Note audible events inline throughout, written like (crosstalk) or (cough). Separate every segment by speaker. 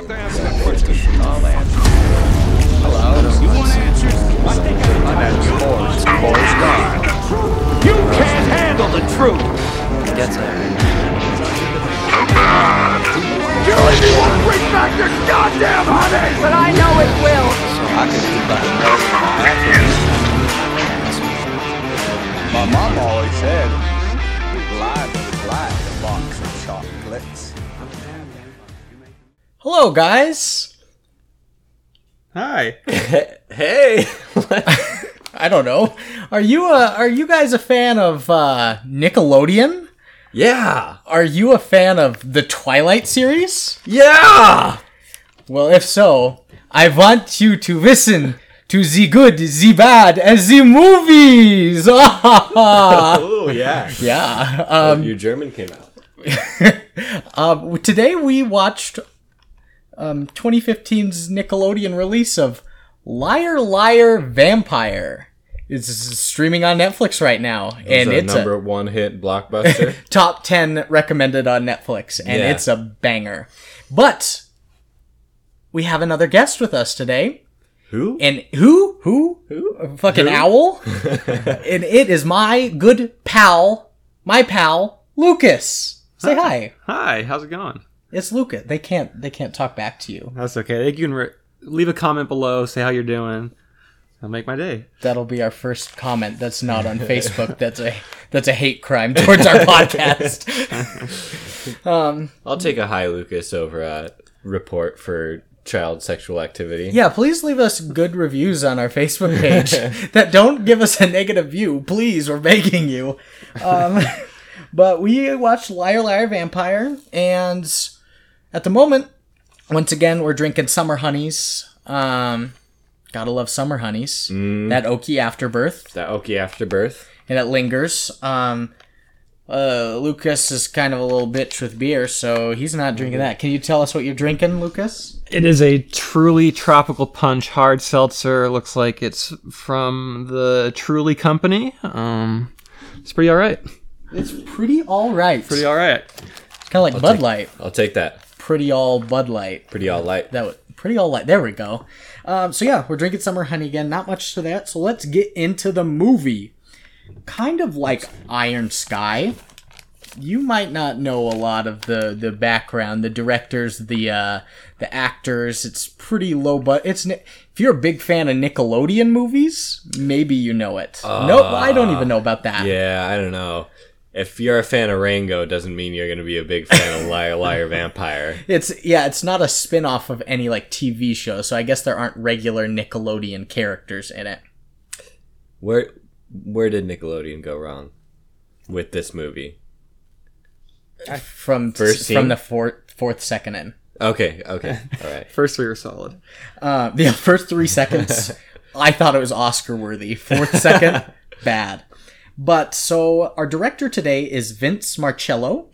Speaker 1: have to answer that question. I'll answer. Hello? You want answers? I think I Boys. Boys gone. You can't handle the truth!
Speaker 2: Gets it.
Speaker 1: You won't bring back your goddamn honey!
Speaker 3: But I know it will.
Speaker 2: I could do that.
Speaker 1: My mom always said, life is like a box of chocolates.
Speaker 2: Hello, guys.
Speaker 4: Hi.
Speaker 2: Hey.
Speaker 5: I don't know. Are you a, are you guys a fan of uh, Nickelodeon?
Speaker 2: yeah.
Speaker 5: Are you a fan of the Twilight series?
Speaker 2: Yeah.
Speaker 5: Well, if so, I want you to listen to the good, the bad, and the movies. (laughs)
Speaker 2: Oh yeah.
Speaker 5: yeah.
Speaker 2: Um, Your German came out.
Speaker 5: Um, today we watched um, 2015's Nickelodeon release of Liar Liar Vampire. It's streaming on Netflix right now, and
Speaker 4: It's
Speaker 5: it's
Speaker 4: a number one hit
Speaker 5: (laughs)
Speaker 4: blockbuster.
Speaker 5: top 10 recommended on Netflix, and
Speaker 2: Yeah.
Speaker 5: it's a banger. But we have another guest with us today.
Speaker 2: Who?
Speaker 5: And who? Who? Who? Fucking (laughs) owl. and it is my good pal, my pal, Lucas. Say hi.
Speaker 4: Hi, how's it going?
Speaker 5: It's Lucas. They can't they can't talk back to you.
Speaker 4: That's okay. You can re- leave a comment below, say how you're doing. I'll make my day.
Speaker 5: That'll be our first comment that's not (laughs) on Facebook. That's a that's a hate crime towards (laughs) our podcast.
Speaker 2: I'll take a high Lucas over a report for child sexual activity.
Speaker 5: Yeah, please leave us good reviews on our Facebook page that don't give us a negative view. Please, we're begging you. Um, (laughs) but we watched Liar Liar Vampire, and at the moment, once again, we're drinking Summer Honeys. Um, gotta love Summer Honeys. That oaky afterbirth,
Speaker 2: That Oki afterbirth.
Speaker 5: and it lingers. Um, uh, Lucas is kind of a little bitch with beer, so he's not drinking that. Can you tell us what you're drinking, Lucas?
Speaker 4: It is a truly tropical punch hard seltzer. Looks like it's from the Truly Company. Um, it's pretty all right.
Speaker 5: It's pretty all right.
Speaker 4: Pretty all right.
Speaker 5: Kind of like Bud Light.
Speaker 2: I'll take that.
Speaker 5: Pretty all Bud Light.
Speaker 2: Pretty all light.
Speaker 5: That was pretty all light. There we go. Um, so yeah, we're drinking summer honey again. Not much to that. So let's get into the movie. Kind of like Iron Sky. You might not know a lot of the the background, the directors, the uh, the actors. It's pretty low, but it's ni- if you're a big fan of Nickelodeon movies, maybe you know it. nope, I don't even know about that.
Speaker 2: Yeah, I don't know. If you're a fan of Rango, it doesn't mean you're going to be a big fan of Liar
Speaker 5: (laughs)
Speaker 2: Liar Vampire.
Speaker 5: It's yeah, it's not a spin-off of any like TV show, so I guess there aren't regular Nickelodeon characters in it.
Speaker 2: Where where did Nickelodeon go wrong with this movie?
Speaker 5: from
Speaker 2: First scene?
Speaker 5: from the fourth fourth second in.
Speaker 2: Okay,
Speaker 5: (laughs)
Speaker 2: okay, all right.
Speaker 4: First three are solid.
Speaker 5: Uh, (laughs) the first three
Speaker 2: (laughs)
Speaker 5: seconds, I thought it was Oscar worthy. Fourth second, bad. But so our director today is Vince Marcello.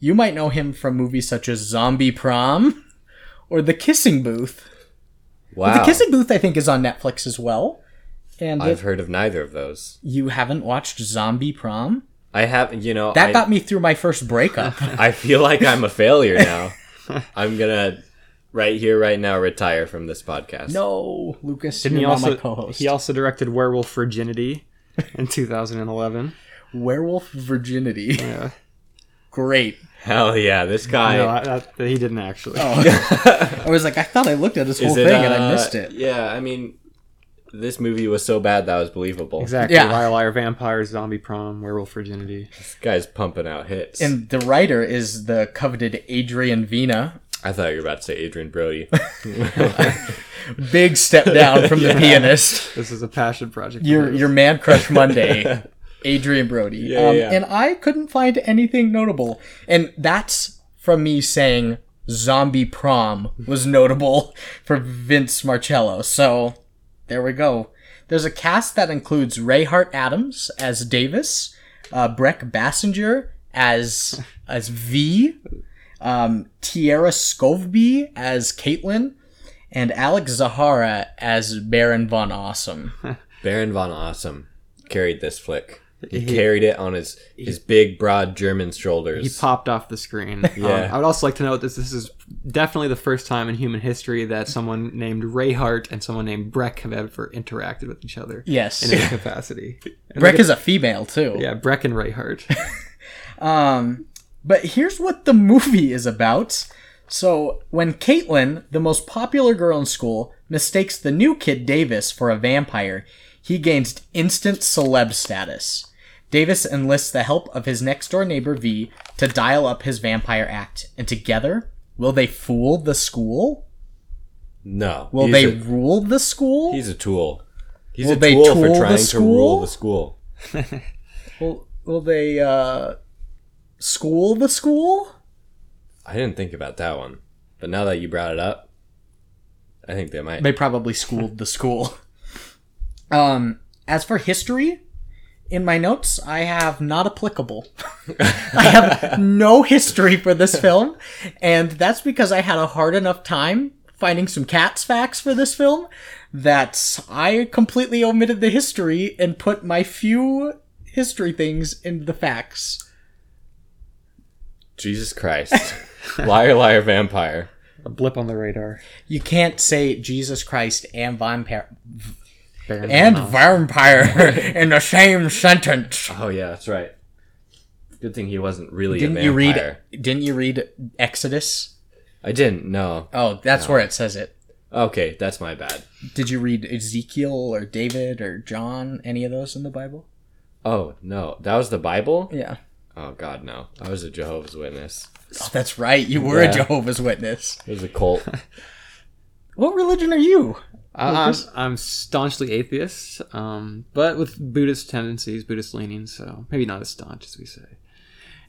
Speaker 5: You might know him from movies such as Zombie Prom or The Kissing Booth.
Speaker 2: Wow,
Speaker 5: The Kissing Booth, I think, is on Netflix as well. And
Speaker 2: I've
Speaker 5: if
Speaker 2: heard of neither of those.
Speaker 5: you haven't watched Zombie Prom?
Speaker 2: I have, you know,
Speaker 5: That
Speaker 2: I,
Speaker 5: got me through my first
Speaker 2: (laughs)
Speaker 5: breakup.
Speaker 2: I feel like I'm
Speaker 5: (laughs)
Speaker 2: a failure now. I'm gonna right here, right now, retire from this podcast.
Speaker 5: no, Lucas,
Speaker 4: Didn't he
Speaker 5: you're not my
Speaker 4: also?
Speaker 5: co-host.
Speaker 4: He also directed Werewolf Virginity in 2011.
Speaker 5: Werewolf Virginity. Great.
Speaker 2: hell yeah, this guy.
Speaker 4: No, I, Oh. that- he didn't actually.
Speaker 5: I was like, I thought I looked at this whole thing and I
Speaker 2: uh,
Speaker 5: missed it.
Speaker 2: Yeah, I mean, this movie was so bad that was believable.
Speaker 4: Exactly.
Speaker 5: Yeah.
Speaker 4: Liar, liar, vampire, zombie prom, werewolf virginity.
Speaker 2: This guy's pumping out hits.
Speaker 5: And the writer is the coveted Adrian Vina.
Speaker 2: I thought you were about to say
Speaker 5: (laughs)
Speaker 2: Adrian Brody.
Speaker 5: Big step down from the pianist.
Speaker 4: This is a passion project. of
Speaker 5: Your
Speaker 4: his.
Speaker 5: your man crush
Speaker 2: (laughs)
Speaker 5: Monday, Adrian Brody. Um,
Speaker 2: Yeah, yeah.
Speaker 5: And I couldn't find anything notable, and that's from me saying Zombie Prom was notable (laughs) for Vince Marcello. So there we go. There's a cast that includes Ray Hart Adams as Davis, uh, Breck Bassinger as as V, um, Tierra Scoveby as Caitlin, and Alex Zahara as Baron von Awesome.
Speaker 2: Baron von Awesome carried this flick. He carried it on his his big, broad German shoulders.
Speaker 4: He popped off the (laughs) screen. Um,
Speaker 2: Yeah.
Speaker 4: I would also like to note that this is definitely the first time in human history that someone named Rayhart and someone named Breck have ever interacted with each other.
Speaker 5: Yes.
Speaker 4: In any (laughs) capacity. And
Speaker 5: Breck
Speaker 4: look
Speaker 5: is a female too.
Speaker 4: at- yeah, Breck and Rayhart.
Speaker 5: Um, but here's what the movie is about. So, when Caitlin, the most popular girl in school, mistakes the new kid Davis for a vampire, he gains instant celeb status. Davis enlists the help of his next door neighbor V to dial up his vampire act, and together, will they fool the school?
Speaker 2: no.
Speaker 5: Will
Speaker 2: he's
Speaker 5: they
Speaker 2: A,
Speaker 5: rule the school?
Speaker 2: he's a tool. He's
Speaker 5: Will
Speaker 2: a
Speaker 5: they
Speaker 2: tool
Speaker 5: tool
Speaker 2: for
Speaker 5: the
Speaker 2: trying to rule
Speaker 5: school?
Speaker 2: the school.
Speaker 5: Will, will they uh, school the school?
Speaker 2: I didn't think about that one, but now that you brought it up, I think they might.
Speaker 5: They probably schooled the school. Um, as for history, in my notes, I have not applicable. (laughs) I have no history for this film, and that's because I had a hard enough time finding some cats facts for this film that I completely omitted the history and put my few history things in the facts. (laughs)
Speaker 2: Jesus Christ, liar, liar, vampire.
Speaker 4: (laughs) a blip on the radar.
Speaker 5: You can't say Jesus Christ and vampire and vampire (laughs) in the same sentence.
Speaker 2: Oh yeah, that's right. Good thing he wasn't really
Speaker 5: Didn't
Speaker 2: a
Speaker 5: you
Speaker 2: vampire.
Speaker 5: read? Didn't you read Exodus?
Speaker 2: I didn't. No.
Speaker 5: Oh, that's where it says it.
Speaker 2: Okay, that's my bad.
Speaker 5: Did you read Ezekiel or David or John? Any of those in the Bible?
Speaker 2: Oh no, that was the Bible.
Speaker 5: Yeah.
Speaker 2: Oh God, no. I was a Jehovah's Witness.
Speaker 5: Oh, that's right. You were a
Speaker 2: Yeah.
Speaker 5: Jehovah's Witness.
Speaker 2: It was
Speaker 5: (laughs)
Speaker 2: a cult.
Speaker 5: What religion are you?
Speaker 4: I, I'm, I'm staunchly atheist, um, but with Buddhist tendencies, Buddhist leanings, so maybe not as staunch as we say.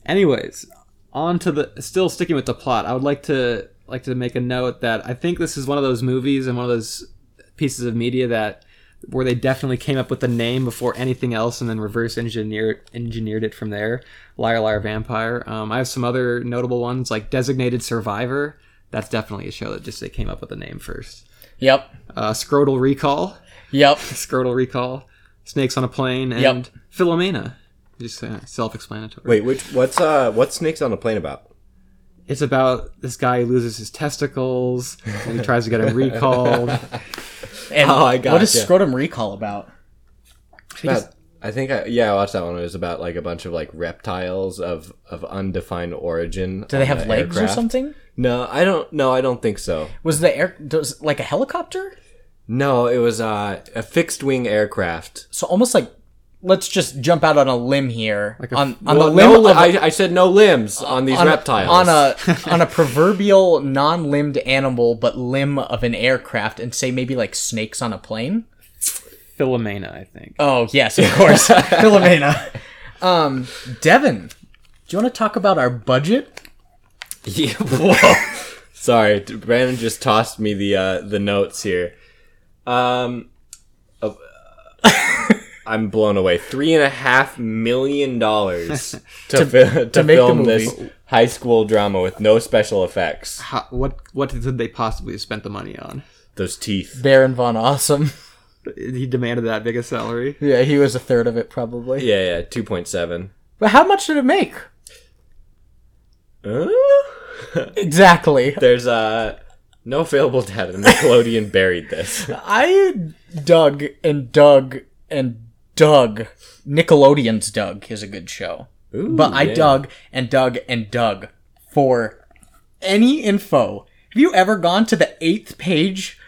Speaker 4: Anyways, on to the still sticking with the plot. I would like to like to make a note that I think this is one of those movies and one of those pieces of media that where they definitely came up with the name before anything else and then reverse engineered engineered it from there. Liar Liar Vampire. Um, I have some other notable ones like Designated Survivor. That's definitely a show that just they came up with the name first
Speaker 5: Yep.
Speaker 4: uh, Scrotal Recall,
Speaker 2: (laughs)
Speaker 5: Yep.
Speaker 4: Scrotal Recall, Snakes on a Plane, and
Speaker 5: Yep.
Speaker 4: Philomena. Just uh, self-explanatory.
Speaker 2: Wait, which what's uh what's snakes on a plane about?
Speaker 4: It's about this guy who loses his testicles and he tries to get him recalled.
Speaker 5: And
Speaker 2: Oh, I
Speaker 5: What is
Speaker 2: gotcha.
Speaker 5: scrotum recall about?
Speaker 2: About, I think I yeah I watched that one. It was about like a bunch of like reptiles of of undefined origin.
Speaker 5: Do they have legs or something?
Speaker 2: No, I don't. No, I don't think so.
Speaker 5: Was the air does like a helicopter?
Speaker 2: No, it was uh, a fixed wing aircraft.
Speaker 5: So almost like let's just jump out on a limb here
Speaker 4: a-
Speaker 5: on on
Speaker 2: Well,
Speaker 5: the limb
Speaker 2: no,
Speaker 5: of a- Uh,
Speaker 2: I, I said no limbs on these
Speaker 5: on a-
Speaker 2: reptiles.
Speaker 5: on a on a proverbial non-limbed animal but limb of an aircraft and say maybe like snakes on a plane
Speaker 4: (laughs) Philomena, I think.
Speaker 5: oh yes (laughs) of course philomena (laughs) um devin do you want to talk about our budget
Speaker 2: (laughs) Yeah, whoa. Sorry, d- Brandon just tossed me the uh, the notes here. Um, of- I'm blown away. Three and a half
Speaker 5: (laughs)
Speaker 2: million dollars to to, to,
Speaker 5: make the
Speaker 2: film
Speaker 5: movie.
Speaker 2: this high school drama with no special effects.
Speaker 4: How, what what did they possibly have spent the money on?
Speaker 2: Those teeth.
Speaker 5: baron von awesome
Speaker 4: He demanded that big a salary.
Speaker 5: yeah he was a third of it probably
Speaker 2: Yeah, yeah. Two point seven.
Speaker 5: but how much did it make
Speaker 2: Uh,
Speaker 5: exactly
Speaker 2: there's uh no available data. (laughs) Nickelodeon
Speaker 5: (laughs)
Speaker 2: buried this.
Speaker 5: i dug and dug and dug nickelodeon's dug is a good show
Speaker 2: Ooh,
Speaker 5: But I
Speaker 2: yeah.
Speaker 5: dug and dug and dug for any info. Have you ever gone to the eighth page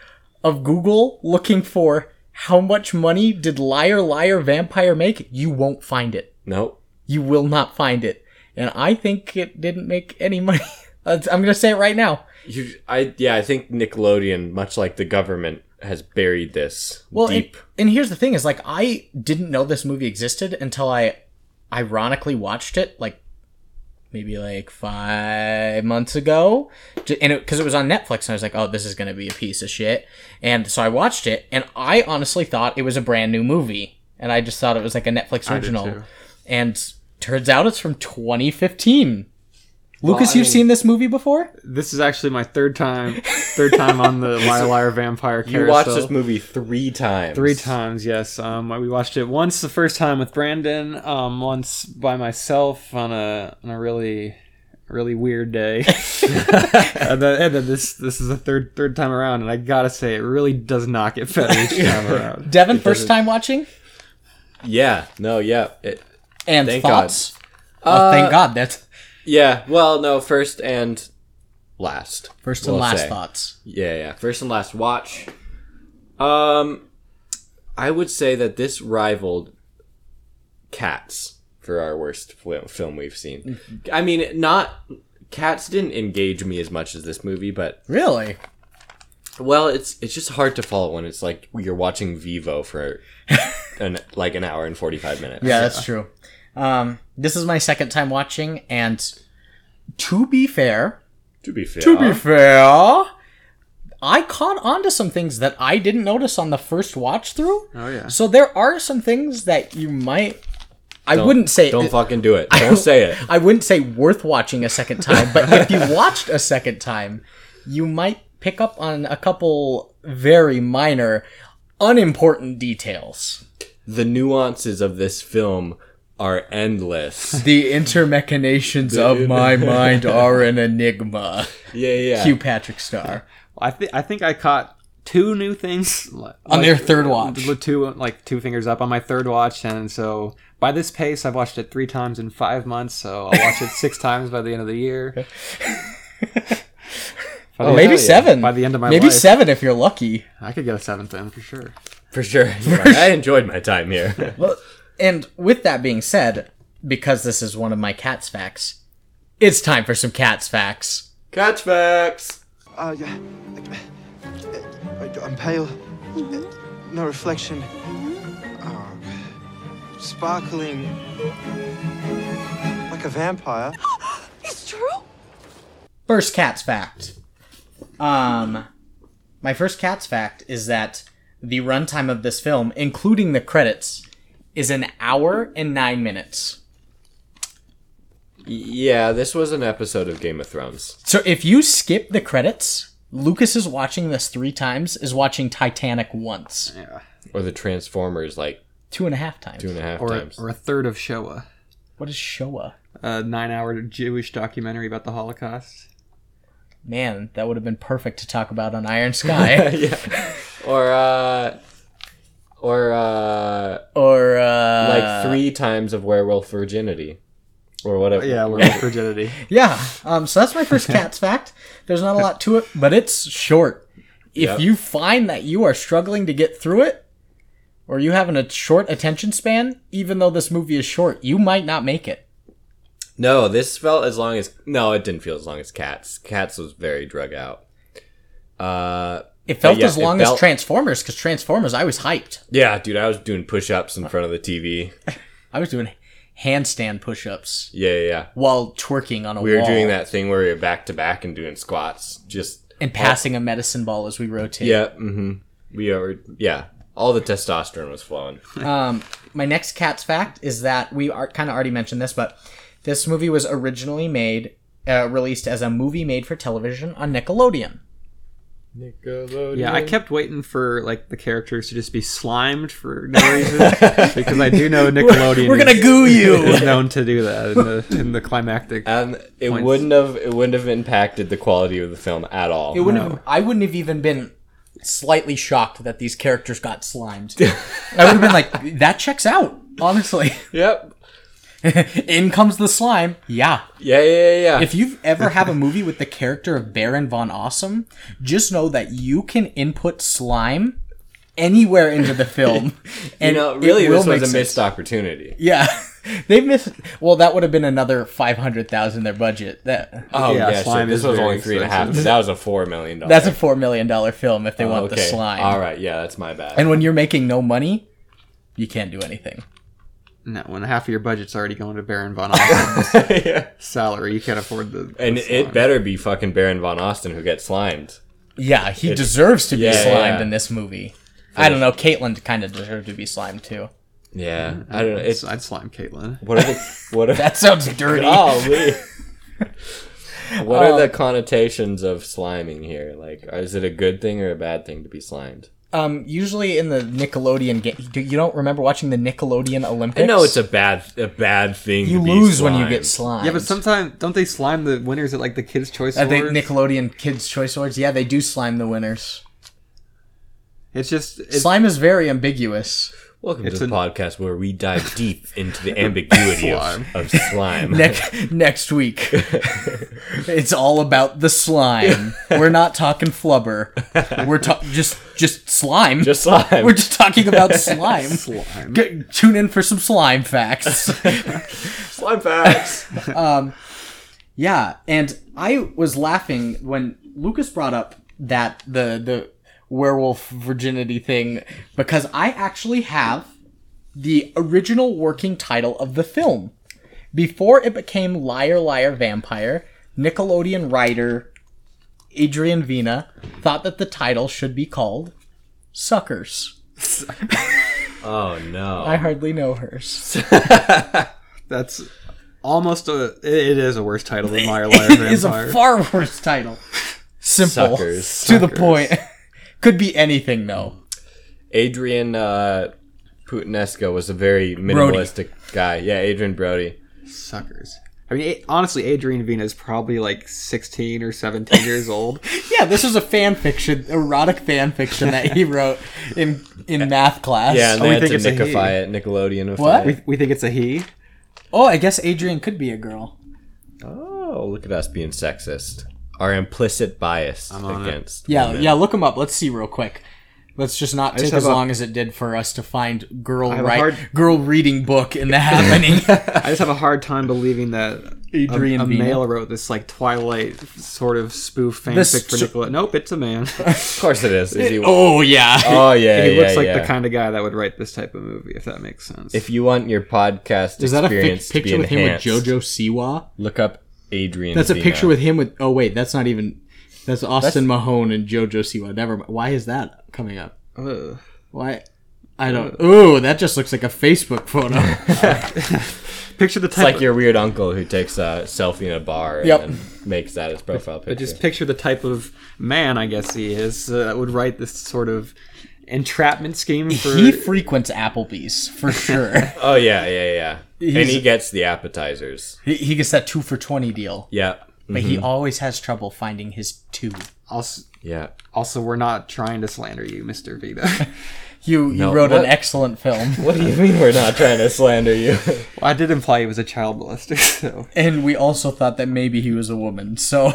Speaker 5: of Google looking for how much money did Liar Liar Vampire make? You won't find it.
Speaker 2: Nope.
Speaker 5: You will not find it. And I think it didn't make any money. (laughs) I'm going to say it right now.
Speaker 2: You, I yeah, I think Nickelodeon, much like the government, has buried this
Speaker 5: Well, and,
Speaker 2: deep.
Speaker 5: and here's the thing is like I didn't know this movie existed until I ironically watched it like maybe like 5 months ago J- and it, cuz it was on Netflix and I was like, "Oh, this is going to be a piece of shit." And so I watched it and I honestly thought it was a brand new movie and I just thought it was like a Netflix
Speaker 4: did
Speaker 5: original.
Speaker 4: too.
Speaker 5: And turns out it's from 2015. Lucas,
Speaker 4: I
Speaker 5: you've
Speaker 4: mean-
Speaker 5: seen this movie before?
Speaker 4: This is actually my third time, third time
Speaker 2: (laughs)
Speaker 4: on the Liar Liar Vampire
Speaker 2: You
Speaker 4: Carousel.
Speaker 2: watched this movie three times.
Speaker 4: Three times, yes. Um, we watched it once the first time with Brandon, um, once by myself on a on a really really weird day, and, then, and then this this is the third third time around, and I gotta say it really does not get better each time around.
Speaker 5: Devin, first time watching?
Speaker 2: Yeah. No. Yeah. It,
Speaker 5: And
Speaker 2: Thank Uh,
Speaker 5: thoughts? Oh, thank God. That's
Speaker 2: yeah. Well, no. First and last.
Speaker 5: first and
Speaker 2: we'll
Speaker 5: last
Speaker 2: say.
Speaker 5: thoughts.
Speaker 2: Yeah, yeah. First and last watch. Um, I would say that this rivaled Cats for our worst fil- film we've seen. I mean, not Cats didn't engage me as much as this movie, but
Speaker 5: Really?
Speaker 2: well, it's it's just hard to follow when it's like you're watching Vivo (laughs) for an like an hour and forty five minutes.
Speaker 5: Yeah, that's true. Um, this is my second time watching, and to be fair,
Speaker 2: To be fair,
Speaker 5: fair, I caught on to some things that I didn't notice on the first watch through.
Speaker 4: Oh yeah,
Speaker 5: So there are some things that you might. I
Speaker 2: Don't-
Speaker 5: wouldn't say (laughs)
Speaker 2: Don't fucking do it. Don't say it.
Speaker 5: I wouldn't say worth watching a second time, but if
Speaker 2: (laughs)
Speaker 5: you watched a second time, you might pick up on a couple very minor, unimportant details.
Speaker 2: The nuances of this film are endless. (laughs)
Speaker 5: The intermechanations of (laughs) my mind are an enigma.
Speaker 2: Yeah, yeah.
Speaker 5: Hugh Patrick Star.
Speaker 4: I think I think I caught two new things
Speaker 5: On their third watch.
Speaker 4: the two like two fingers up on my third watch, and so by this pace, I've watched it three times in five months. So I'll watch it six times by the end of the year. (laughs) By the end-
Speaker 5: Oh, Maybe
Speaker 2: yeah.
Speaker 5: seven.
Speaker 4: by the end of my
Speaker 5: Maybe
Speaker 4: life.
Speaker 5: seven if you're lucky.
Speaker 4: I could get a seventh in for sure.
Speaker 2: For sure. I enjoyed my time (laughs) here.
Speaker 5: Well, and with that being said, because this is one of my cat's facts, it's time for some cat's facts.
Speaker 2: Catch facts.
Speaker 3: Uh, yeah. I- I'm pale. No reflection. Uh, sparkling. Like a vampire.
Speaker 6: It's true.
Speaker 5: First cat's fact. Um, my first cat's fact is that the runtime of this film, including the credits, is an hour and nine minutes.
Speaker 2: Yeah, this was an episode of Game of Thrones.
Speaker 5: So if you skip the credits, Lucas is watching this three times, is watching Titanic once,
Speaker 2: Or the Transformers, like
Speaker 5: two and a half times.
Speaker 2: two and a half
Speaker 4: Or,
Speaker 2: times.
Speaker 4: or a third of Shoah,
Speaker 5: What is Showa?
Speaker 4: a nine-hour Jewish documentary about the Holocaust.
Speaker 5: Man, that would have been perfect to talk about on Iron
Speaker 2: (laughs)
Speaker 5: Sky
Speaker 2: (laughs) yeah. Or, uh,. Or uh,
Speaker 5: or uh,
Speaker 2: like three times of werewolf virginity, or whatever.
Speaker 4: Yeah, we're (laughs) on virginity.
Speaker 5: Yeah. Um, so that's my
Speaker 2: (laughs)
Speaker 5: first cat's fact. There's not a lot to it, but it's short. If
Speaker 2: Yep.
Speaker 5: you find that you are struggling to get through it, or you having a short attention span, even though this movie is short, you might not make it.
Speaker 2: No, this felt as long as no, it didn't feel as long as Cats. Cats was very drug out. Uh,
Speaker 5: It felt
Speaker 2: yeah,
Speaker 5: as
Speaker 2: it
Speaker 5: long as
Speaker 2: felt-
Speaker 5: Transformers, because Transformers, I was hyped.
Speaker 2: yeah, dude, I was doing push-ups in front of the TV.
Speaker 5: I was doing handstand push-ups
Speaker 2: Yeah, yeah, yeah.
Speaker 5: while twerking on a
Speaker 2: We were
Speaker 5: wall
Speaker 2: doing that thing where we were back to back and doing squats, just
Speaker 5: and passing a medicine ball as we rotate.
Speaker 2: Yeah, mm-hmm. We are. Yeah, all the testosterone was flowing.
Speaker 5: Um, my next cat's fact is that we are kind of already mentioned this, but this movie was originally made, uh, released as a movie made for television on Nickelodeon.
Speaker 4: Yeah, I kept waiting for like the characters to just be slimed for no reason because I do know Nickelodeon.
Speaker 5: (laughs) We're gonna
Speaker 4: is-
Speaker 5: goo
Speaker 2: (laughs)
Speaker 5: you.
Speaker 4: is known to do that in the in the climactic.
Speaker 2: and it wouldn't have it wouldn't have impacted the quality of the film at all.
Speaker 5: It wouldn't. Have, I wouldn't have even been slightly shocked that these characters got
Speaker 2: (laughs)
Speaker 5: slimed. I would have been like, that checks out. Honestly, (laughs)
Speaker 2: Yep.
Speaker 5: in comes the slime. Yeah.
Speaker 2: Yeah, yeah, yeah, yeah.
Speaker 5: If you've ever have a movie with the character of Baron von Awesome, just know that you can input slime anywhere into the
Speaker 2: (laughs)
Speaker 5: film,
Speaker 2: you
Speaker 5: and
Speaker 2: know,
Speaker 5: it
Speaker 2: really,
Speaker 5: will
Speaker 2: this was
Speaker 5: make
Speaker 2: a
Speaker 5: sense.
Speaker 2: missed opportunity.
Speaker 5: Yeah, (laughs) they missed. Well, that would have been another five hundred thousand their budget. That
Speaker 2: Oh
Speaker 4: Yeah,
Speaker 2: yeah, shit,
Speaker 4: slime
Speaker 2: this
Speaker 4: is
Speaker 2: was
Speaker 4: very
Speaker 2: only three and a half.
Speaker 4: expensive.
Speaker 2: That was a four million dollar.
Speaker 5: that's a four million dollar film if they want
Speaker 2: okay.
Speaker 5: the slime.
Speaker 2: All right, yeah, that's my bad.
Speaker 5: And when you're making no money, you can't do anything.
Speaker 4: No, when half of your budget's already going to
Speaker 2: (laughs)
Speaker 4: Baron von Austin's
Speaker 2: yeah.
Speaker 4: salary, you can't afford the. the
Speaker 2: and
Speaker 4: slime.
Speaker 2: it better be fucking Baron von Austin who gets slimed.
Speaker 5: Yeah, he deserves to be
Speaker 2: yeah,
Speaker 5: slimed
Speaker 2: yeah.
Speaker 5: in this movie. I don't know. Caitlyn kind of deserved to be slimed too.
Speaker 2: Yeah, I don't know. It's
Speaker 4: I'd slime Caitlyn.
Speaker 5: Oh,
Speaker 2: what are the what are
Speaker 5: That sounds dirty.
Speaker 2: golly. (laughs) What
Speaker 5: Um,
Speaker 2: are the connotations of sliming here? Like, is it a good thing or a bad thing to be slimed?
Speaker 5: Um, usually in the Nickelodeon game, you don't remember watching the Nickelodeon Olympics?
Speaker 2: I know it's a bad a bad thing.
Speaker 5: You
Speaker 2: to be
Speaker 5: lose when you get
Speaker 2: slimed.
Speaker 5: slimed.
Speaker 4: Yeah, but sometimes don't they slime the winners at like the Kids Choice
Speaker 5: I think
Speaker 4: Awards?
Speaker 5: Nickelodeon Kids Choice Awards. Yeah, they do slime the winners.
Speaker 4: it's just it's,
Speaker 5: slime is very ambiguous.
Speaker 2: Welcome
Speaker 4: It's
Speaker 2: to the
Speaker 4: an-
Speaker 2: podcast where we (laughs) dive deep into the ambiguity
Speaker 4: Slime.
Speaker 2: (laughs) of, of slime.
Speaker 5: Next
Speaker 2: (laughs)
Speaker 5: next week, it's all about the slime. We're not talking flubber.
Speaker 2: (laughs)
Speaker 5: We're ta- just just slime.
Speaker 2: Just slime.
Speaker 5: We're just talking about slime.
Speaker 4: slime.
Speaker 5: G- tune in for some slime facts.
Speaker 2: (laughs) slime facts.
Speaker 5: Yeah, and I was laughing when Lucas brought up that the the werewolf virginity thing because I actually have the original working title of the film before it became Liar Liar Vampire. Nickelodeon writer Adrian Vina thought that the title should be called Suckers.
Speaker 2: (laughs) oh no.
Speaker 5: I hardly know hers.
Speaker 4: That's almost a. It, it is a worse
Speaker 2: (laughs)
Speaker 4: title than Liar Liar
Speaker 5: (laughs)
Speaker 4: Vampire.
Speaker 5: It is a far worse title. Simple
Speaker 2: Suckers.
Speaker 5: to the point. (laughs) Could be anything though.
Speaker 2: Adrian uh, Putinesco was a very minimalistic guy. Yeah, Adrian Brody.
Speaker 4: Suckers. I mean, a- honestly, Adrian Vina is probably like 16 or 17 years old.
Speaker 2: (laughs)
Speaker 5: Yeah, this is a fan fiction, erotic fan fiction that (laughs) he wrote in in math class.
Speaker 2: Yeah, and
Speaker 4: we
Speaker 2: they had
Speaker 4: think
Speaker 2: to
Speaker 4: it's a he.
Speaker 2: Nickify it, Nickelodeon.
Speaker 5: What?
Speaker 4: We, we think it's a he.
Speaker 5: Oh, I guess Adrian could be a girl.
Speaker 2: Oh, look at us being sexist. Our implicit bias
Speaker 4: on it.
Speaker 2: against.
Speaker 5: Yeah,
Speaker 2: women.
Speaker 5: yeah. Look him up. Let's see real quick. Let's just not take
Speaker 4: just
Speaker 5: as
Speaker 4: have a-
Speaker 5: long as it did for us to find girl
Speaker 4: have a
Speaker 5: right
Speaker 4: hard-
Speaker 5: girl reading book in the happening.
Speaker 4: I just have a hard time believing that
Speaker 5: Adrian
Speaker 4: a, a
Speaker 5: Vina.
Speaker 4: male wrote this like Twilight sort of spoof fanfic
Speaker 5: This
Speaker 4: for
Speaker 5: so-
Speaker 4: Nicola. Nope, it's
Speaker 2: (laughs)
Speaker 4: a man.
Speaker 2: Of course it is. If you,
Speaker 5: (laughs)
Speaker 2: oh,
Speaker 5: oh yeah.
Speaker 2: yeah,
Speaker 4: he
Speaker 2: yeah,
Speaker 4: looks like
Speaker 2: yeah.
Speaker 4: the kind of guy that would write this type of movie, if that makes sense.
Speaker 2: If you want your
Speaker 5: (laughs)
Speaker 2: podcast
Speaker 5: is that a
Speaker 2: experience
Speaker 5: fic-
Speaker 2: to be
Speaker 5: picture with him with
Speaker 2: enhanced,
Speaker 5: JoJo Siwa?
Speaker 2: look up Adrian.
Speaker 5: That's a
Speaker 2: Vina.
Speaker 5: picture with him with. Oh wait, that's not even. That's Austin Mahone and JoJo Siwa. Never. mind. Why is that coming up?
Speaker 4: Ugh.
Speaker 5: Why? I don't. Ooh, that just looks like a Facebook photo.
Speaker 4: picture the type
Speaker 2: It's like
Speaker 4: of-
Speaker 2: your weird uncle who takes a selfie in a bar and
Speaker 5: Yep.
Speaker 2: then makes that his profile picture.
Speaker 4: But just picture the type of man I guess he is uh, that would write this sort of entrapment scheme for.
Speaker 5: he frequents Applebee's for (laughs) sure.
Speaker 2: oh yeah, yeah, yeah. and
Speaker 5: He's-
Speaker 2: he gets the appetizers.
Speaker 5: he, he gets that two for twenty deal,
Speaker 2: Yeah,
Speaker 5: but he always has trouble finding his two.
Speaker 4: also,
Speaker 2: yeah.
Speaker 4: also, we're not trying to slander you, Mr. (laughs) Vita.
Speaker 5: You you
Speaker 2: No,
Speaker 5: wrote an
Speaker 2: what-
Speaker 5: excellent film,
Speaker 2: What do you mean we're not trying to slander you? (laughs)
Speaker 4: I did imply he was a child molester, (laughs) so
Speaker 5: and we also thought that maybe he was a woman. So,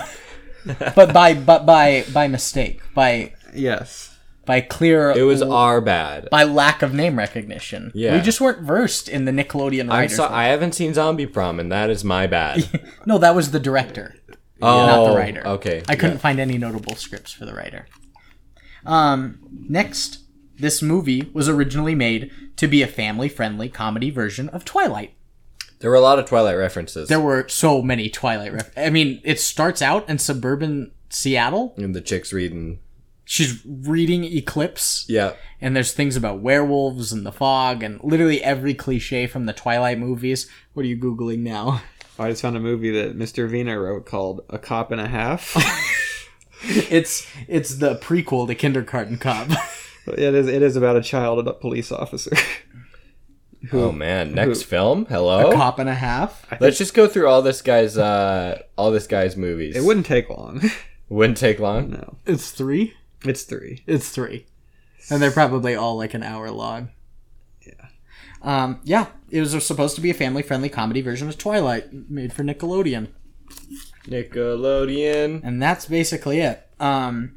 Speaker 5: (laughs) but by but by by mistake, by
Speaker 4: yes.
Speaker 5: by clear,
Speaker 2: it was our bad.
Speaker 5: by lack of name recognition.
Speaker 2: Yeah.
Speaker 5: we just weren't versed in the Nickelodeon
Speaker 2: I'm
Speaker 5: writers.
Speaker 2: so, I haven't seen Zombie Prom, and that is my bad.
Speaker 5: no, that was the director.
Speaker 2: oh,
Speaker 5: not the writer.
Speaker 2: Okay,
Speaker 5: I couldn't find any notable scripts for the writer. Um, next, this movie was originally made to be a family-friendly comedy version of Twilight.
Speaker 2: There were a lot of Twilight references
Speaker 5: There were so many Twilight. Ref- I mean, it starts out in suburban Seattle.
Speaker 2: in the chicks reading.
Speaker 5: She's reading Eclipse,
Speaker 2: Yeah,
Speaker 5: and there's things about werewolves and the fog, and literally every cliche from the Twilight movies. What are you googling now? (laughs)
Speaker 4: I just found a movie that Mr. Vina wrote called A Cop and a Half. (laughs)
Speaker 5: It's it's the prequel to Kindergarten Cop. (laughs)
Speaker 4: it is it is about a child and a police officer. (laughs)
Speaker 2: Oh man, next film? Hello.
Speaker 5: Cop and a half.
Speaker 2: Let's just go through all this guy's uh all this guy's movies.
Speaker 4: It wouldn't take long. (laughs)
Speaker 2: wouldn't take long.
Speaker 4: No.
Speaker 5: It's three.
Speaker 4: It's three.
Speaker 5: It's three, and they're probably all like an hour long. Yeah. Um. Yeah. It was supposed to be a family-friendly comedy version of Twilight, made for Nickelodeon,
Speaker 2: Nickelodeon.
Speaker 5: and that's basically it. Um,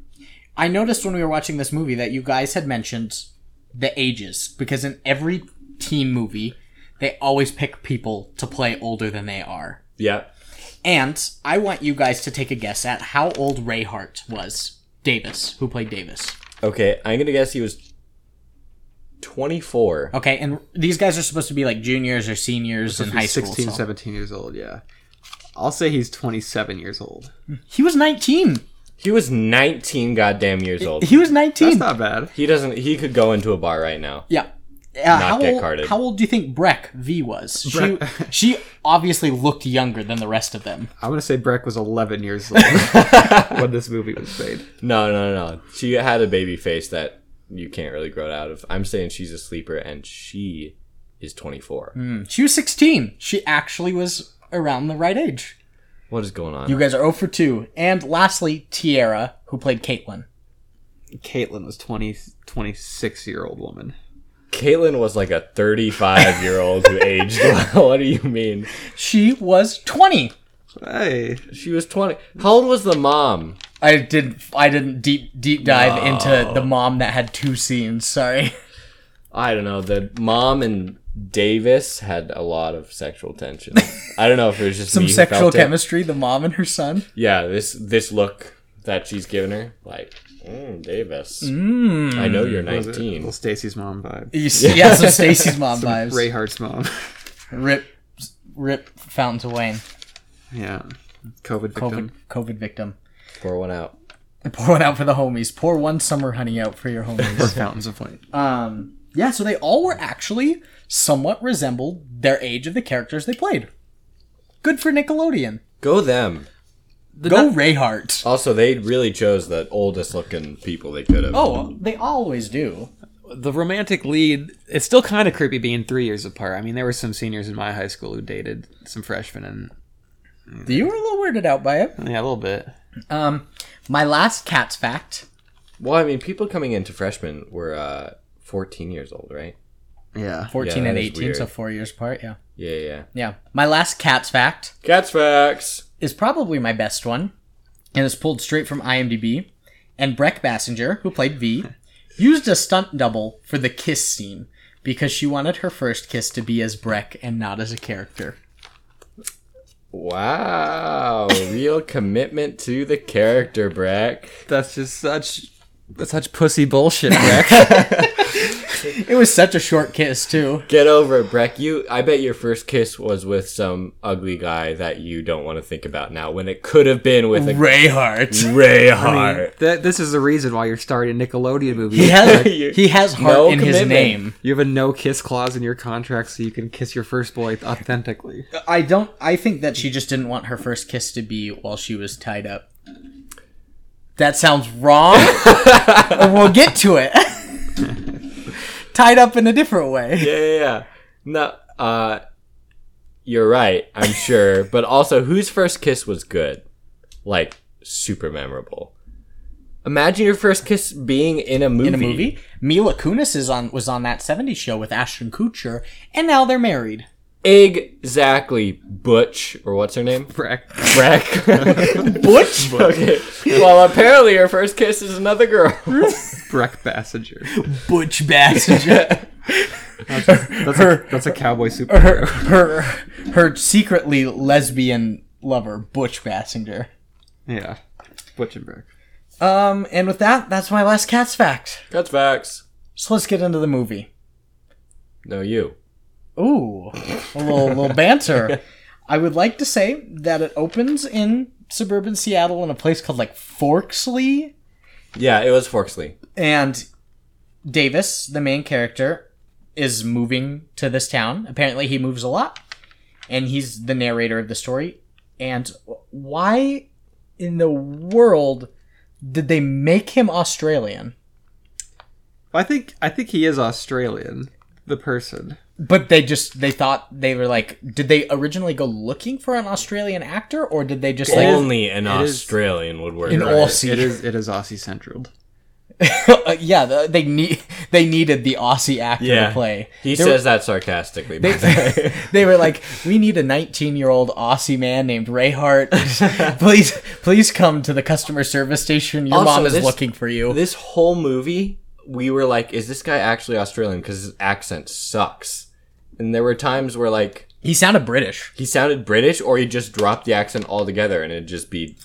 Speaker 5: I noticed when we were watching this movie that you guys had mentioned the ages because in every teen movie, they always pick people to play older than they are.
Speaker 2: Yeah.
Speaker 5: And I want you guys to take a guess at how old Ray Hart was. Davis, who played Davis.
Speaker 2: Okay, I'm gonna guess he was twenty-four.
Speaker 5: Okay, and these guys are supposed to be like juniors or seniors in high
Speaker 4: He's
Speaker 5: school.
Speaker 4: 16,
Speaker 5: so-
Speaker 4: 17 years old, yeah. I'll say he's 27 years old.
Speaker 5: He was 19.
Speaker 2: He was nineteen goddamn years old.
Speaker 5: He was 19.
Speaker 4: That's not bad.
Speaker 2: He doesn't. He could go into a bar right now.
Speaker 5: yeah. uh,
Speaker 2: Not
Speaker 5: how
Speaker 2: get
Speaker 5: old,
Speaker 2: carded.
Speaker 5: How old do you think Breck V was? She
Speaker 4: Breck-
Speaker 5: (laughs) she obviously looked younger than the rest of them.
Speaker 4: I'm gonna say Breck was 11 years (laughs) old when this movie was made.
Speaker 2: No, no, no. She had a baby face that you can't really grow out of. I'm saying she's a sleeper and she is 24.
Speaker 5: She was 16. She actually was around the right age.
Speaker 2: What is going on?
Speaker 5: You guys are 0 for 2. And lastly, Tiara, who played Caitlin.
Speaker 4: Caitlin was 20, 26 year old woman.
Speaker 2: Caitlin was like a 35 year old who aged (laughs) well. What do you mean?
Speaker 5: She was 20.
Speaker 4: Hey,
Speaker 2: She was 20. How old was the mom?
Speaker 5: I did I didn't deep deep dive into the mom that had two scenes. Sorry.
Speaker 2: I don't know. The mom and Davis had a lot of
Speaker 5: (laughs)
Speaker 2: sexual tension. I don't know if it was just
Speaker 5: Some
Speaker 2: me who
Speaker 5: sexual
Speaker 2: felt it.
Speaker 5: chemistry, the mom and her son.
Speaker 2: Yeah, this this look that she's given her, like mm, Davis.
Speaker 5: Mm.
Speaker 2: I know you're
Speaker 4: was it?
Speaker 2: 19.
Speaker 4: Little Stacy's mom vibe.
Speaker 5: You see, yeah,
Speaker 2: (laughs)
Speaker 5: some Stacy's mom vibes.
Speaker 4: Ray Hart's mom. (laughs)
Speaker 5: Rip Rip Fountains of Wayne.
Speaker 4: yeah, COVID
Speaker 5: COVID
Speaker 4: victim.
Speaker 5: COVID victim.
Speaker 2: Pour one out.
Speaker 5: Pour one out for the homies. Pour one summer honey out for your
Speaker 2: (laughs)
Speaker 5: homies.
Speaker 4: Or Fountains of Wayne.
Speaker 5: Um, yeah, so they all were actually somewhat resembled their age of the characters they played. Good for Nickelodeon.
Speaker 2: Go them.
Speaker 5: Go Rayhart.
Speaker 2: Also, they really chose the oldest looking people they could have.
Speaker 5: Oh, they always do.
Speaker 4: the romantic lead it's still kind of creepy being three years apart i mean there were some seniors in my high school who dated some freshmen and
Speaker 2: Mm.
Speaker 5: You were a little weirded out by it.
Speaker 4: yeah a little bit
Speaker 5: Um, my last cat's fact.
Speaker 2: Well, I mean, people coming into freshmen were uh, 14 years old, right?
Speaker 4: yeah
Speaker 5: 14
Speaker 2: Yeah,
Speaker 5: and
Speaker 2: that is
Speaker 5: 18,
Speaker 2: weird.
Speaker 5: so four years apart, yeah.
Speaker 2: Yeah, yeah.
Speaker 5: Yeah. My last cat's fact
Speaker 2: Cats facts.
Speaker 5: is probably my best one, and it's pulled straight from IMDb. And Breck Bassinger, who played
Speaker 2: (laughs)
Speaker 5: V, used a stunt double for the kiss scene because she wanted her first kiss to be as Breck and not as a character.
Speaker 2: Wow, real commitment to the character, Breck.
Speaker 4: that's just such that's such pussy bullshit Rick.
Speaker 5: It was such a short kiss too.
Speaker 2: Get over it, Breck. You, I bet your first kiss was with some ugly guy that you don't want to think about now, when it could have been with a
Speaker 5: Rayhart.
Speaker 2: Ray Hart.
Speaker 4: (laughs) That- this is the reason why you're starting a nickelodeon movie
Speaker 5: He
Speaker 2: (laughs)
Speaker 5: has
Speaker 2: You-
Speaker 5: he has heart
Speaker 2: No
Speaker 5: in his
Speaker 2: commitment.
Speaker 5: name.
Speaker 4: you have a no kiss clause in your contract so you can kiss your first boy authentically
Speaker 5: I don't. I think that she just didn't want her first kiss to be while she was tied up. That sounds
Speaker 2: (laughs)
Speaker 5: wrong. and we'll get to it. (laughs) tied up in a different way.
Speaker 2: Yeah, yeah, yeah. No, uh, you're right. I'm sure, (laughs) but also, whose first kiss was good, like super memorable. Imagine your first kiss being in a movie.
Speaker 5: In a movie, Mila Kunis is on was on that '70s show with Ashton Kutcher, and now they're married.
Speaker 2: Exactly, Butch or what's her name?
Speaker 4: Rick.
Speaker 2: Breck.
Speaker 5: Butch.
Speaker 2: (laughs) okay. Well, apparently your first kiss is another girl.
Speaker 4: Breck Bassinger.
Speaker 5: Butch Bassinger.
Speaker 4: That's a, that's a cowboy
Speaker 5: (laughs)
Speaker 4: super.
Speaker 5: her her her secretly lesbian lover Butch Bassinger.
Speaker 4: Yeah. Butch and Breck.
Speaker 5: Um, and with that, that's my last cat's fact.
Speaker 2: That's facts.
Speaker 5: So let's get into the movie.
Speaker 2: No, you.
Speaker 5: Ooh, a little little banter. I would like to say that it opens in suburban Seattle in a place called like Forksley,
Speaker 2: Yeah, it was Forksley.
Speaker 5: and Davis, the main character, is moving to this town. Apparently, he moves a lot, and he's the narrator of the story. And why in the world did they make him Australian?
Speaker 4: I think I think he is Australian. The person.
Speaker 5: But they just they thought they were like, did they originally go looking for an Australian actor, or did they just like
Speaker 2: Only an
Speaker 4: is-
Speaker 2: Australian would work.
Speaker 5: an
Speaker 2: right.
Speaker 5: Aussie?
Speaker 4: It is it is Aussie central.
Speaker 5: Uh, (laughs) yeah, the, they need they needed the Aussie actor
Speaker 2: Yeah.
Speaker 5: to play.
Speaker 2: He
Speaker 5: They were-
Speaker 2: says that sarcastically. by the way. (laughs)
Speaker 5: they, (laughs) they were like, we need a 19 year old Aussie man named Ray (laughs) Hart. please, please come to the customer service station. Your
Speaker 2: Also,
Speaker 5: mom is
Speaker 2: this-
Speaker 5: looking for you.
Speaker 2: this whole movie, we were like, is this guy actually Australian? Because his accent sucks. And there were times where, like,
Speaker 5: he sounded British,
Speaker 2: he sounded British or he just dropped the accent altogether and it'd just be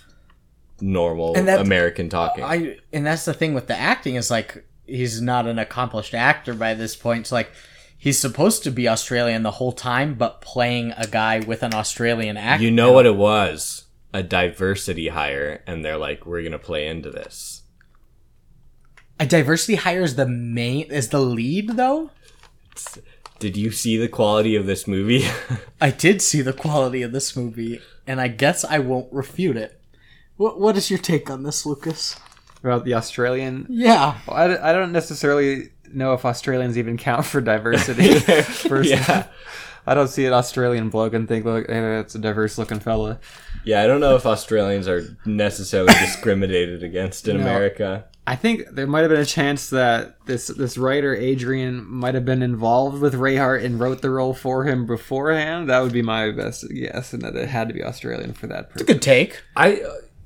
Speaker 2: normal
Speaker 5: And that-
Speaker 2: American talking.
Speaker 5: I, and that's the thing with the acting is like he's not an accomplished actor by this point. So like he's supposed to be Australian the whole time, but playing a guy with an Australian accent. (laughs)
Speaker 2: you know what it was? A diversity hire, and they're like, we're going to play into this.
Speaker 5: a diversity hire is the main is the lead though.
Speaker 2: Did you see the quality of this movie? (laughs)
Speaker 5: I did see the quality of this movie, and I guess I won't refute it. What What is your take on this, Lucas?
Speaker 4: About the Australian.
Speaker 5: Yeah,
Speaker 4: Well, I, d- I don't necessarily know if Australians even count for
Speaker 5: (laughs)
Speaker 4: diversity. First,
Speaker 2: yeah.
Speaker 4: I don't see an Australian bloke and think, look, hey, that's a diverse looking fella.
Speaker 2: Yeah, I don't know if Australians are necessarily discriminated against in America.
Speaker 4: I think there might have been a chance that this this writer Adrian might have been involved with Rayhart and wrote the role for him beforehand. That would be my best guess, and that it had to be Australian for that. Purpose.
Speaker 5: good take.
Speaker 2: I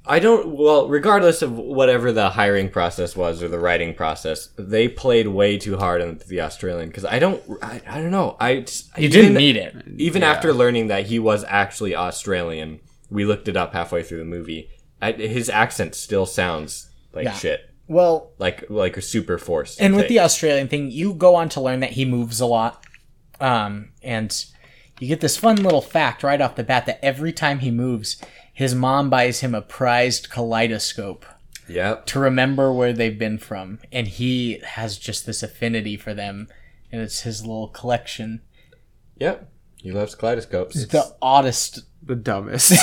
Speaker 2: I don't well, regardless of whatever the hiring process was or the writing process, they played way too hard on the Australian cuz I don't I, I don't know. I just-
Speaker 5: You
Speaker 2: even-
Speaker 5: didn't need it.
Speaker 2: Even after learning that he was actually Australian, we looked it up halfway through the movie. I, his accent still sounds like
Speaker 5: Yeah.
Speaker 2: shit.
Speaker 5: Well,
Speaker 2: Like like super forced.
Speaker 5: and with
Speaker 2: the
Speaker 5: the Australian thing, you go on to learn that he moves a lot, um, and you get this fun little fact right off the bat that every time he moves, his mom buys him a prized kaleidoscope.
Speaker 2: Yep.
Speaker 5: to remember where they've been from and he has just this affinity for them and it's his little collection
Speaker 2: Yep. He loves kaleidoscopes.
Speaker 5: the oddest
Speaker 4: The
Speaker 5: (laughs)
Speaker 4: dumbest.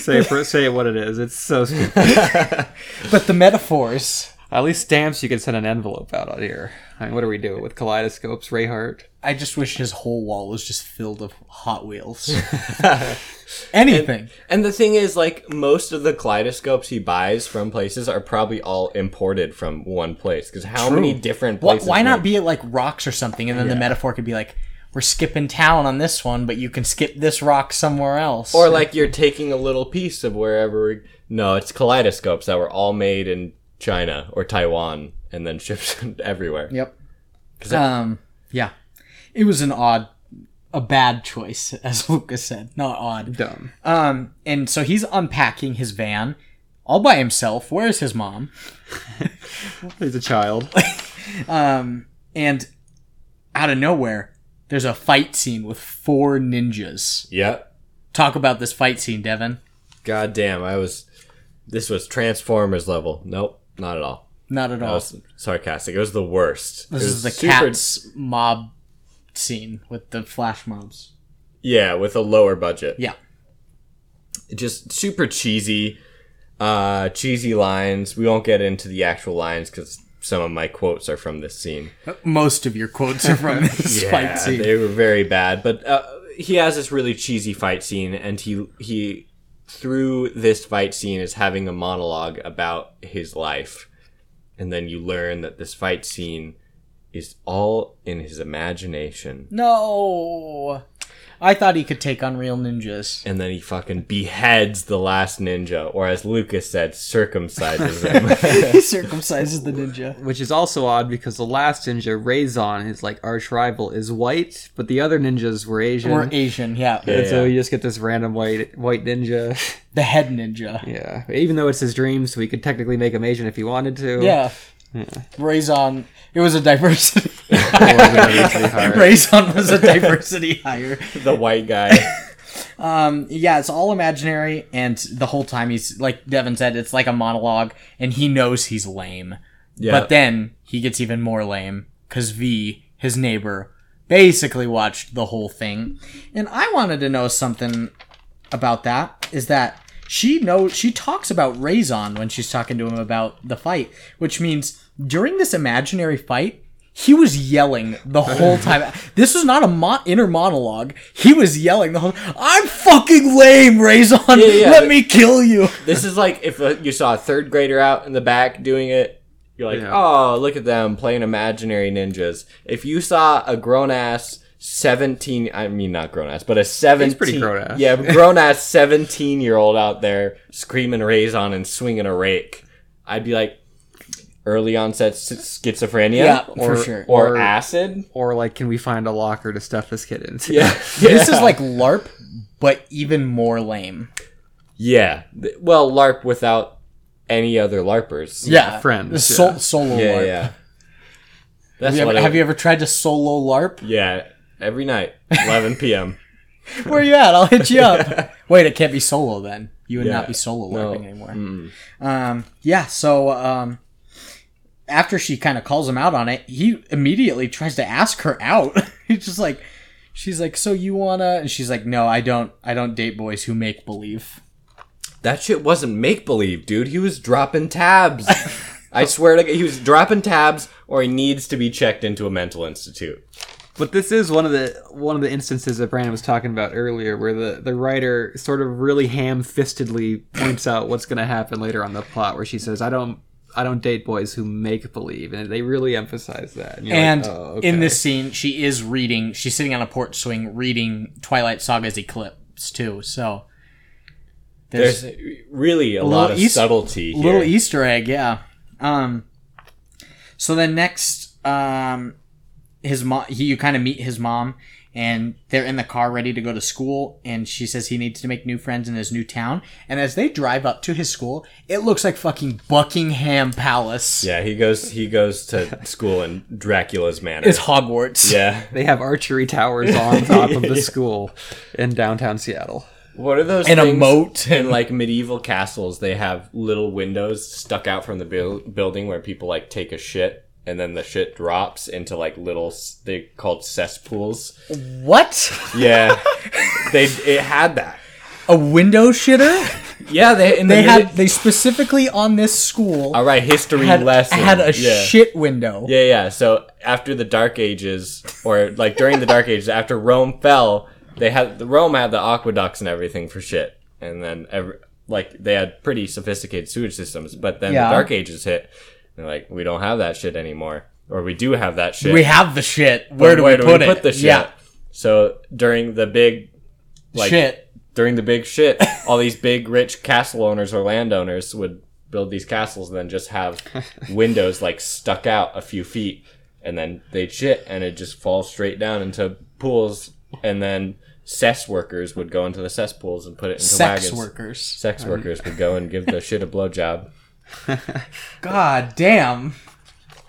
Speaker 4: say for, say what it is. It's so stupid.
Speaker 5: (laughs) but the metaphors
Speaker 4: At least stamps you could send an envelope out on here. I mean, what are we doing with kaleidoscopes, Rayhart?
Speaker 5: i just wish his whole wall was just filled with hot wheels anything
Speaker 2: And the thing is, like, most of the kaleidoscopes he buys from places are probably all imported from one place. Because how many different
Speaker 5: why,
Speaker 2: places?
Speaker 5: why not
Speaker 2: make-
Speaker 5: be at like rocks or something and then the metaphor could be like we're skipping town on this one but you can skip this rock somewhere else
Speaker 2: Or, like, you're taking a little piece of wherever. We- no, it's kaleidoscopes that were all made in China or Taiwan and then shipped (laughs) everywhere.
Speaker 5: yep
Speaker 2: 'Cause that-
Speaker 5: um yeah it was an odd a bad choice (laughs) as lucas said not odd
Speaker 4: Dumb.
Speaker 5: Um, and so he's unpacking his van all by himself. Where is his mom?
Speaker 4: He's a child.
Speaker 5: And out of nowhere, there's a fight scene with four ninjas.
Speaker 2: Yep.
Speaker 5: Talk about this fight scene, Devin.
Speaker 2: God damn, I was. This was Transformers level. Nope, not at all.
Speaker 5: Not at
Speaker 2: That
Speaker 5: all.
Speaker 2: was sarcastic. It was the worst.
Speaker 5: This
Speaker 2: It
Speaker 5: is
Speaker 2: was
Speaker 5: the
Speaker 2: super-
Speaker 5: cat's mob scene with the flash mobs.
Speaker 2: Yeah, with a lower budget.
Speaker 5: Yeah.
Speaker 2: just super cheesy uh cheesy lines we won't get into the actual lines because some of my quotes are from this scene
Speaker 5: Most of your quotes are (laughs) from this fight scene.
Speaker 2: they were very bad but uh, he has this really cheesy fight scene and he he through this fight scene is having a monologue about his life and then you learn that this fight scene is all in his imagination
Speaker 5: No. I thought he could take on real ninjas.
Speaker 2: and then he fucking beheads the last ninja or as lucas said
Speaker 5: (laughs)
Speaker 2: circumcises
Speaker 5: (laughs)
Speaker 2: him (laughs)
Speaker 5: He circumcises the ninja.
Speaker 4: (laughs) Which is also odd because the last ninja, Raison, his like arch rival, is white, but the other ninjas were Asian.
Speaker 5: Or Asian, yeah.
Speaker 4: and so
Speaker 2: Yeah.
Speaker 4: you just get this random white
Speaker 5: (laughs)
Speaker 4: white ninja.
Speaker 5: The head ninja.
Speaker 4: yeah. Even though it's his dream, so he could technically make him Asian if he wanted to.
Speaker 5: Yeah. Raison. It was a diversity. (laughs)
Speaker 4: Or it would be (laughs) pretty hard.
Speaker 5: Raison was (laughs) a diversity hire.
Speaker 2: the white
Speaker 5: (laughs)
Speaker 2: guy
Speaker 5: Yeah, it's all imaginary, and the whole time he's like Devin said, it's like a monologue, and he knows he's lame. But then he gets even more lame because V, his neighbor, basically watched the whole thing. And I wanted to know something about that. Is that she knows she talks about Raison when she's talking to him about the fight, which means during this imaginary fight. He was yelling the whole
Speaker 2: (laughs)
Speaker 5: time. This was not a mo- inner monologue. He was yelling the whole. I'm fucking lame, Raison.
Speaker 2: yeah.
Speaker 5: Let me kill you.
Speaker 2: This is like if uh, you saw a third grader out in the back doing it, you're like,
Speaker 4: Yeah.
Speaker 2: oh, look at them playing imaginary ninjas. If you saw a grown ass 17, I mean, not grown ass, but a 17.
Speaker 4: pretty grown-ass.
Speaker 2: Yeah, grown ass 17 year old out there screaming Raison and swinging a rake, I'd be like, early onset s- schizophrenia?
Speaker 5: Yeah,
Speaker 2: or,
Speaker 5: for sure.
Speaker 2: Or,
Speaker 4: Or-
Speaker 2: acid?
Speaker 4: Or like, can we find a locker to stuff this kid into?
Speaker 2: (laughs) Yeah.
Speaker 5: This is like LARP, but even more lame.
Speaker 2: Yeah. Th- Well, LARP without any other LARPers.
Speaker 5: Yeah,
Speaker 4: friends,
Speaker 5: The sol-
Speaker 4: yeah.
Speaker 5: solo
Speaker 2: Yeah,
Speaker 5: LARP.
Speaker 2: yeah. That's
Speaker 5: Have, you
Speaker 2: what
Speaker 5: ever,
Speaker 2: I
Speaker 5: have you ever tried to solo LARP?
Speaker 2: Yeah, every night, 11 p.m.
Speaker 5: Where you at? I'll hit you
Speaker 4: (laughs)
Speaker 5: up. Wait, it can't be solo then. You would
Speaker 2: Yeah.
Speaker 5: not be solo LARPing
Speaker 2: No.
Speaker 5: anymore. Um, yeah. So um, after she kind of calls him out on it, he immediately tries to ask her out. (laughs) He's just like, she's like, so you wanna? And she's like, no, I don't. I don't date boys who make believe.
Speaker 2: (laughs) That shit wasn't make believe, dude. He was
Speaker 5: (laughs)
Speaker 2: dropping tabs. I swear to God, he was dropping tabs, or he needs to be checked into a mental institute.
Speaker 4: But this is one of the one of the instances that Brandon was talking about earlier, where the the writer sort of really ham-fistedly points out what's going to happen later on the plot, where she says, "I don't." I don't date boys who make believe, and they really emphasize that. you're like,
Speaker 5: And
Speaker 4: "Oh,
Speaker 5: in
Speaker 4: okay."
Speaker 5: this scene, she is reading. She's sitting on a porch swing reading Twilight Saga's Eclipse too. So
Speaker 2: There's really a, lot of
Speaker 5: little eas-
Speaker 2: subtlety here.
Speaker 5: little Easter egg, yeah. Um, so then next, um, his mom, he, you kind of meet his mom, and they're in the car ready to go to school, and she says he needs to make new friends in his new town. And as they drive up to his school, it looks like fucking Buckingham Palace.
Speaker 2: yeah, he goes he goes to school in Dracula's manor.
Speaker 5: It's Hogwarts.
Speaker 2: (laughs) yeah.
Speaker 4: They have archery towers on top of the (laughs) school in downtown Seattle.
Speaker 2: What are those
Speaker 5: In a
Speaker 2: things
Speaker 5: moat.
Speaker 2: in like medieval castles they have little windows stuck out from the buil- building where people like take a shit and then the shit drops into like little s- they called cesspools.
Speaker 5: What?
Speaker 2: Yeah. they it had that.
Speaker 5: A window shitter? (laughs)
Speaker 2: Yeah, they and
Speaker 5: They
Speaker 2: made
Speaker 5: had
Speaker 2: it-
Speaker 5: they specifically on this school
Speaker 2: All right, history
Speaker 5: had,
Speaker 2: lesson.
Speaker 5: had a
Speaker 2: yeah.
Speaker 5: shit window.
Speaker 2: Yeah, yeah. So after the Dark Ages, or like during the Dark Ages, after Rome fell, they had Rome had the aqueducts and everything for shit, and then every, like they had pretty sophisticated sewage systems. But then
Speaker 5: Yeah.
Speaker 2: the Dark Ages hit, and they're like, we don't have that shit anymore, or we do have that shit.
Speaker 5: We have the shit.
Speaker 2: but
Speaker 5: Where do we put it?
Speaker 2: the shit?
Speaker 5: Yeah,
Speaker 2: So during the big, like
Speaker 5: shit.
Speaker 2: during the big shit, all these big rich castle owners or landowners would build these castles and then
Speaker 5: (laughs)
Speaker 2: just have windows like stuck out a few feet and then they'd shit and it just falls straight down into pools and then cess workers would go into the cesspools and put it into
Speaker 5: Sex
Speaker 2: wagons.
Speaker 5: workers.
Speaker 2: Sex workers would go and give the shit
Speaker 5: (laughs)
Speaker 2: a blowjob.
Speaker 5: God damn.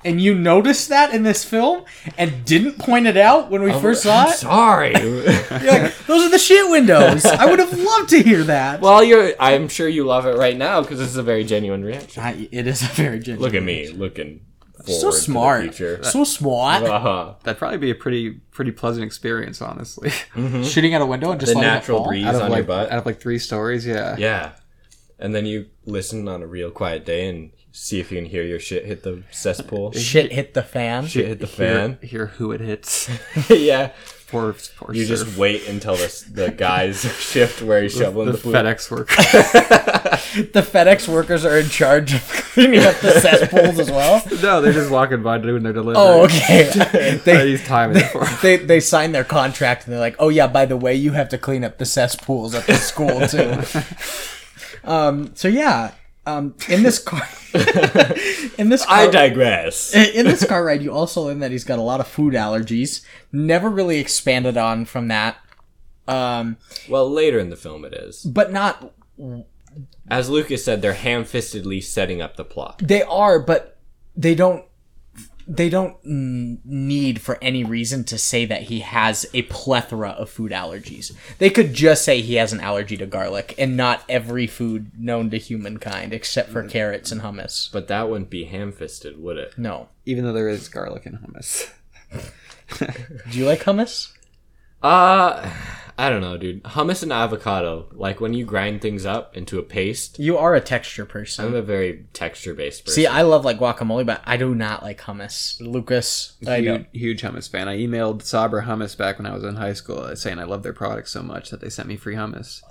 Speaker 5: And you noticed that in this film and didn't point it out when we first saw
Speaker 2: Oh, I'm
Speaker 5: it? (laughs)
Speaker 2: sorry.
Speaker 5: You're like, Those are the shit windows. I would have loved to hear that.
Speaker 2: well, you're. I'm sure you love it right now because this is a very genuine reaction.
Speaker 5: I, it is a very genuine.
Speaker 2: Look at me looking forward
Speaker 5: So
Speaker 2: to the
Speaker 5: smart.
Speaker 2: future.
Speaker 5: So smart.
Speaker 2: Uh-huh.
Speaker 4: That'd probably be a pretty pretty pleasant experience, honestly.
Speaker 5: Shooting out a window and just
Speaker 2: The
Speaker 5: letting it
Speaker 2: natural
Speaker 5: fall.
Speaker 2: breeze
Speaker 4: out of
Speaker 2: on
Speaker 4: like
Speaker 2: your butt.
Speaker 4: out of like three stories, yeah.
Speaker 2: Yeah. And then you listen on a real quiet day and see if you can hear your shit hit the
Speaker 4: (laughs)
Speaker 2: cesspool. (laughs)
Speaker 5: Shit hit the fan.
Speaker 2: shit hit the
Speaker 4: Hear,
Speaker 2: fan.
Speaker 4: hear who it hits. (laughs)
Speaker 2: yeah.
Speaker 4: Poor, poor
Speaker 2: You
Speaker 4: surf.
Speaker 2: just wait until the, the guy's (laughs) shift where he's shoveling
Speaker 4: the,
Speaker 2: the, food.
Speaker 4: FedEx work.
Speaker 5: The FedEx workers are in charge of (laughs) cleaning up the cesspools as well.
Speaker 4: no, they're just walking by doing their delivery.
Speaker 5: Oh,
Speaker 2: (laughs)
Speaker 5: okay.
Speaker 4: They,
Speaker 5: They,
Speaker 4: use time in it for.
Speaker 5: they, they sign their contract and they're like, oh, yeah, by the way, you have to clean up the cesspools at the school, too. um, so, yeah, um, in this car. in this car.
Speaker 2: I digress.
Speaker 4: (laughs)
Speaker 5: in this car ride, you also learn that he's got a lot of food allergies. Never really expanded on from that, um,
Speaker 2: well, later in the film it is.
Speaker 5: but not
Speaker 2: As Lucas said, they're ham-fistedly setting up the plot.
Speaker 5: they are, but they don't they don't n- need for any reason to say that he has a plethora of food allergies. They could just say he has an allergy to garlic and not every food known to humankind except
Speaker 2: Mm.
Speaker 5: for carrots and hummus.
Speaker 2: But that wouldn't be ham-fisted, would it?
Speaker 5: No.
Speaker 4: (laughs) Even though there is garlic and hummus.
Speaker 5: Do you like hummus?
Speaker 2: Uh, I don't know, dude. Hummus and avocado, like when you grind things up into a paste,
Speaker 5: You are a texture person.
Speaker 2: I'm a very texture-based person.
Speaker 5: See, I love like guacamole, but I do not like hummus. Lucas, I
Speaker 4: huge,
Speaker 5: don't.
Speaker 4: huge hummus fan. I emailed Sabra Hummus back when I was in high school, uh, saying I love their product so much that they sent me free hummus,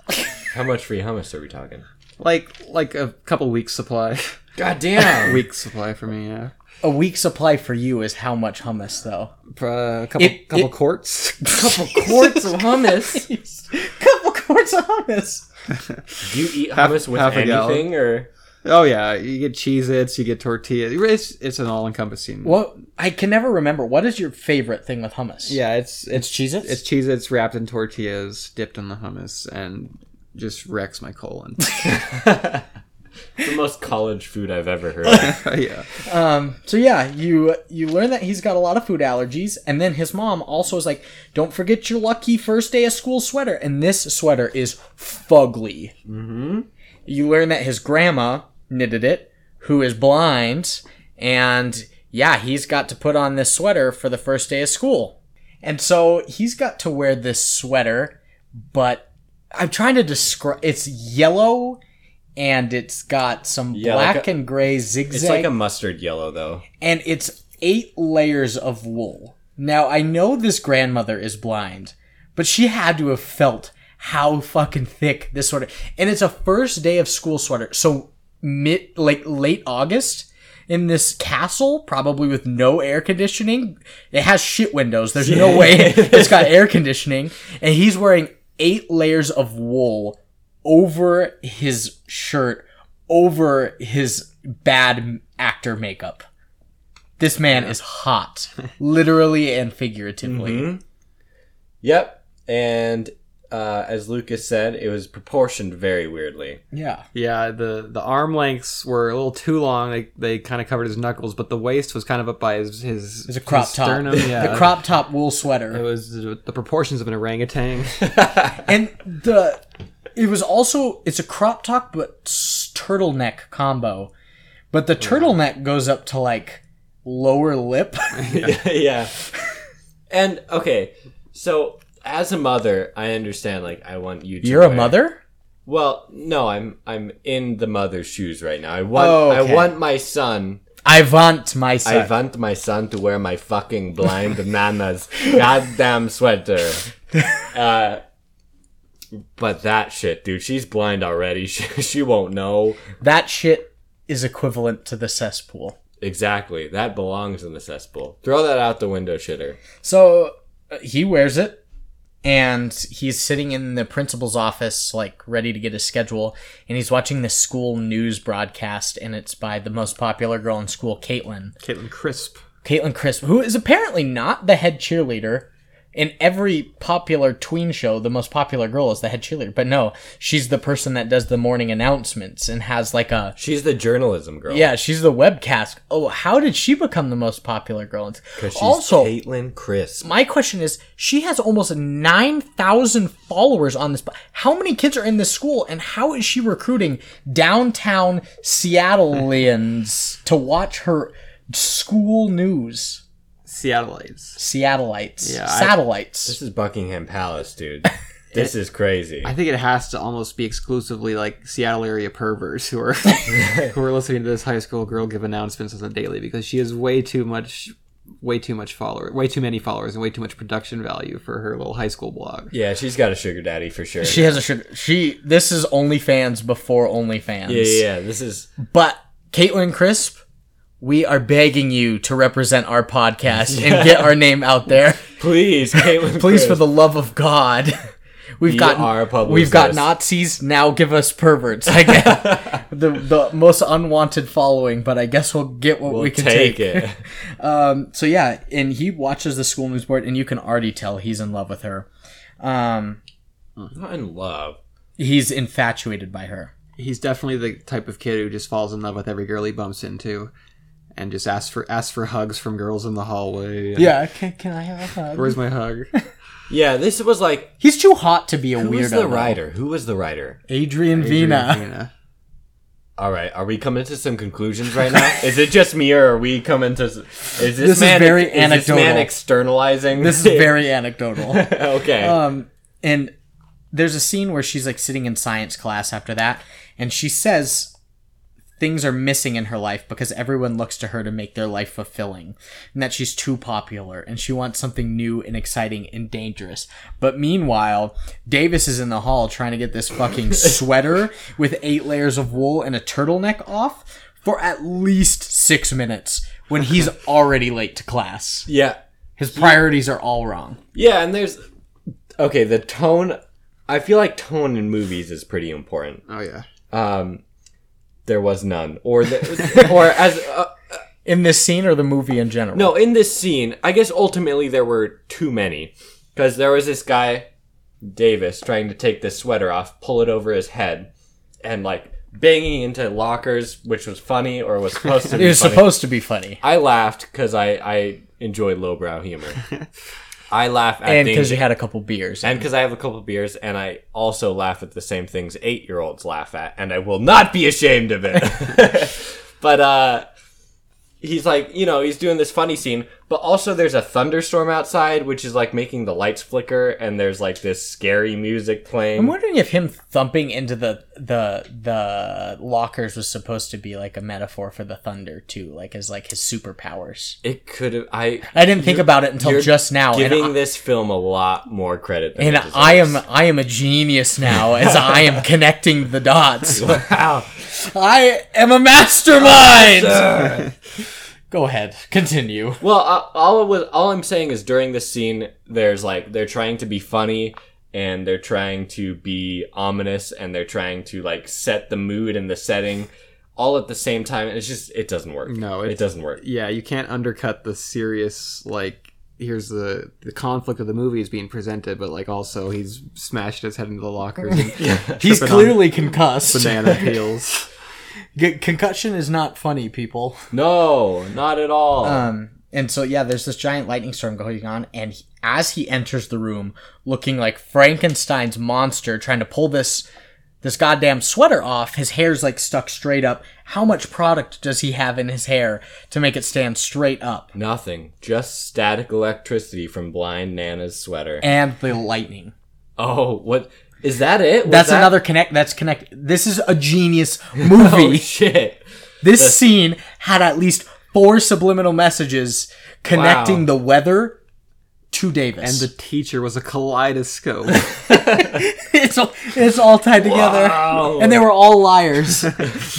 Speaker 2: How much free hummus are we talking?
Speaker 4: like like a couple weeks supply, (laughs)
Speaker 2: God damn.
Speaker 4: week supply for me. Yeah,
Speaker 5: (laughs) A week supply for you is how much hummus, though?
Speaker 4: uh, a couple
Speaker 5: It-
Speaker 4: couple
Speaker 5: it-
Speaker 4: quarts.
Speaker 2: (laughs) couple quarts of hummus.
Speaker 5: (laughs) Couple quarts of hummus.
Speaker 2: Do you eat hummus with
Speaker 4: half a gallon.
Speaker 2: anything, or
Speaker 4: (laughs) Oh yeah, you get Cheez Its, you get tortillas. It's it's an all encompassing.
Speaker 5: What I can never remember. What is your favorite thing with hummus?
Speaker 4: Yeah, it's it's
Speaker 5: it's Cheez-Its?
Speaker 4: It's Cheez Its wrapped in tortillas, dipped in the hummus, and just wrecks my colon. (laughs)
Speaker 2: the most college food I've
Speaker 5: (laughs)
Speaker 2: ever heard? Of.
Speaker 4: yeah.
Speaker 5: So yeah, you you learn that he's got a lot of food allergies, and then his mom also is like, "Don't forget your lucky first day of school sweater." And this sweater is fugly. Mm-hmm. You learn that his grandma knitted it, who is blind, And yeah, he's got to put on this sweater for the first day of school. And so he's got to wear this sweater, but I'm trying to describe it's yellow and it's got some
Speaker 2: Yeah, like
Speaker 5: black
Speaker 2: a-
Speaker 5: and gray
Speaker 2: It's
Speaker 5: zigzag
Speaker 2: like a mustard yellow though.
Speaker 5: and it's eight layers of wool. Now, I know this grandmother is blind, but she had to have felt how fucking thick this sweater. And it's a first day of school sweater, so mid, like late August, in this castle, probably with no air conditioning. It has shit windows. There's no way it's got air conditioning. And he's wearing eight layers of wool over his shirt, over his bad actor makeup this man is hot, (laughs) literally and figuratively.
Speaker 2: Yep. And uh, as Lucas said, it was proportioned
Speaker 5: (laughs)
Speaker 2: very weirdly.
Speaker 5: Yeah,
Speaker 4: Yeah, the the arm lengths were a little too long. They, they kind of covered his knuckles, but the waist was kind of up by his his,
Speaker 5: it's a crop
Speaker 4: his
Speaker 5: top.
Speaker 4: sternum.
Speaker 5: (laughs)
Speaker 4: Yeah,
Speaker 5: the crop top wool
Speaker 4: It
Speaker 5: sweater,
Speaker 4: was the the proportions of
Speaker 5: (laughs)
Speaker 4: an orangutan.
Speaker 5: and the it was also it's a crop top but s- turtleneck combo, but the turtleneck goes up to like lower lip. (laughs)
Speaker 2: yeah. And okay, so as a mother, I understand. Like, I want you. to
Speaker 5: You're a
Speaker 2: wear-
Speaker 5: mother.
Speaker 2: Well, no, I'm I'm in the mother's shoes right now. I want
Speaker 5: Oh, okay.
Speaker 2: I want my son.
Speaker 5: I want my son.
Speaker 2: I want my son to wear my
Speaker 5: (laughs)
Speaker 2: fucking blind nana's goddamn sweater. Uh, but that shit, dude. She's blind already. (laughs) She, she won't know
Speaker 5: that shit is equivalent to the cesspool.
Speaker 2: exactly. That belongs in the cesspool. Throw that out the window, shitter.
Speaker 5: So uh, he wears it, and he's sitting in the principal's office, like ready to get his schedule, and he's watching this school news broadcast, and it's by the most popular girl in school, Caitlin.
Speaker 4: Caitlin Crisp.
Speaker 5: Caitlin Crisp, who is apparently not the head cheerleader. In every popular tween show, the most popular girl is the head cheerleader. But no, she's the person that does the morning announcements and has like a
Speaker 2: She's the journalism girl.
Speaker 5: yeah, she's the webcast. Oh, how did she become the most popular girl?
Speaker 2: Because she's
Speaker 5: also,
Speaker 2: Caitlin Crisp.
Speaker 5: my question is she has almost 9000 followers on this po- how many kids are in this school and how is she recruiting downtown seattleians to watch her school news
Speaker 4: Seattleites.
Speaker 5: seattleites
Speaker 4: Yeah, I-
Speaker 5: satellites
Speaker 2: This is Buckingham
Speaker 5: (laughs)
Speaker 2: Palace, dude. This is crazy.
Speaker 4: I think it has to almost be exclusively like Seattle area
Speaker 5: (laughs)
Speaker 4: perverts who are who are listening to this high school girl give announcements on the daily because she has way too much, way too much follower, way too many followers, and way too much production value for her little high school blog.
Speaker 2: Yeah, she's got a sugar daddy for sure.
Speaker 5: she has a sugar she this is onlyfans before onlyfans
Speaker 2: yeah, yeah, yeah. This is
Speaker 5: but caitlin crisp we are begging you to represent our podcast and get our name out there
Speaker 2: please,
Speaker 5: (laughs)
Speaker 2: Caitlin.
Speaker 5: Please, for
Speaker 2: Crisp.
Speaker 5: the love of God. (laughs) We've
Speaker 2: You
Speaker 5: got
Speaker 2: are a publicist.
Speaker 5: we've got Nazis now. Give us perverts. I guess the the most unwanted following, but I guess we'll get what
Speaker 2: We'll
Speaker 5: we can
Speaker 2: take,
Speaker 5: take.
Speaker 2: (laughs) it.
Speaker 5: Um, so yeah, and he watches the school news board, and you can already tell he's in love with her. Um,
Speaker 2: Not in love.
Speaker 5: he's infatuated by her.
Speaker 4: He's definitely the type of kid who just falls in love with every girl he bumps into, and just asks for asks for hugs from girls in the hallway. and,
Speaker 5: Yeah, can, can I have a hug?
Speaker 4: where's my hug?
Speaker 2: Yeah, this was like
Speaker 5: He's too hot to be a
Speaker 2: who
Speaker 5: weirdo.
Speaker 2: was the
Speaker 5: though.
Speaker 2: writer? Who was the writer?
Speaker 5: Adrian, (laughs) Vina.
Speaker 4: Vina.
Speaker 2: All right, are we coming to some conclusions
Speaker 5: (laughs)
Speaker 2: right now? is it just me, or are we coming to? s- Is this,
Speaker 5: is
Speaker 2: man?
Speaker 5: very
Speaker 2: is this man
Speaker 5: anecdotal.
Speaker 2: externalizing?
Speaker 5: (laughs)
Speaker 2: (laughs)
Speaker 5: This is very anecdotal.
Speaker 2: okay.
Speaker 5: Um, and there's a scene where she's like sitting in science class after that, and she says things are missing in her life because everyone looks to her to make their life fulfilling, and that she's too popular, and she wants something new and exciting and dangerous. But meanwhile, Davis is in the hall trying to get this (laughs) fucking sweater with eight layers of wool and a turtleneck off for at least six minutes when (laughs) he's already late to class.
Speaker 2: yeah,
Speaker 5: His priorities are all wrong.
Speaker 2: yeah, and there's okay. The tone. I feel like tone in movies is pretty important.
Speaker 4: Oh yeah.
Speaker 2: Um, there was none, or
Speaker 5: (laughs)
Speaker 2: the, or as uh,
Speaker 5: In this scene or the movie in general?
Speaker 2: No, in this scene, I guess ultimately there were too many. Because there was this guy, Davis, trying to take this sweater off, pull it over his head, and like banging into lockers, which was funny or was supposed
Speaker 5: (laughs)
Speaker 2: to be.
Speaker 5: It was
Speaker 2: funny.
Speaker 5: supposed to be funny.
Speaker 2: I laughed because I, I enjoy
Speaker 5: (laughs)
Speaker 2: lowbrow humor. I laugh at
Speaker 5: And
Speaker 2: things.
Speaker 5: because you had a couple beers.
Speaker 2: and because I have a couple beers, and I also laugh at the same things eight year (laughs) olds laugh at, and I will not be ashamed of it. but uh, he's like, you know, he's doing this funny scene, but also there's a thunderstorm outside, which is like making the lights flicker, and there's like this scary music playing.
Speaker 5: I'm wondering if him thumping into the the the lockers was supposed to be like a metaphor for the thunder too, like as like his superpowers.
Speaker 2: it could have. I
Speaker 5: I didn't think about it until
Speaker 2: you're
Speaker 5: just now, and,
Speaker 2: giving
Speaker 5: I,
Speaker 2: this film a lot more credit. Than
Speaker 5: and
Speaker 2: it
Speaker 5: I am
Speaker 2: deserves.
Speaker 5: I am a genius (laughs) now as I am connecting the (laughs) dots.
Speaker 2: Wow.
Speaker 5: I am a mastermind. Go ahead, continue.
Speaker 2: Well, I- all it was, all I'm saying is during this scene, there's like they're trying to be funny and they're trying to be ominous and they're trying to like set the mood and the setting all at the same time. And it's just it doesn't work.
Speaker 4: No,
Speaker 2: it
Speaker 4: it's-
Speaker 2: doesn't work.
Speaker 4: yeah, you can't undercut the serious like here's the the conflict of the movie is being presented, but like also he's smashed his head into the locker.
Speaker 5: (laughs)
Speaker 4: yeah.
Speaker 5: He's
Speaker 4: Tripping on
Speaker 5: clearly concussed.
Speaker 4: banana peels.
Speaker 5: G- concussion is not funny, people.
Speaker 2: No, not at all.
Speaker 5: Um, and so yeah, there's this giant lightning storm going on, and he, as he enters the room, looking like Frankenstein's monster, trying to pull this this goddamn sweater off, his hair's like stuck straight up. How much product does he have in his hair to make it stand straight up?
Speaker 2: Nothing. Just static electricity from blind Nana's sweater.
Speaker 5: And the lightning.
Speaker 2: oh, what is that? It Was
Speaker 5: That's
Speaker 2: that-
Speaker 5: another connect. That's connect. This is a genius
Speaker 2: (laughs) (laughs) Oh
Speaker 5: movie.
Speaker 2: shit!
Speaker 5: (laughs) this scene had at least four subliminal messages connecting
Speaker 2: Wow.
Speaker 5: the weather to Davis,
Speaker 4: and the teacher was
Speaker 5: (laughs)
Speaker 4: a kaleidoscope.
Speaker 5: it's all, it's all tied together. And they were all liars.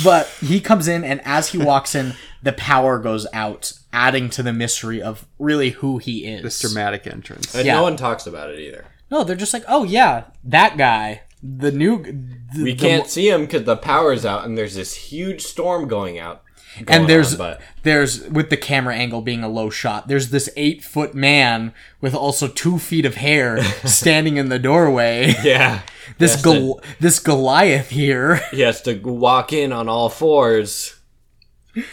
Speaker 5: but he comes in, and as he walks in, the power goes out, adding to the mystery of really who he is.
Speaker 4: this dramatic entrance.
Speaker 2: And
Speaker 5: Yeah.
Speaker 2: no one talks about it either.
Speaker 5: No, they're just like, oh, yeah, that guy. The new. The,
Speaker 2: We can't see him because the power's out, and there's this huge storm going out. going on,
Speaker 5: and there's
Speaker 2: but
Speaker 5: there's with the camera angle being a low shot there's this eight foot man with also two feet of
Speaker 2: (laughs)
Speaker 5: hair standing in the doorway
Speaker 2: yeah,
Speaker 5: this Gol- this goliath here
Speaker 2: he has to walk in on all fours.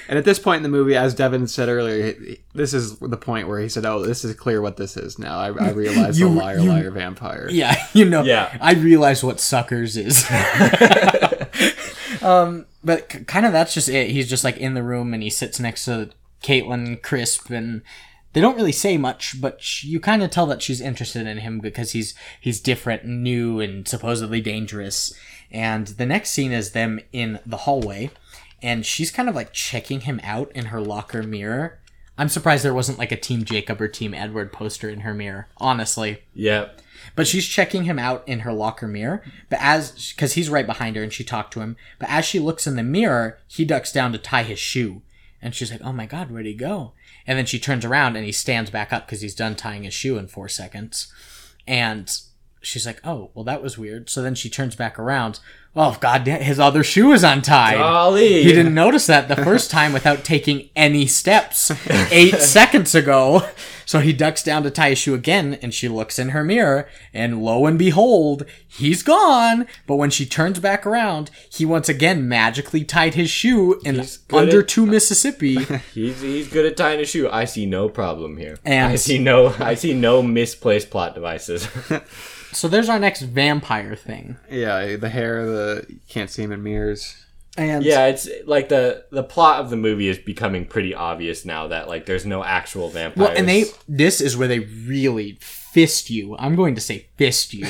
Speaker 4: And at this point in the movie, as Devin said earlier, he- this is the point where he said, "Oh, this is clear what this is now. I, I realize
Speaker 5: You-
Speaker 4: the liar,
Speaker 5: you-
Speaker 4: liar, vampire."
Speaker 5: Yeah, (laughs) you know.
Speaker 2: Yeah.
Speaker 5: I realize what suckers is. um, but k- kind of that's just it. He's just like in the room and he sits next to Caitlin Crisp and they don't really say much, but sh- you kind of tell that she's interested in him because he's he's different, and new, and supposedly dangerous. And the next scene is them in the hallway, and she's kind of like checking him out in her locker mirror. I'm surprised there wasn't like a Team Jacob or Team Edward poster in her mirror. Honestly,
Speaker 2: Yep.
Speaker 5: but she's checking him out in her locker mirror. But as, because he's right behind her and she talked to him. But as she looks in the mirror, he ducks down to tie his shoe. And she's like, oh my God, where'd he go? And then she turns around and he stands back up because he's done tying his shoe in four seconds. And she's like, oh, well, that was weird. So then she turns back around. Well, God, his other shoe is untied.
Speaker 2: Oh, Ollie.
Speaker 5: He didn't notice that the
Speaker 2: (laughs)
Speaker 5: first time without taking any steps eight seconds ago. So he ducks down to tie his shoe again, and she looks in her mirror, and lo and behold, he's gone. But when she turns back around, he once again magically tied his shoe in
Speaker 2: He's good
Speaker 5: under
Speaker 2: at-
Speaker 5: two Mississippi.
Speaker 2: He's he's good at tying a shoe. I see no problem here.
Speaker 5: And-
Speaker 2: I see no I see no misplaced plot devices. (laughs)
Speaker 5: so there's our next vampire thing.
Speaker 4: yeah. The hair, the you can't see him in mirrors.
Speaker 5: And
Speaker 2: yeah, it's like the the plot of the movie is becoming pretty obvious now that like there's no actual vampires.
Speaker 5: Well, and they this is where they really fist you. I'm going to say fist you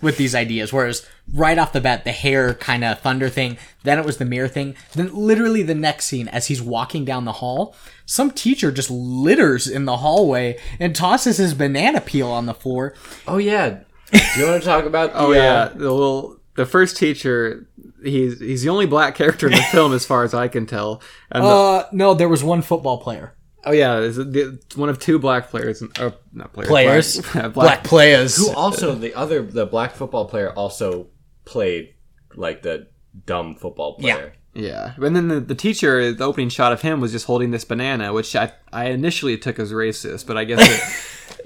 Speaker 5: with these ideas. Whereas right off the bat, the hair kind of thunder thing, then it was the mirror thing, then literally the next scene as he's walking down the hall, some teacher just litters in the hallway and tosses his banana peel on the floor. (laughs)
Speaker 2: Oh yeah. Do you want to talk about the uh,
Speaker 4: Oh yeah, the little the first teacher. He's he's the only black character in
Speaker 5: (laughs)
Speaker 4: the film, as far as I can tell. And the-
Speaker 5: Uh, no, there was one football player.
Speaker 4: oh yeah, is it the, one of two black players. Oh, not players.
Speaker 5: Players.
Speaker 4: Black, (laughs) black,
Speaker 5: Black players.
Speaker 2: Who also the other the black football player also played like the dumb football player.
Speaker 4: Yeah, and then the, the teacher, the opening shot of him was just holding this banana, which I, I initially took as racist, but I guess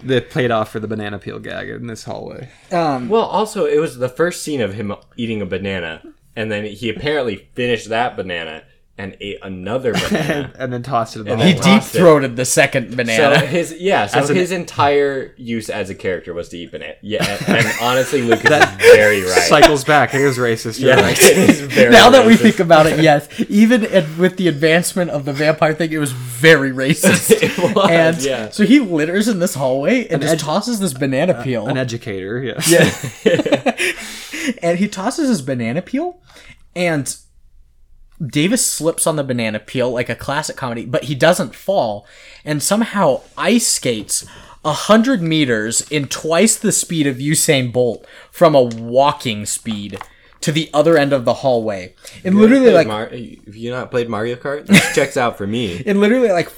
Speaker 4: it, it played off for the banana peel gag in this hallway.
Speaker 2: Well, also it was the first scene of him eating a banana, and then he apparently finished that banana, and ate
Speaker 5: (laughs)
Speaker 2: another banana.
Speaker 4: and then tossed it in the
Speaker 2: And
Speaker 5: He
Speaker 4: hallway.
Speaker 2: then-
Speaker 5: deep throated the second
Speaker 2: so
Speaker 5: banana.
Speaker 2: his yeah, so
Speaker 4: As an-
Speaker 2: his entire use as a character was to eat banana. Yeah,
Speaker 5: (laughs)
Speaker 2: and, and honestly, Luke is very right. (laughs)
Speaker 4: Cycles back. It is racist. You're
Speaker 2: yeah,
Speaker 4: right.
Speaker 2: it
Speaker 5: (laughs)
Speaker 2: is very
Speaker 5: now that we
Speaker 2: racist.
Speaker 5: think about it,
Speaker 2: (laughs)
Speaker 5: yes, even at, with the advancement of the vampire thing, it was very racist.
Speaker 2: (laughs) It was,
Speaker 5: and
Speaker 2: yeah.
Speaker 5: so he litters in this hallway and just tosses this
Speaker 2: uh,
Speaker 5: banana peel.
Speaker 4: An educator. Yes. (laughs)
Speaker 5: and he tosses his banana peel and Davis slips on the banana peel like a classic comedy, but he doesn't fall and somehow ice skates a hundred meters in twice the speed of Usain Bolt from a walking speed to the other end of the hallway. And literally
Speaker 2: Played
Speaker 5: like
Speaker 2: Mar- have you not played Mario
Speaker 5: (laughs)
Speaker 2: Kart? This checks out for me.
Speaker 5: in literally like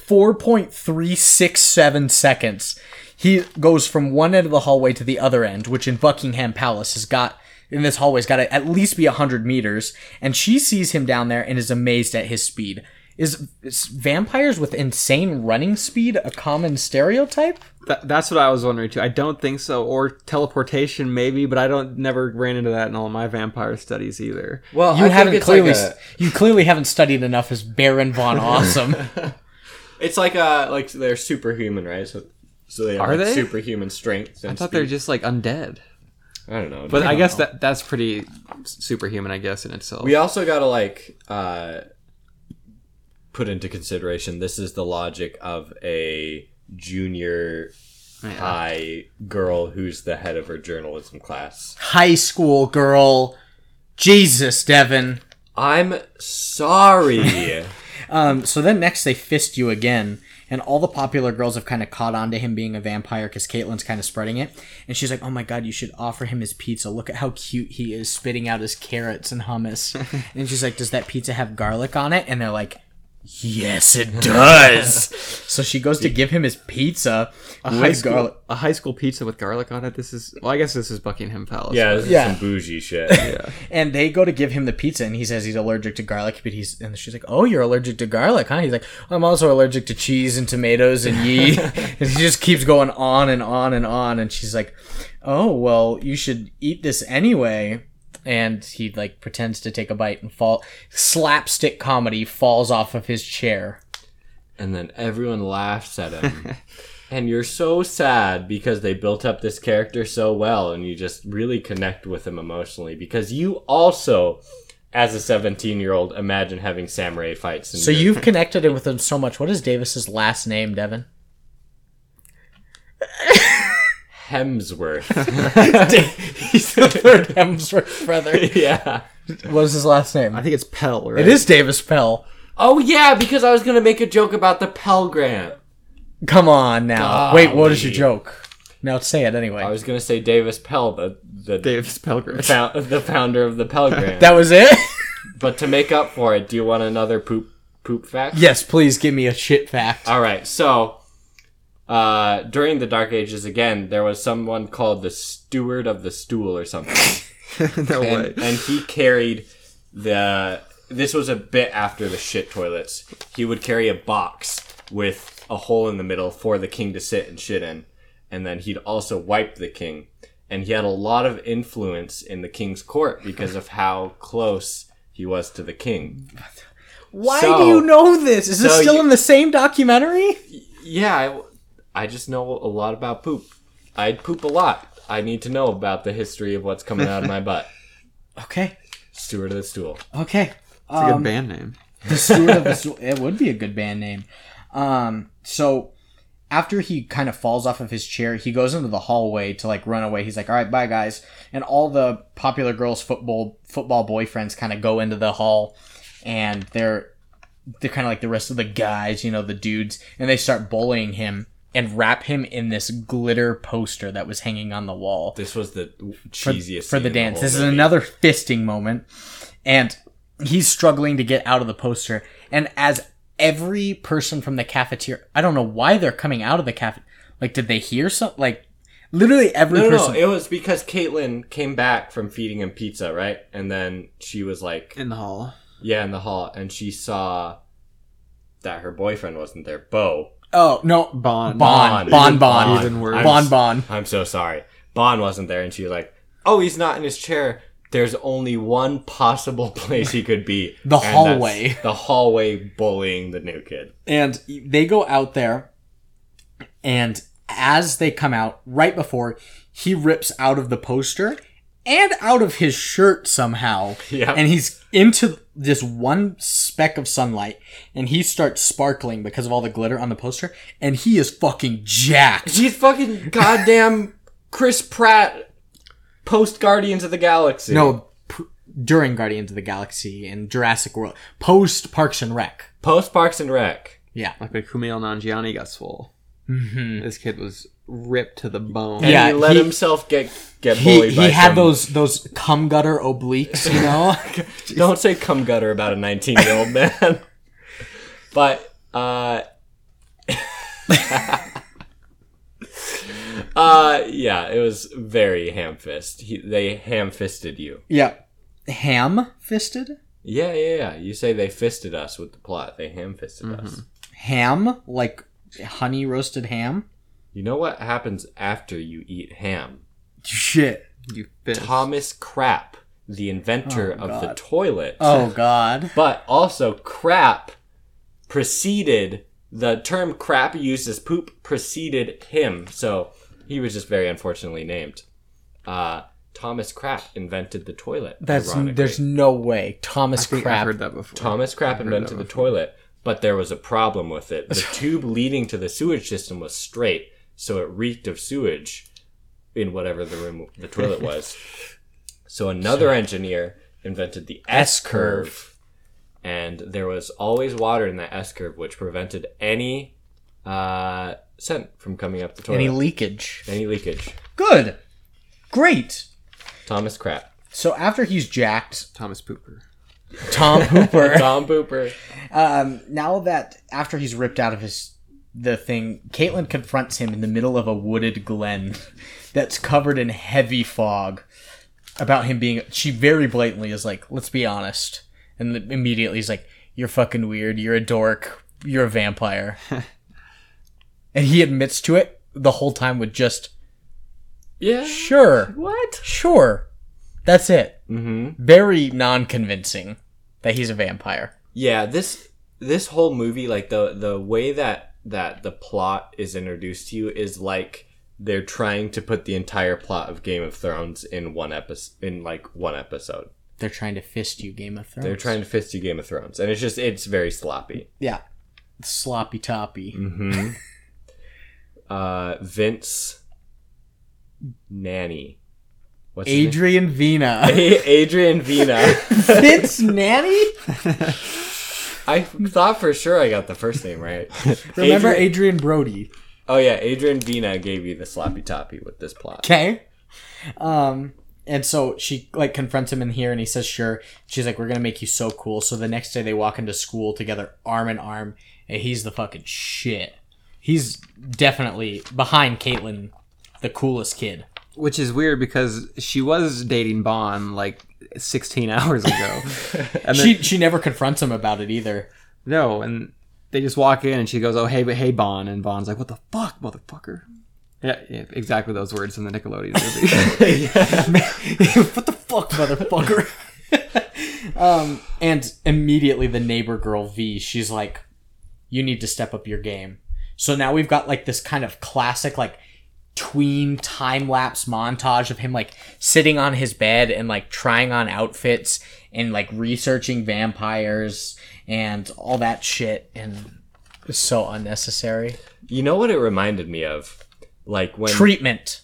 Speaker 5: 4.367 seconds he goes from one end of the hallway to the other end which in buckingham palace has got in this hallway's got to at least be 100 meters and she sees him down there and is amazed at his speed is, is vampires with insane running speed a common stereotype
Speaker 4: Th- that's what I was wondering too. I don't think so, or teleportation maybe, but I don't never ran into that in all my vampire studies either.
Speaker 2: Well,
Speaker 5: you
Speaker 2: I
Speaker 5: haven't
Speaker 2: think it's
Speaker 5: clearly
Speaker 2: like a-
Speaker 5: s- you clearly haven't studied enough as baron
Speaker 2: (laughs)
Speaker 5: von awesome
Speaker 2: It's like uh like they're superhuman, right? So so they have
Speaker 4: Are
Speaker 2: like,
Speaker 4: they?
Speaker 2: superhuman strength. And
Speaker 4: I thought they're just like undead,
Speaker 2: I don't know.
Speaker 4: but I,
Speaker 2: don't
Speaker 4: guess
Speaker 2: know.
Speaker 4: that that's pretty s- superhuman, I guess in itself.
Speaker 2: we also gotta like uh put into consideration this is the logic of a junior high girl who's the head of her journalism class.
Speaker 5: high school girl jesus devin
Speaker 2: I'm sorry.
Speaker 5: Um, so then next they fist you again, and all the popular girls have kind of caught on to him being a vampire because Caitlyn's kind of spreading it, and she's like, "Oh my god, you should offer him his pizza. Look at how cute he is, spitting out his carrots and
Speaker 4: (laughs)
Speaker 5: hummus." and she's like, "Does that pizza have garlic on it?" And they're like. Yes, it
Speaker 4: (laughs)
Speaker 5: does. so she goes to give him his pizza
Speaker 4: high
Speaker 5: with
Speaker 4: school,
Speaker 5: garlic.
Speaker 4: a high school pizza with garlic on it. This is well, I guess this is Buckingham Palace.
Speaker 2: yeah, this is
Speaker 5: Yeah.
Speaker 2: some bougie shit.
Speaker 5: And they go to give him the pizza, and he says he's allergic to garlic. But he's and she's like, "Oh, you're allergic to garlic, huh?" He's like, "I'm also allergic to cheese and tomatoes and (laughs) yeast." and he just keeps going on and on and on. And she's like, "Oh, well, you should eat this anyway." And he like pretends to take a bite and fall. Slapstick comedy falls off of his chair.
Speaker 2: and then everyone laughs at him. and you're so sad because they built up this character so well and you just really connect with him emotionally because you also as a 17 year old imagine having samurai fights and
Speaker 5: So you've connected him with him so much. What is Davis's last name, Devin? (laughs)
Speaker 2: Hemsworth (laughs)
Speaker 5: he's the third Hemsworth brother.
Speaker 2: yeah
Speaker 5: What is his last name?
Speaker 4: I think it's Pell. Right?
Speaker 5: It is Davis Pell.
Speaker 2: oh yeah because I was gonna make a joke about the Pell Grant
Speaker 5: Come on now. Wait, what is your
Speaker 2: Golly.
Speaker 5: joke? Now say it anyway.
Speaker 2: I was gonna say Davis Pell the the
Speaker 4: Davis Pelgrim.
Speaker 2: fou- the founder of
Speaker 5: (laughs)
Speaker 2: the Pell Grant
Speaker 5: that was it?
Speaker 2: but to make up for it do you want another poop poop fact
Speaker 5: yes, please give me a shit fact.
Speaker 2: All right, so uh, during the Dark Ages, again, there was someone called the Steward of the Stool or something,
Speaker 4: (laughs) no way.
Speaker 2: and, and he carried the. This was a bit after the shit toilets. He would carry a box with a hole in the middle for the king to sit and shit in, and then he'd also wipe the king. And he had a lot of influence in the king's court because of how close he was to the king.
Speaker 5: Why do
Speaker 2: So-
Speaker 5: you know this? Is this
Speaker 2: so
Speaker 5: still
Speaker 2: you-
Speaker 5: in the same documentary?
Speaker 2: Yeah, I, I just know a lot about poop. I poop a lot. I need to know about the history of what's coming (laughs) out of my butt.
Speaker 5: Okay.
Speaker 2: Steward of the stool.
Speaker 5: Okay.
Speaker 4: It's a good band name.
Speaker 5: the steward of the stool. It would be a good band name. Um, so after he kind of falls off of his chair, he goes into the hallway to like run away. He's like, "All right, bye, guys." And all the popular girls' football football boyfriends kind of go into the hall, and they're they're kind of like the rest of the guys, you know, the dudes, and they start bullying him and wrap him in this glitter poster that was hanging on the wall
Speaker 2: This was the cheesiest
Speaker 5: for
Speaker 2: scene
Speaker 5: the
Speaker 2: in
Speaker 5: dance.
Speaker 2: whole
Speaker 5: this is
Speaker 2: movie.
Speaker 5: another fisting moment, and he's struggling to get out of the poster. And as every person from the cafeteria, I don't know why they're coming out of the cafe. Like, did they hear something? Like, literally every
Speaker 2: No, no,
Speaker 5: person.
Speaker 2: no, it was because Caitlin came back from feeding him pizza, right? And then she was like,
Speaker 4: In the hall.
Speaker 2: "Yeah, in the hall," and she saw that her boyfriend wasn't there, Bo.
Speaker 5: oh no, Bon,
Speaker 2: Bon.
Speaker 4: Bond.
Speaker 5: Bon,
Speaker 2: Even
Speaker 5: Bon,
Speaker 2: Bon.
Speaker 5: Even
Speaker 4: Even
Speaker 5: worse.
Speaker 4: worse.
Speaker 5: Bon, Bon.
Speaker 2: I'm so sorry, Bon wasn't there, and she was like, "Oh, he's not in his chair. there's only one possible (laughs) place he could (laughs) be
Speaker 5: The
Speaker 2: and that's
Speaker 5: hallway.
Speaker 2: The hallway bullying the new kid.
Speaker 5: And they go out there, and as they come out, right before, he rips out of the poster and out of his shirt somehow.
Speaker 2: Yeah.
Speaker 5: And he's into this one speck of sunlight, and he starts sparkling because of all the glitter on the poster, and he is fucking jacked.
Speaker 2: He's fucking goddamn Chris Pratt post Guardians of the Galaxy.
Speaker 5: No, pr- during Guardians of the Galaxy and Jurassic World, post Parks and Rec.
Speaker 2: post Parks and Rec.
Speaker 5: Yeah.
Speaker 4: Like when Kumail Nanjiani got swole. Mm-hmm. This kid was ripped to the bone.
Speaker 2: And
Speaker 5: Yeah,
Speaker 2: he let
Speaker 5: he-
Speaker 2: himself get get
Speaker 5: He,
Speaker 2: bullied. by
Speaker 5: he had
Speaker 2: some-
Speaker 5: those those cum gutter obliques, you know.
Speaker 2: Don't say cum gutter about a 19 year old man. but, uh, (laughs) uh, yeah, it was very ham fist. He, they ham fisted you.
Speaker 5: yeah, ham fisted,
Speaker 2: Yeah, yeah, yeah. You say they fisted us with the plot. They ham fisted us.
Speaker 5: ham like honey roasted ham.
Speaker 2: You know what happens after you eat ham?
Speaker 5: Shit.
Speaker 4: You fist.
Speaker 2: Thomas Crap, the inventor of the toilet.
Speaker 5: Oh God.
Speaker 2: But also, crap preceded the term crap used as poop preceded him. So he was just very unfortunately named. Uh, Thomas Crap invented the toilet.
Speaker 5: That's
Speaker 2: ironically.
Speaker 5: there's no way Thomas
Speaker 4: I think I've
Speaker 5: Crab.
Speaker 4: heard that before.
Speaker 2: Thomas Crap invented the toilet, but there was a problem with it. The tube leading to the sewage system was straight, so it reeked of sewage in whatever the room the toilet was. So another engineer invented the S curve, and there was always water in that S curve, which prevented any uh, scent from coming up the toilet,
Speaker 5: Any
Speaker 2: any,
Speaker 5: leakage?
Speaker 2: leakage.
Speaker 5: Good. Great.
Speaker 2: Thomas Crap,
Speaker 5: So after he's jacked,
Speaker 4: Thomas Pooper.
Speaker 5: Tom (laughs) Hooper.
Speaker 2: Tom Pooper.
Speaker 5: Um, now that after he's ripped out of his the thing, Caitlin confronts him in the middle of a wooded glen (laughs) that's covered in heavy fog. About him being, she very blatantly is like, "Let's be honest," and then immediately he's like, "You're fucking weird. You're a dork. You're a (laughs) vampire," and he admits to it the whole time with just,
Speaker 2: Yeah.
Speaker 5: "Sure,
Speaker 2: What?
Speaker 5: sure." That's it. Mm-hmm. Very non-convincing that he's a vampire.
Speaker 2: yeah this this whole movie like the the way that that the plot is introduced to you is like they're trying to put the entire plot of game of thrones in one episode in like one episode
Speaker 5: They're trying to fist you, Game of Thrones.
Speaker 2: they're trying to fist you game of thrones and it's just it's very sloppy
Speaker 5: Yeah. Sloppy toppy.
Speaker 2: Mm,
Speaker 5: Mm-hmm.
Speaker 2: (laughs) uh vince nanny what's his name?
Speaker 5: Adrian
Speaker 2: (laughs)
Speaker 5: Vina. (laughs)
Speaker 2: adrian vina
Speaker 5: Vince Nanny?
Speaker 2: i thought for sure i got the first name right
Speaker 5: Remember
Speaker 2: Adrian-
Speaker 5: Adrian Brody.
Speaker 2: oh yeah adrian vina gave you the sloppy toppy with this plot
Speaker 5: Okay. Um and so she like confronts him in here and he says sure. She's like, We're gonna make you so cool. So the next day they walk into school together arm in arm, and he's the fucking shit. He's definitely behind Caitlyn, the coolest kid.
Speaker 4: Which is weird because she was dating Bond like 16 (laughs) hours ago. and then,
Speaker 5: She she never confronts him about it either.
Speaker 4: no, and they just walk in and she goes, "Oh hey, but hey Bond," and Bond's like, "What the fuck, motherfucker." Yeah, yeah, exactly those words from the Nickelodeon movie.
Speaker 5: (laughs) what the fuck, motherfucker? (laughs) um, and immediately the neighbor girl V, she's like, "You need to step up your game." So now we've got like this kind of classic like tween time lapse montage of him like sitting on his bed and like trying on outfits and like researching vampires and all that shit and it's so unnecessary
Speaker 2: You know what it reminded me of? Like when
Speaker 5: treatment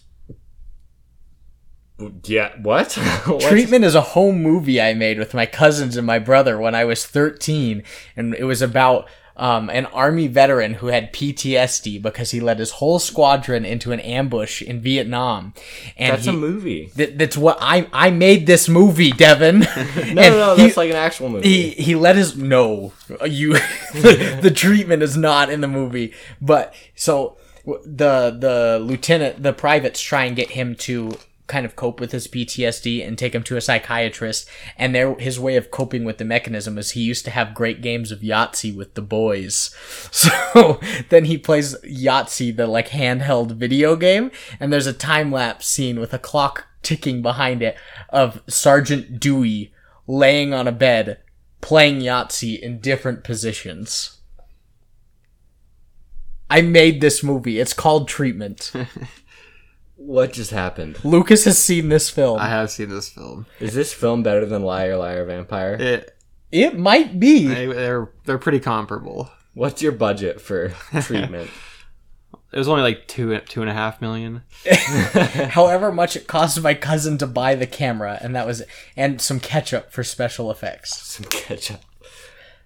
Speaker 2: yeah, what? (laughs) What?
Speaker 5: Treatment is a home movie I made with my cousins and my brother when I was 13, and it was about um, an army veteran who had PTSD because he led his whole squadron into an ambush in Vietnam. And
Speaker 2: That's
Speaker 5: he,
Speaker 2: a movie.
Speaker 5: th- that's what I I made this movie, Devin.
Speaker 2: (laughs) No, no, no, that's like an actual movie.
Speaker 5: he he let his no you (laughs) the treatment is not in the movie but so w- the the lieutenant the privates try and get him to kind of cope with his PTSD and take him to a psychiatrist and their his way of coping with the mechanism is he used to have great games of Yahtzee with the boys (laughs) so then he plays Yahtzee the like handheld video game and there's a time lapse scene with a clock ticking behind it of Sergeant Dewey laying on a bed playing Yahtzee in different positions. I made this movie. It's called (laughs) Treatment.
Speaker 2: What just happened?
Speaker 5: Lucas has seen this film.
Speaker 4: (laughs) I have seen this film.
Speaker 2: Is this film better than Liar Liar Vampire?
Speaker 4: It,
Speaker 5: It might be.
Speaker 4: they, they're they're pretty comparable.
Speaker 2: What's your
Speaker 5: (laughs)
Speaker 2: budget for treatment?
Speaker 4: It was only like two two and a half million.
Speaker 5: however much it cost my cousin to buy the camera, and that was and some ketchup for special effects.
Speaker 2: Some ketchup.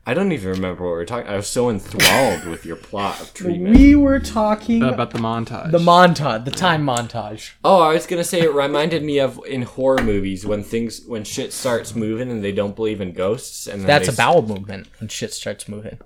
Speaker 2: I don't even remember what we were talking. I was so enthralled with your plot of treatment.
Speaker 5: (laughs) We were talking
Speaker 4: About the montage.
Speaker 5: the montage, the time montage.
Speaker 2: Oh, I was gonna say it reminded me of in horror movies when things when shit starts moving and they don't believe in ghosts and then
Speaker 5: That's
Speaker 2: they
Speaker 5: a bowel movement when shit starts moving.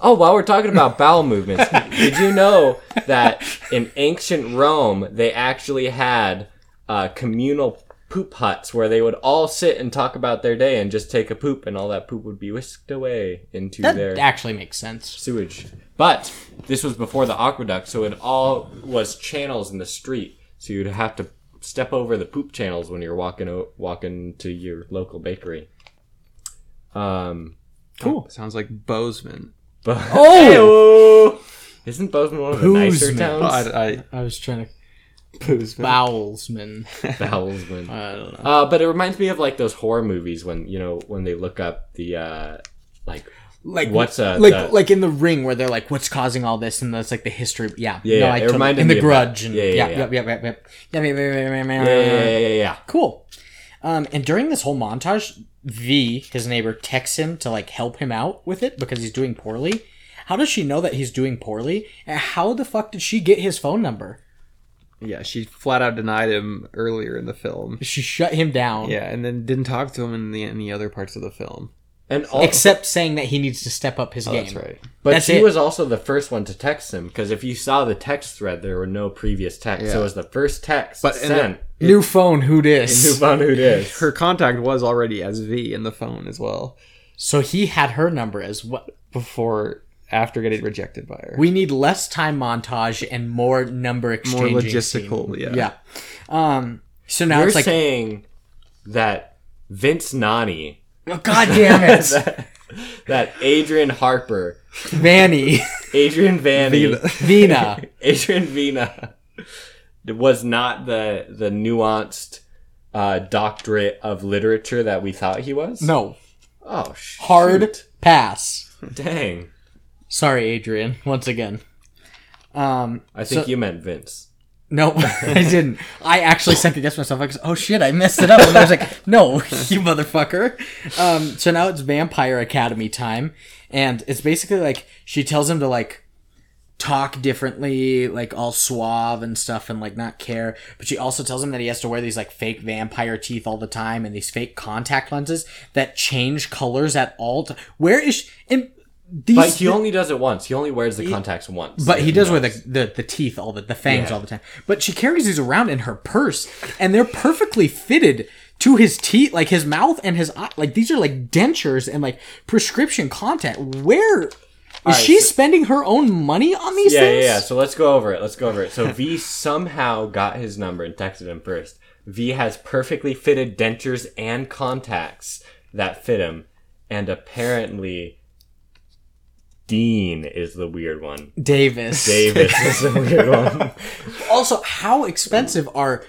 Speaker 2: Oh, while we're talking about bowel movements, did you know that in ancient Rome they actually had uh, communal poop huts where they would all sit and talk about their day and just take a poop, and all that poop would be whisked away into
Speaker 5: That
Speaker 2: their
Speaker 5: actually makes sense.
Speaker 2: sewage. But this was before the aqueduct, so it all was channels in the street, so you'd have to step over the poop channels when you're walking o- walking to your local bakery. Um,
Speaker 4: cool. Sounds like Bozeman.
Speaker 2: but
Speaker 5: (laughs) Oh,
Speaker 2: Isn't Bozeman one of the nicer
Speaker 5: Boozman.
Speaker 2: towns?
Speaker 4: I,
Speaker 5: I was trying to
Speaker 4: Bozeman.
Speaker 5: bowels, man.
Speaker 2: Bowelsman.
Speaker 5: I don't know.
Speaker 2: Uh, but it reminds me of like those horror movies when you know when they look up the uh, like
Speaker 5: Like
Speaker 2: What's, uh,
Speaker 5: like
Speaker 2: the-
Speaker 5: like in the ring where they're like, what's causing all this, and that's like the history. Yeah,
Speaker 2: Yeah, yeah, it
Speaker 5: totally-
Speaker 2: reminded
Speaker 5: in
Speaker 2: me
Speaker 5: the
Speaker 2: of that.
Speaker 5: Grudge. And
Speaker 2: Yeah,
Speaker 5: yeah,
Speaker 2: yeah,
Speaker 5: yeah,
Speaker 2: yeah.
Speaker 5: yeah, yeah, yeah, yeah, yeah, yeah, yeah, yeah, yeah,
Speaker 2: yeah, yeah,
Speaker 5: yeah.
Speaker 2: yeah, yeah, yeah.
Speaker 5: Cool. Um, and during this whole montage, V, his neighbor, texts him to like help him out with it because he's doing poorly. How does she know that he's doing poorly? And how the fuck did she get his phone number?
Speaker 4: Yeah, she flat out denied him earlier in the film.
Speaker 5: She shut him down.
Speaker 4: Yeah, and then didn't talk to him in the in the other parts of the film.
Speaker 2: And all,
Speaker 5: Except saying that he needs to step up his game.
Speaker 4: Oh, That's right.
Speaker 2: but
Speaker 5: that's
Speaker 2: she
Speaker 5: it.
Speaker 2: was also the first one to text him because if you saw the text thread, there were no previous texts, so it
Speaker 4: Yeah.
Speaker 2: was the first text
Speaker 4: But- and
Speaker 2: sent. (laughs)
Speaker 5: New phone, who
Speaker 2: Who
Speaker 5: dis?
Speaker 2: found who
Speaker 5: (laughs)
Speaker 2: it is?
Speaker 4: Her contact was already as V in the phone as well
Speaker 5: So he had her number as what?
Speaker 4: before after getting rejected by her.
Speaker 5: We need less time montage and more number
Speaker 4: More
Speaker 5: exchanging.
Speaker 4: logistical, yeah.
Speaker 5: scene. Yeah. Um. So now
Speaker 2: You're
Speaker 5: it's like,
Speaker 2: saying that Vince Nani,
Speaker 5: oh, God
Speaker 2: (laughs)
Speaker 5: damn it,
Speaker 2: that Adrian Harper, (laughs)
Speaker 5: Manny, (laughs)
Speaker 2: Adrian Vanny, (laughs)
Speaker 5: Vina.
Speaker 2: Adrian Vina was not the the nuanced uh, doctorate of literature that we thought he was.
Speaker 5: No,
Speaker 2: Oh, shoot.
Speaker 5: hard pass.
Speaker 2: Dang.
Speaker 5: Sorry, Adrian, once again. Um,
Speaker 2: I think
Speaker 5: So-
Speaker 2: you meant Vince.
Speaker 5: no, (laughs) I didn't. I actually sent the guess myself. I was, oh shit, I messed it up. And I was
Speaker 2: (laughs)
Speaker 5: like, no, (laughs) you motherfucker. Um, so now it's Vampire Academy time, and it's basically like she tells him to like talk differently, like all suave and stuff, and like not care. But she also tells him that he has to wear these like fake vampire teeth all the time and these fake contact lenses that change colors at all. T- Where is she- and these?
Speaker 2: But he only does it once. He only wears the contacts once.
Speaker 5: But he does wear the, the, the teeth all the the fangs all the time. But she carries these around in her purse, and they're perfectly fitted to his teeth, like his mouth and his eye. Like these are like dentures and like prescription contact. Where is she spending her own money on these
Speaker 2: Yeah, yeah,
Speaker 5: things?
Speaker 2: yeah. So let's go over it. Let's go over it. So V somehow got his number and texted him first. V has perfectly fitted dentures and contacts that fit him. And apparently, Dean is the weird one.
Speaker 5: Davis.
Speaker 2: Davis is the weird one.
Speaker 5: Also, how expensive are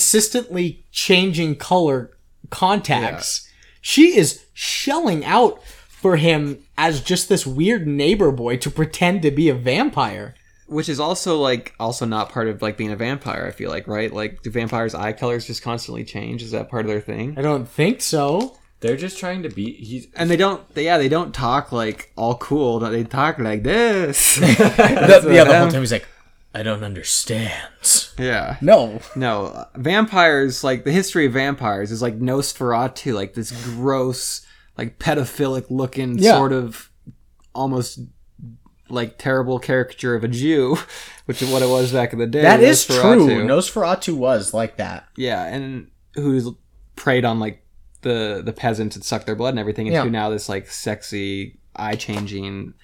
Speaker 5: consistently changing color contacts? She is shelling out for him as just this weird neighbor boy to pretend to be a vampire.
Speaker 4: Which is also like also not part of like being a vampire, I feel like, right? Like do vampires' eye colors just constantly change? Is that part of their thing?
Speaker 5: I don't think so.
Speaker 2: (laughs) They're just trying to be. He's
Speaker 4: And they don't they, yeah, they don't talk like all cool, they talk like (laughs) this.
Speaker 5: The, yeah, the
Speaker 4: what
Speaker 5: whole
Speaker 4: I'm-
Speaker 5: time he's like, I don't understand.
Speaker 4: yeah.
Speaker 5: No.
Speaker 4: No, uh, vampires like the history of vampires is like Nosferatu, like this gross, like pedophilic looking
Speaker 5: Yeah.
Speaker 4: sort of almost like terrible caricature of a Jew, (laughs) which is what it was back in the day.
Speaker 5: that is
Speaker 4: Nosferatu.
Speaker 5: true. Nosferatu was like that.
Speaker 4: yeah, and who preyed on like the the peasants and sucked their blood and everything into
Speaker 5: Yeah.
Speaker 4: now this like sexy, eye changing,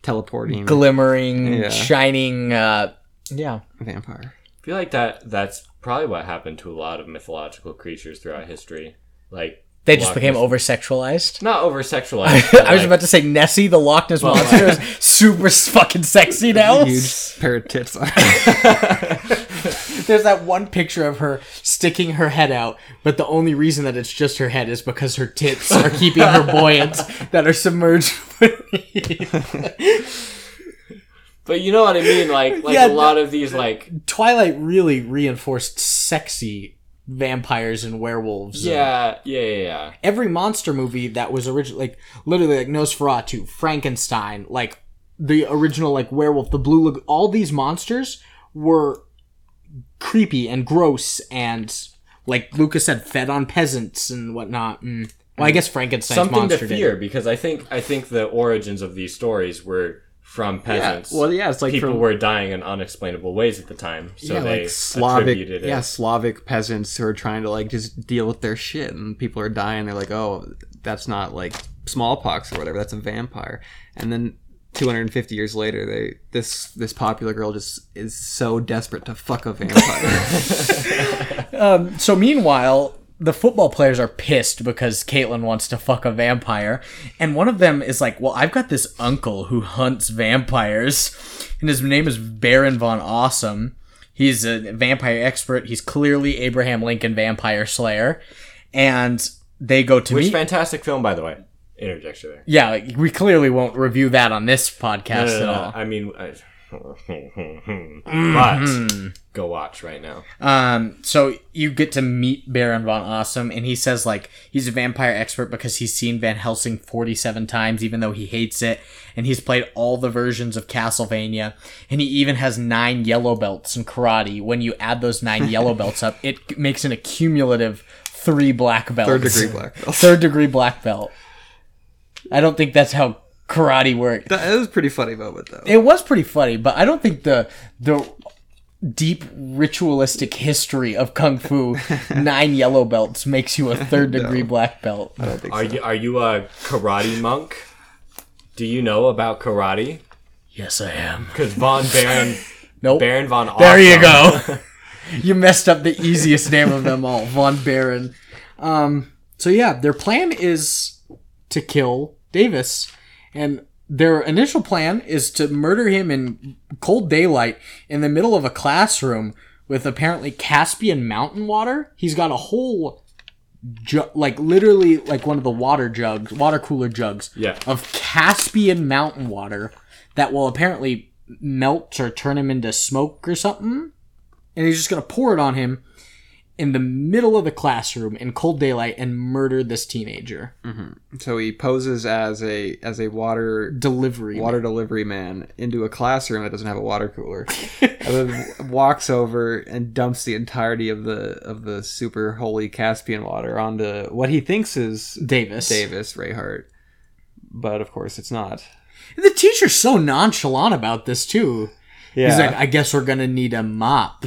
Speaker 4: teleporting
Speaker 5: Glimmering,
Speaker 4: Yeah.
Speaker 5: shining, uh, yeah.
Speaker 4: vampire.
Speaker 2: I feel like that that's probably what happened to a lot of mythological creatures throughout history. Like
Speaker 5: They just
Speaker 2: Loch
Speaker 5: became
Speaker 2: Ness-
Speaker 5: over sexualized.
Speaker 2: not over sexualized.
Speaker 5: I was about to say Nessie, the Loch Ness
Speaker 2: Well,
Speaker 5: monster, is super fucking sexy
Speaker 4: Oh,
Speaker 5: now.
Speaker 4: Huge pair of (laughs) tits.
Speaker 5: There's that one picture of her sticking her head out, but the only reason that it's just her head is because her tits are keeping her buoyant that are submerged. (laughs)
Speaker 2: but you know what I mean. Like like
Speaker 5: Yeah,
Speaker 2: a lot of these like
Speaker 5: Twilight really reinforced sexy vampires and werewolves.
Speaker 2: yeah yeah yeah. yeah.
Speaker 5: Every monster movie that was originally like literally like Nosferatu, Frankenstein, like the original like werewolf, the blue Lag- all these monsters were creepy and gross and like Lucas said, fed on peasants and whatnot. And, well, I guess Frankenstein's
Speaker 2: Mm. Something
Speaker 5: monster
Speaker 2: to
Speaker 5: did.
Speaker 2: fear because I think I think the origins of these stories were from peasants.
Speaker 4: well, yeah, it's like
Speaker 2: people
Speaker 4: from-
Speaker 2: were dying in unexplainable ways at the time, so
Speaker 4: yeah,
Speaker 2: they
Speaker 4: like Slavic,
Speaker 2: attributed it.
Speaker 4: yeah, Slavic peasants who are trying to like just deal with their shit, and people are dying. They're like, oh, that's not like smallpox or whatever. That's a vampire. And then 250 years later, they this this popular girl just is so desperate to fuck a (laughs) vampire.
Speaker 5: So meanwhile, the football players are pissed because Caitlyn wants to fuck a vampire, and one of them is like, "Well, I've got this uncle who hunts vampires, and his name is Baron von Awesome. He's a vampire expert. He's clearly Abraham Lincoln vampire slayer." And they go to
Speaker 2: Which
Speaker 5: meet.
Speaker 2: fantastic film, by the way. Interjection there.
Speaker 5: yeah, like, we clearly won't review that on this podcast at
Speaker 2: No, no, no, no.
Speaker 5: all. Mm-hmm.
Speaker 2: I (laughs) mean, I, but go watch right now.
Speaker 5: Um, so you get to meet Baron von Awesome, and he says like he's a vampire expert because he's seen Van Helsing forty-seven times, even though he hates it, and he's played all the versions of Castlevania, and he even has nine yellow belts in karate. When you add those nine yellow belts up, it c- makes an accumulative three black belts.
Speaker 4: Third degree
Speaker 5: (laughs)
Speaker 4: black.
Speaker 5: Third degree black belt. I don't think that's how karate works
Speaker 4: that was a pretty funny moment though.
Speaker 5: it was pretty funny, but I don't think the the deep ritualistic history of kung fu nine yellow belts makes you a third degree black belt.
Speaker 2: Are you are you a karate monk? Do you know about karate?
Speaker 5: Yes, I am.
Speaker 2: Because von Baron
Speaker 5: Nope.
Speaker 2: Baron von
Speaker 5: (laughs)
Speaker 2: Awesome,
Speaker 5: there you
Speaker 2: (laughs)
Speaker 5: go. you messed up the easiest name of them all, von Baron. Um, so yeah, their plan is to kill Davis, and their initial plan is to murder him in cold daylight in the middle of a classroom with apparently Caspian mountain water. He's got a whole. Ju- like literally like one of the water jugs water cooler jugs
Speaker 2: Yeah.
Speaker 5: of caspian mountain water that will apparently melt or turn him into smoke or something and he's just gonna pour it on him in the middle of the classroom in cold daylight and murder this teenager
Speaker 4: So he poses as a as a water
Speaker 5: delivery
Speaker 4: water delivery man into a classroom that doesn't have a water cooler, and then walks over and dumps the entirety of the of the super holy Caspian water onto what he thinks is
Speaker 5: Davis.
Speaker 4: Davis Rayhart, but of course it's not.
Speaker 5: The teacher's so nonchalant about this too.
Speaker 4: Yeah,
Speaker 5: He's like, I guess we're gonna need a (laughs) mop.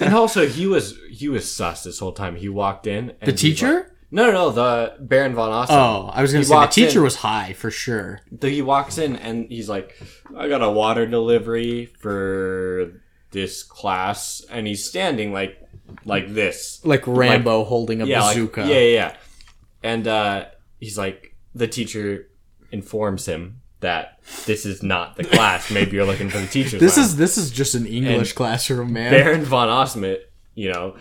Speaker 2: And also, he was he was sus this whole time. He walked in. And
Speaker 5: The teacher?
Speaker 2: no, no, no, the Baron von Awesome.
Speaker 5: Oh, I was gonna
Speaker 2: He
Speaker 5: say the
Speaker 2: walks
Speaker 5: teacher
Speaker 2: in.
Speaker 5: was high for sure.
Speaker 2: The- he walks in and he's like, "I got a water delivery for this class," and he's standing like like this.
Speaker 5: Like Rambo holding a
Speaker 2: yeah, like-
Speaker 5: bazooka.
Speaker 2: yeah, yeah, yeah. And uh, he's like, the teacher informs him that this is not the class. Maybe you're looking for the teacher's
Speaker 5: This
Speaker 2: lounge.
Speaker 5: is this is just an English
Speaker 2: And
Speaker 5: classroom, man.
Speaker 2: Baron von Osmet. You know,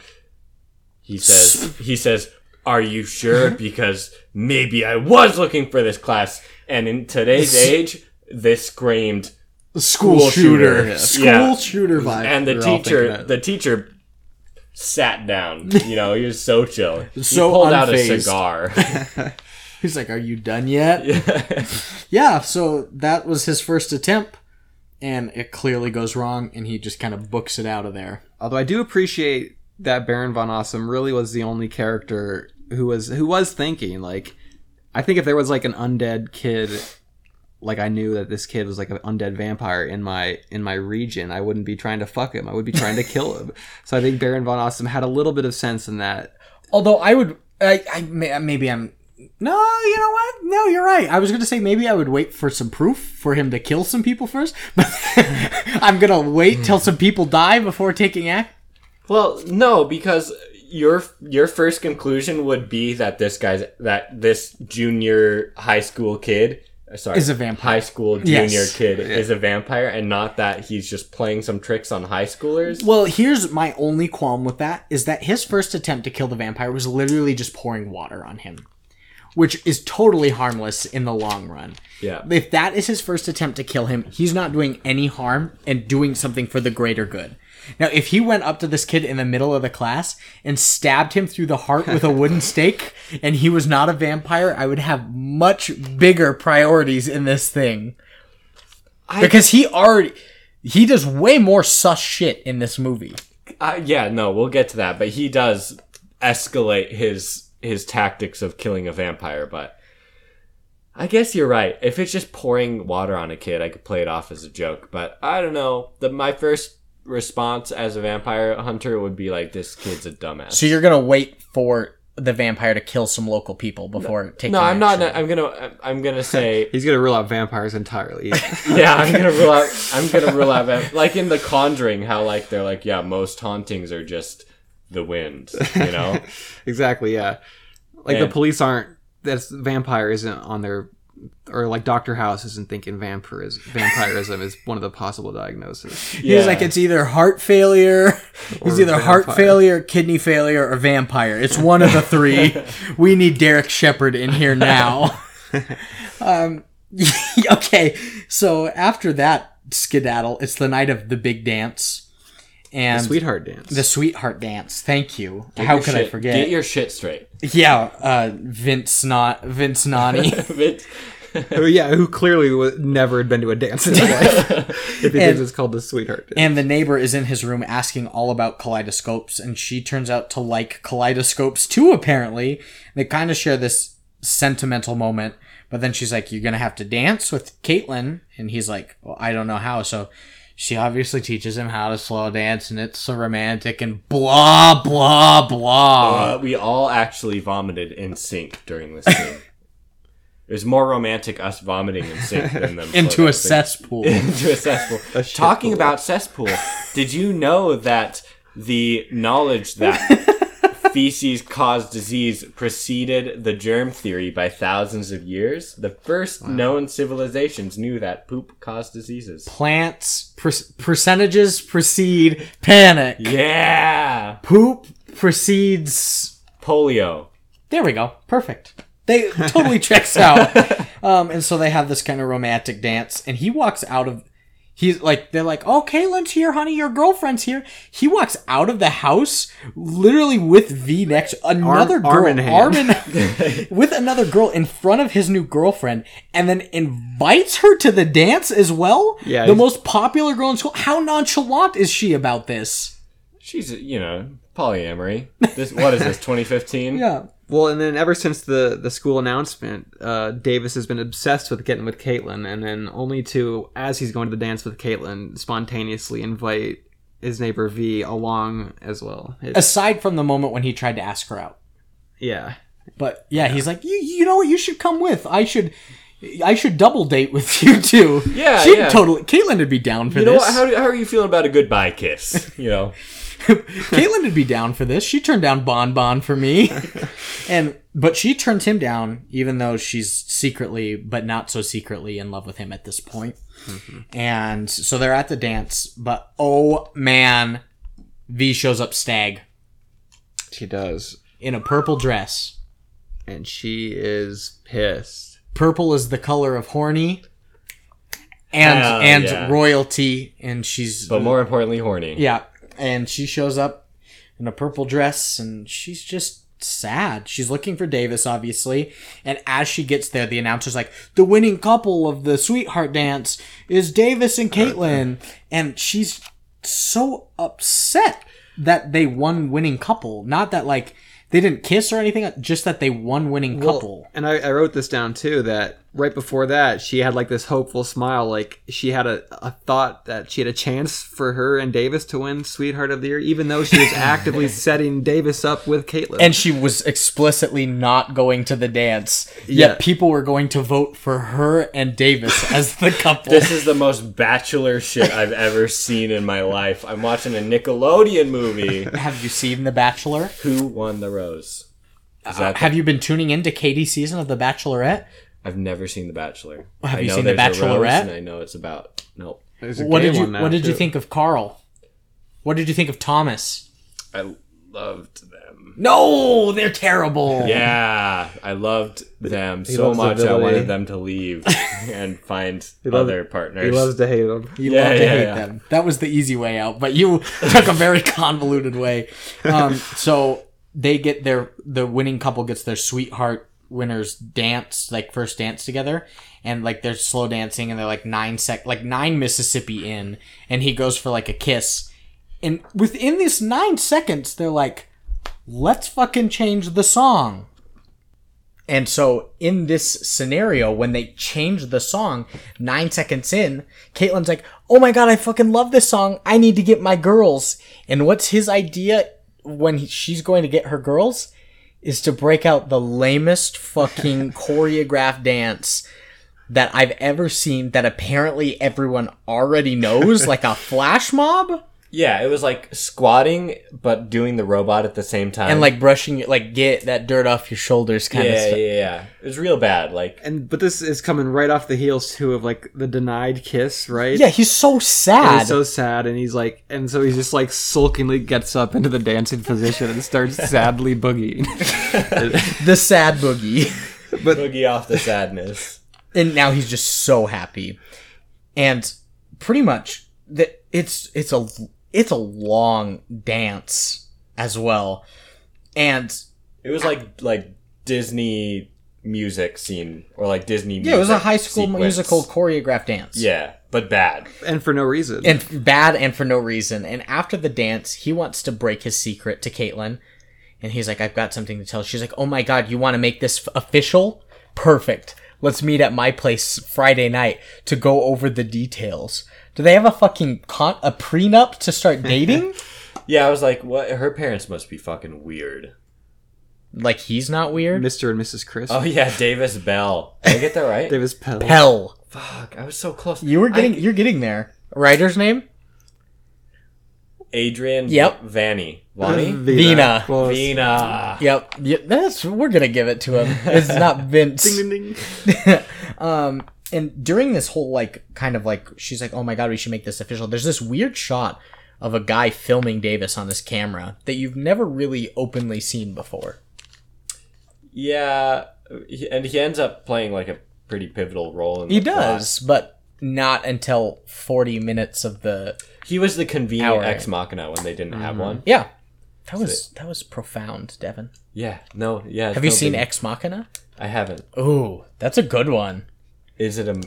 Speaker 5: (laughs)
Speaker 2: he says he says, "Are you sure?" Because maybe I was looking for this class, and in today's age, this screamed.
Speaker 5: school,
Speaker 2: school
Speaker 5: shooter.
Speaker 2: shooter.
Speaker 5: School
Speaker 2: Yeah.
Speaker 5: shooter vibe.
Speaker 2: and the
Speaker 4: we're all thinking
Speaker 2: teacher
Speaker 4: that.
Speaker 2: the teacher sat down you know he was so chill
Speaker 5: (laughs) So
Speaker 2: he pulled out
Speaker 5: unfazed.
Speaker 2: a cigar
Speaker 5: He's like, Are you done yet? Yeah. (laughs) so that was his first attempt, and it clearly goes wrong, and he just kind of books it out of there.
Speaker 4: although I do appreciate that Baron von Awesome really was the only character who was who was thinking like I think if there was like an undead kid like I knew that this kid was like an undead vampire in my in my region I wouldn't be trying to fuck him I would be trying to kill him so I think Baron von Awesome had a little bit of sense in that
Speaker 5: Although I would, I, I may- maybe I'm. No, you know what? No, you're right. I was gonna say maybe I would wait for some proof for him to kill (laughs) some people first, but I'm gonna wait till some people die before taking act
Speaker 2: Well, no, because your your first conclusion would be that this guy's that this junior high school kid uh, sorry
Speaker 5: Is a vampire.
Speaker 2: high school junior
Speaker 5: Yes.
Speaker 2: kid is a vampire and not that he's just playing some tricks on high schoolers.
Speaker 5: Well, here's my only qualm with that is that his first attempt to kill the vampire was literally just pouring water on him, which is totally harmless in the long run.
Speaker 2: Yeah.
Speaker 5: If that is his first attempt to kill him, he's not doing any harm and doing something for the greater good. Now, if he went up to this kid in the middle of the class and stabbed him through the heart with a wooden stake and he was not a vampire, I would have much bigger priorities in this thing. because he already he does way more sus shit in this movie.
Speaker 2: Uh, yeah, no, we'll get to that, but he does escalate his his tactics of killing a vampire, but I guess you're right. If it's just pouring water on a kid, I could play it off as a joke, but I don't know. The my first response as a vampire hunter would be like this kid's a dumbass.
Speaker 5: So you're gonna wait for the vampire to kill some local people before taking.
Speaker 2: no, I'm not.
Speaker 5: action.
Speaker 2: I'm gonna.
Speaker 5: (laughs)
Speaker 2: I'm gonna say.
Speaker 4: He's gonna rule out vampires entirely.
Speaker 2: yeah, I'm gonna rule out. I'm gonna rule out. vamp- Like in The Conjuring, how like they're like, yeah, most hauntings are just the wind.
Speaker 5: (laughs)
Speaker 2: You know.
Speaker 4: exactly. Yeah. Like
Speaker 2: And-
Speaker 4: the police aren't. That's vampire isn't on their. Or like Doctor House isn't thinking vampirism. Vampirism is one of the possible diagnoses.
Speaker 5: He's like it's either heart failure, (laughs) it's
Speaker 4: Or
Speaker 5: either heart
Speaker 4: vampire.
Speaker 5: failure, kidney failure, or vampire. It's one of the
Speaker 2: (laughs)
Speaker 5: three. we need Derek Shepard in here now. um, (laughs) okay, so after that skedaddle, it's the night of the big dance and
Speaker 4: Sweetheart dance.
Speaker 5: the sweetheart dance. Thank you. How
Speaker 2: Your
Speaker 5: could I
Speaker 2: shit-
Speaker 5: forget?
Speaker 2: Get your shit straight.
Speaker 5: Yeah, uh, Vince not Vince Nani.
Speaker 2: Vince-
Speaker 4: Oh, yeah, who clearly was, never had been to a dance in his life. (laughs) if he thinks it's called the sweetheart dance.
Speaker 5: and the neighbor is in his room asking all about kaleidoscopes, and she turns out to like kaleidoscopes too, apparently. They kind of share this sentimental moment, but then she's like, You're gonna have to dance with Caitlin. And he's like, Well, I don't know how. So she obviously teaches him how to slow dance, and it's so romantic and blah, blah, blah.
Speaker 2: Uh, we all actually vomited in sync during this scene. it was more romantic us vomiting in sync than them
Speaker 5: into
Speaker 2: floating
Speaker 5: a
Speaker 2: sync.
Speaker 5: cesspool.
Speaker 2: (laughs) into a cesspool. Talking about cesspool, did you know that the knowledge that feces cause disease preceded the germ theory by thousands of years? The first known civilizations knew that poop caused diseases.
Speaker 5: Plants, per- percentages precede panic.
Speaker 2: Yeah,
Speaker 5: poop precedes
Speaker 2: polio.
Speaker 5: there we go perfect (laughs) they totally checks (laughs) out um, and so they have this kind of romantic dance and he walks out of he's like they're like oh caitlin's here honey your girlfriend's here he walks out of the house literally with v-necks another girl
Speaker 4: arm in hand.
Speaker 5: arm
Speaker 4: (laughs)
Speaker 5: in- with another girl in front of his new girlfriend and then invites her to the dance as well
Speaker 4: Yeah,
Speaker 5: the
Speaker 4: he's-
Speaker 5: most popular girl in school how nonchalant is she about this
Speaker 2: She's you know polyamory. This what is
Speaker 5: (laughs)
Speaker 2: this 2015?
Speaker 5: yeah
Speaker 4: Well, and then ever since the, the school announcement, uh, Davis has been obsessed with getting with Caitlin, and then only to, as he's going to the dance with Caitlin, spontaneously invite his neighbor V along as well. It-
Speaker 5: aside from the moment when he tried to ask her out
Speaker 4: yeah.
Speaker 5: But yeah, he's like, you, you know what? You should come with. I should, I should double date with you (laughs) too.
Speaker 2: Yeah,
Speaker 5: she'd
Speaker 2: yeah.
Speaker 5: totally. Caitlin would be down for
Speaker 2: You know
Speaker 5: this.
Speaker 2: what? (laughs) How, do- how are you feeling about a goodbye kiss?
Speaker 5: (laughs)
Speaker 2: You know,
Speaker 5: Caitlin would be down for this. She turned down Bon Bon for
Speaker 2: (laughs)
Speaker 5: me, and but she turned him down, even though she's secretly, but not so secretly, in love with him at this point.
Speaker 2: Mm-hmm.
Speaker 5: And so they're at the dance, but oh man, V shows up stag
Speaker 4: She does.
Speaker 5: in a purple dress.
Speaker 4: And she is pissed.
Speaker 5: purple is the color of horny and
Speaker 2: Hell
Speaker 5: and
Speaker 2: yeah.
Speaker 5: royalty and she's
Speaker 2: but more importantly, horny.
Speaker 5: yeah and she shows up in a purple dress and she's just sad she's looking for davis obviously and as she gets there the announcer's like the winning couple of the sweetheart dance is davis and
Speaker 2: (laughs)
Speaker 5: caitlin and she's so upset that they won winning couple not that like they didn't kiss or anything just that they won winning
Speaker 4: Well,
Speaker 5: couple
Speaker 4: and I, I wrote this down too that right before that, she had like this hopeful smile. Like she had a, a thought that she had a chance for her and Davis to win Sweetheart of the Year, even though she was
Speaker 5: (laughs)
Speaker 4: actively setting Davis up with Caitlyn.
Speaker 5: and she was explicitly not going to the dance. Yet
Speaker 4: Yeah.
Speaker 5: people were going to vote for her and Davis as the
Speaker 2: (laughs)
Speaker 5: couple.
Speaker 2: This is the most bachelor shit I've ever seen in my life. I'm watching a
Speaker 5: (laughs)
Speaker 2: Nickelodeon movie.
Speaker 5: Have you seen The Bachelor?
Speaker 2: Who won the rose? Is that
Speaker 5: Have you been tuning into Katie's season of The Bachelorette?
Speaker 2: I've never seen The Bachelor.
Speaker 5: Have
Speaker 2: I
Speaker 5: you
Speaker 2: know
Speaker 5: seen The
Speaker 2: there's a rose,
Speaker 5: Bachelorette?
Speaker 2: And I know it's about nope.
Speaker 4: There's a
Speaker 5: What
Speaker 4: gay
Speaker 5: did you
Speaker 4: one now,
Speaker 5: What did you
Speaker 4: too.
Speaker 5: think of Carl? What did you think of Thomas?
Speaker 2: I loved them.
Speaker 5: No, they're terrible.
Speaker 2: Yeah, I loved them so
Speaker 4: loves
Speaker 2: much. I
Speaker 4: ability.
Speaker 2: wanted them to leave
Speaker 5: (laughs)
Speaker 2: and find
Speaker 4: loves-
Speaker 2: other partners.
Speaker 4: He loves to hate him.
Speaker 5: You
Speaker 2: Yeah,
Speaker 5: love to
Speaker 2: yeah,
Speaker 5: hate
Speaker 2: yeah.
Speaker 5: them. That was the easy way out, but you (laughs) took a very convoluted way. Um, so they get their the winning couple gets their sweetheart winners dance like first dance together, and like they're slow dancing and they're like nine sec like nine Mississippi in, and he goes for like a kiss, and within this nine seconds they're like, let's fucking change the song. And so in this scenario, when they change the song, nine seconds in, Caitlin's like, Oh my god, I fucking love this song. I need to get my girls. And what's his idea when he, she's going to get her girls? Is to break out the lamest fucking choreographed dance that I've ever seen that apparently everyone already knows, like a flash mob?
Speaker 2: Yeah, it was like squatting but doing the robot at the same time.
Speaker 5: And like brushing, your- like get that dirt off your shoulders kind of
Speaker 2: yeah, yeah,
Speaker 5: stuff.
Speaker 2: yeah. It was real bad. Like
Speaker 4: And but this is coming right off the heels too of like the denied kiss, right?
Speaker 5: Yeah, he's so
Speaker 4: And
Speaker 5: sad.
Speaker 4: He's so sad, and he's like, and so he's just like sulkingly gets up into the dancing position
Speaker 5: (laughs)
Speaker 4: and starts sadly boogieing.
Speaker 5: the sad boogie.
Speaker 2: boogie off the sadness.
Speaker 5: and now he's just so happy and pretty much that it's it's a it's a long dance as well and
Speaker 2: It was like like Disney music scene or like Disney.
Speaker 5: yeah it was a
Speaker 2: music
Speaker 5: high school
Speaker 2: sequence.
Speaker 5: musical choreographed dance
Speaker 2: Yeah, but bad.
Speaker 4: and for no reason.
Speaker 5: and f- bad and for no reason and after the dance he wants to break his secret to caitlin and he's like i've got something to tell she's like oh my god you want to make this f- official perfect let's meet at my place friday night to go over the details do they have a fucking con- a prenup to start dating
Speaker 2: Yeah, I was like, what? Her parents must be fucking weird.
Speaker 5: Like he's not weird.
Speaker 4: Mr. and Mrs. Chris.
Speaker 2: Oh yeah, Davis Bell. Did I get that right?
Speaker 4: Davis Pell.
Speaker 5: Hell,
Speaker 2: Fuck, I was so close.
Speaker 5: you were getting
Speaker 2: I-
Speaker 5: you're getting there. Writer's name
Speaker 2: Adrian.
Speaker 5: Yep. Mm.
Speaker 2: Vanny.
Speaker 4: Vina.
Speaker 2: Vanny.
Speaker 5: Vina.
Speaker 4: Close.
Speaker 2: Vina.
Speaker 5: Yep, yeah, that's we're gonna give it to him. It's not Vince.
Speaker 4: Ding, ding, ding.
Speaker 5: um, and during this whole like kind of like she's like, oh my god, we should make this official. There's this weird shot of a guy filming Davis on his camera that you've never really openly seen before.
Speaker 2: Yeah, he- and he ends up playing like a pretty pivotal role. In
Speaker 5: He
Speaker 2: the plot.
Speaker 5: does, but not until 40 minutes of the
Speaker 2: He was the convenient
Speaker 5: Hour.
Speaker 2: ex machina when they didn't
Speaker 5: Mm-hmm.
Speaker 2: have one.
Speaker 5: yeah. That was that was profound, Devin.
Speaker 2: Yeah. No. Yeah.
Speaker 5: Have you seen Ex Machina?
Speaker 2: I haven't.
Speaker 5: Ooh, that's a good one.
Speaker 2: Is it a m-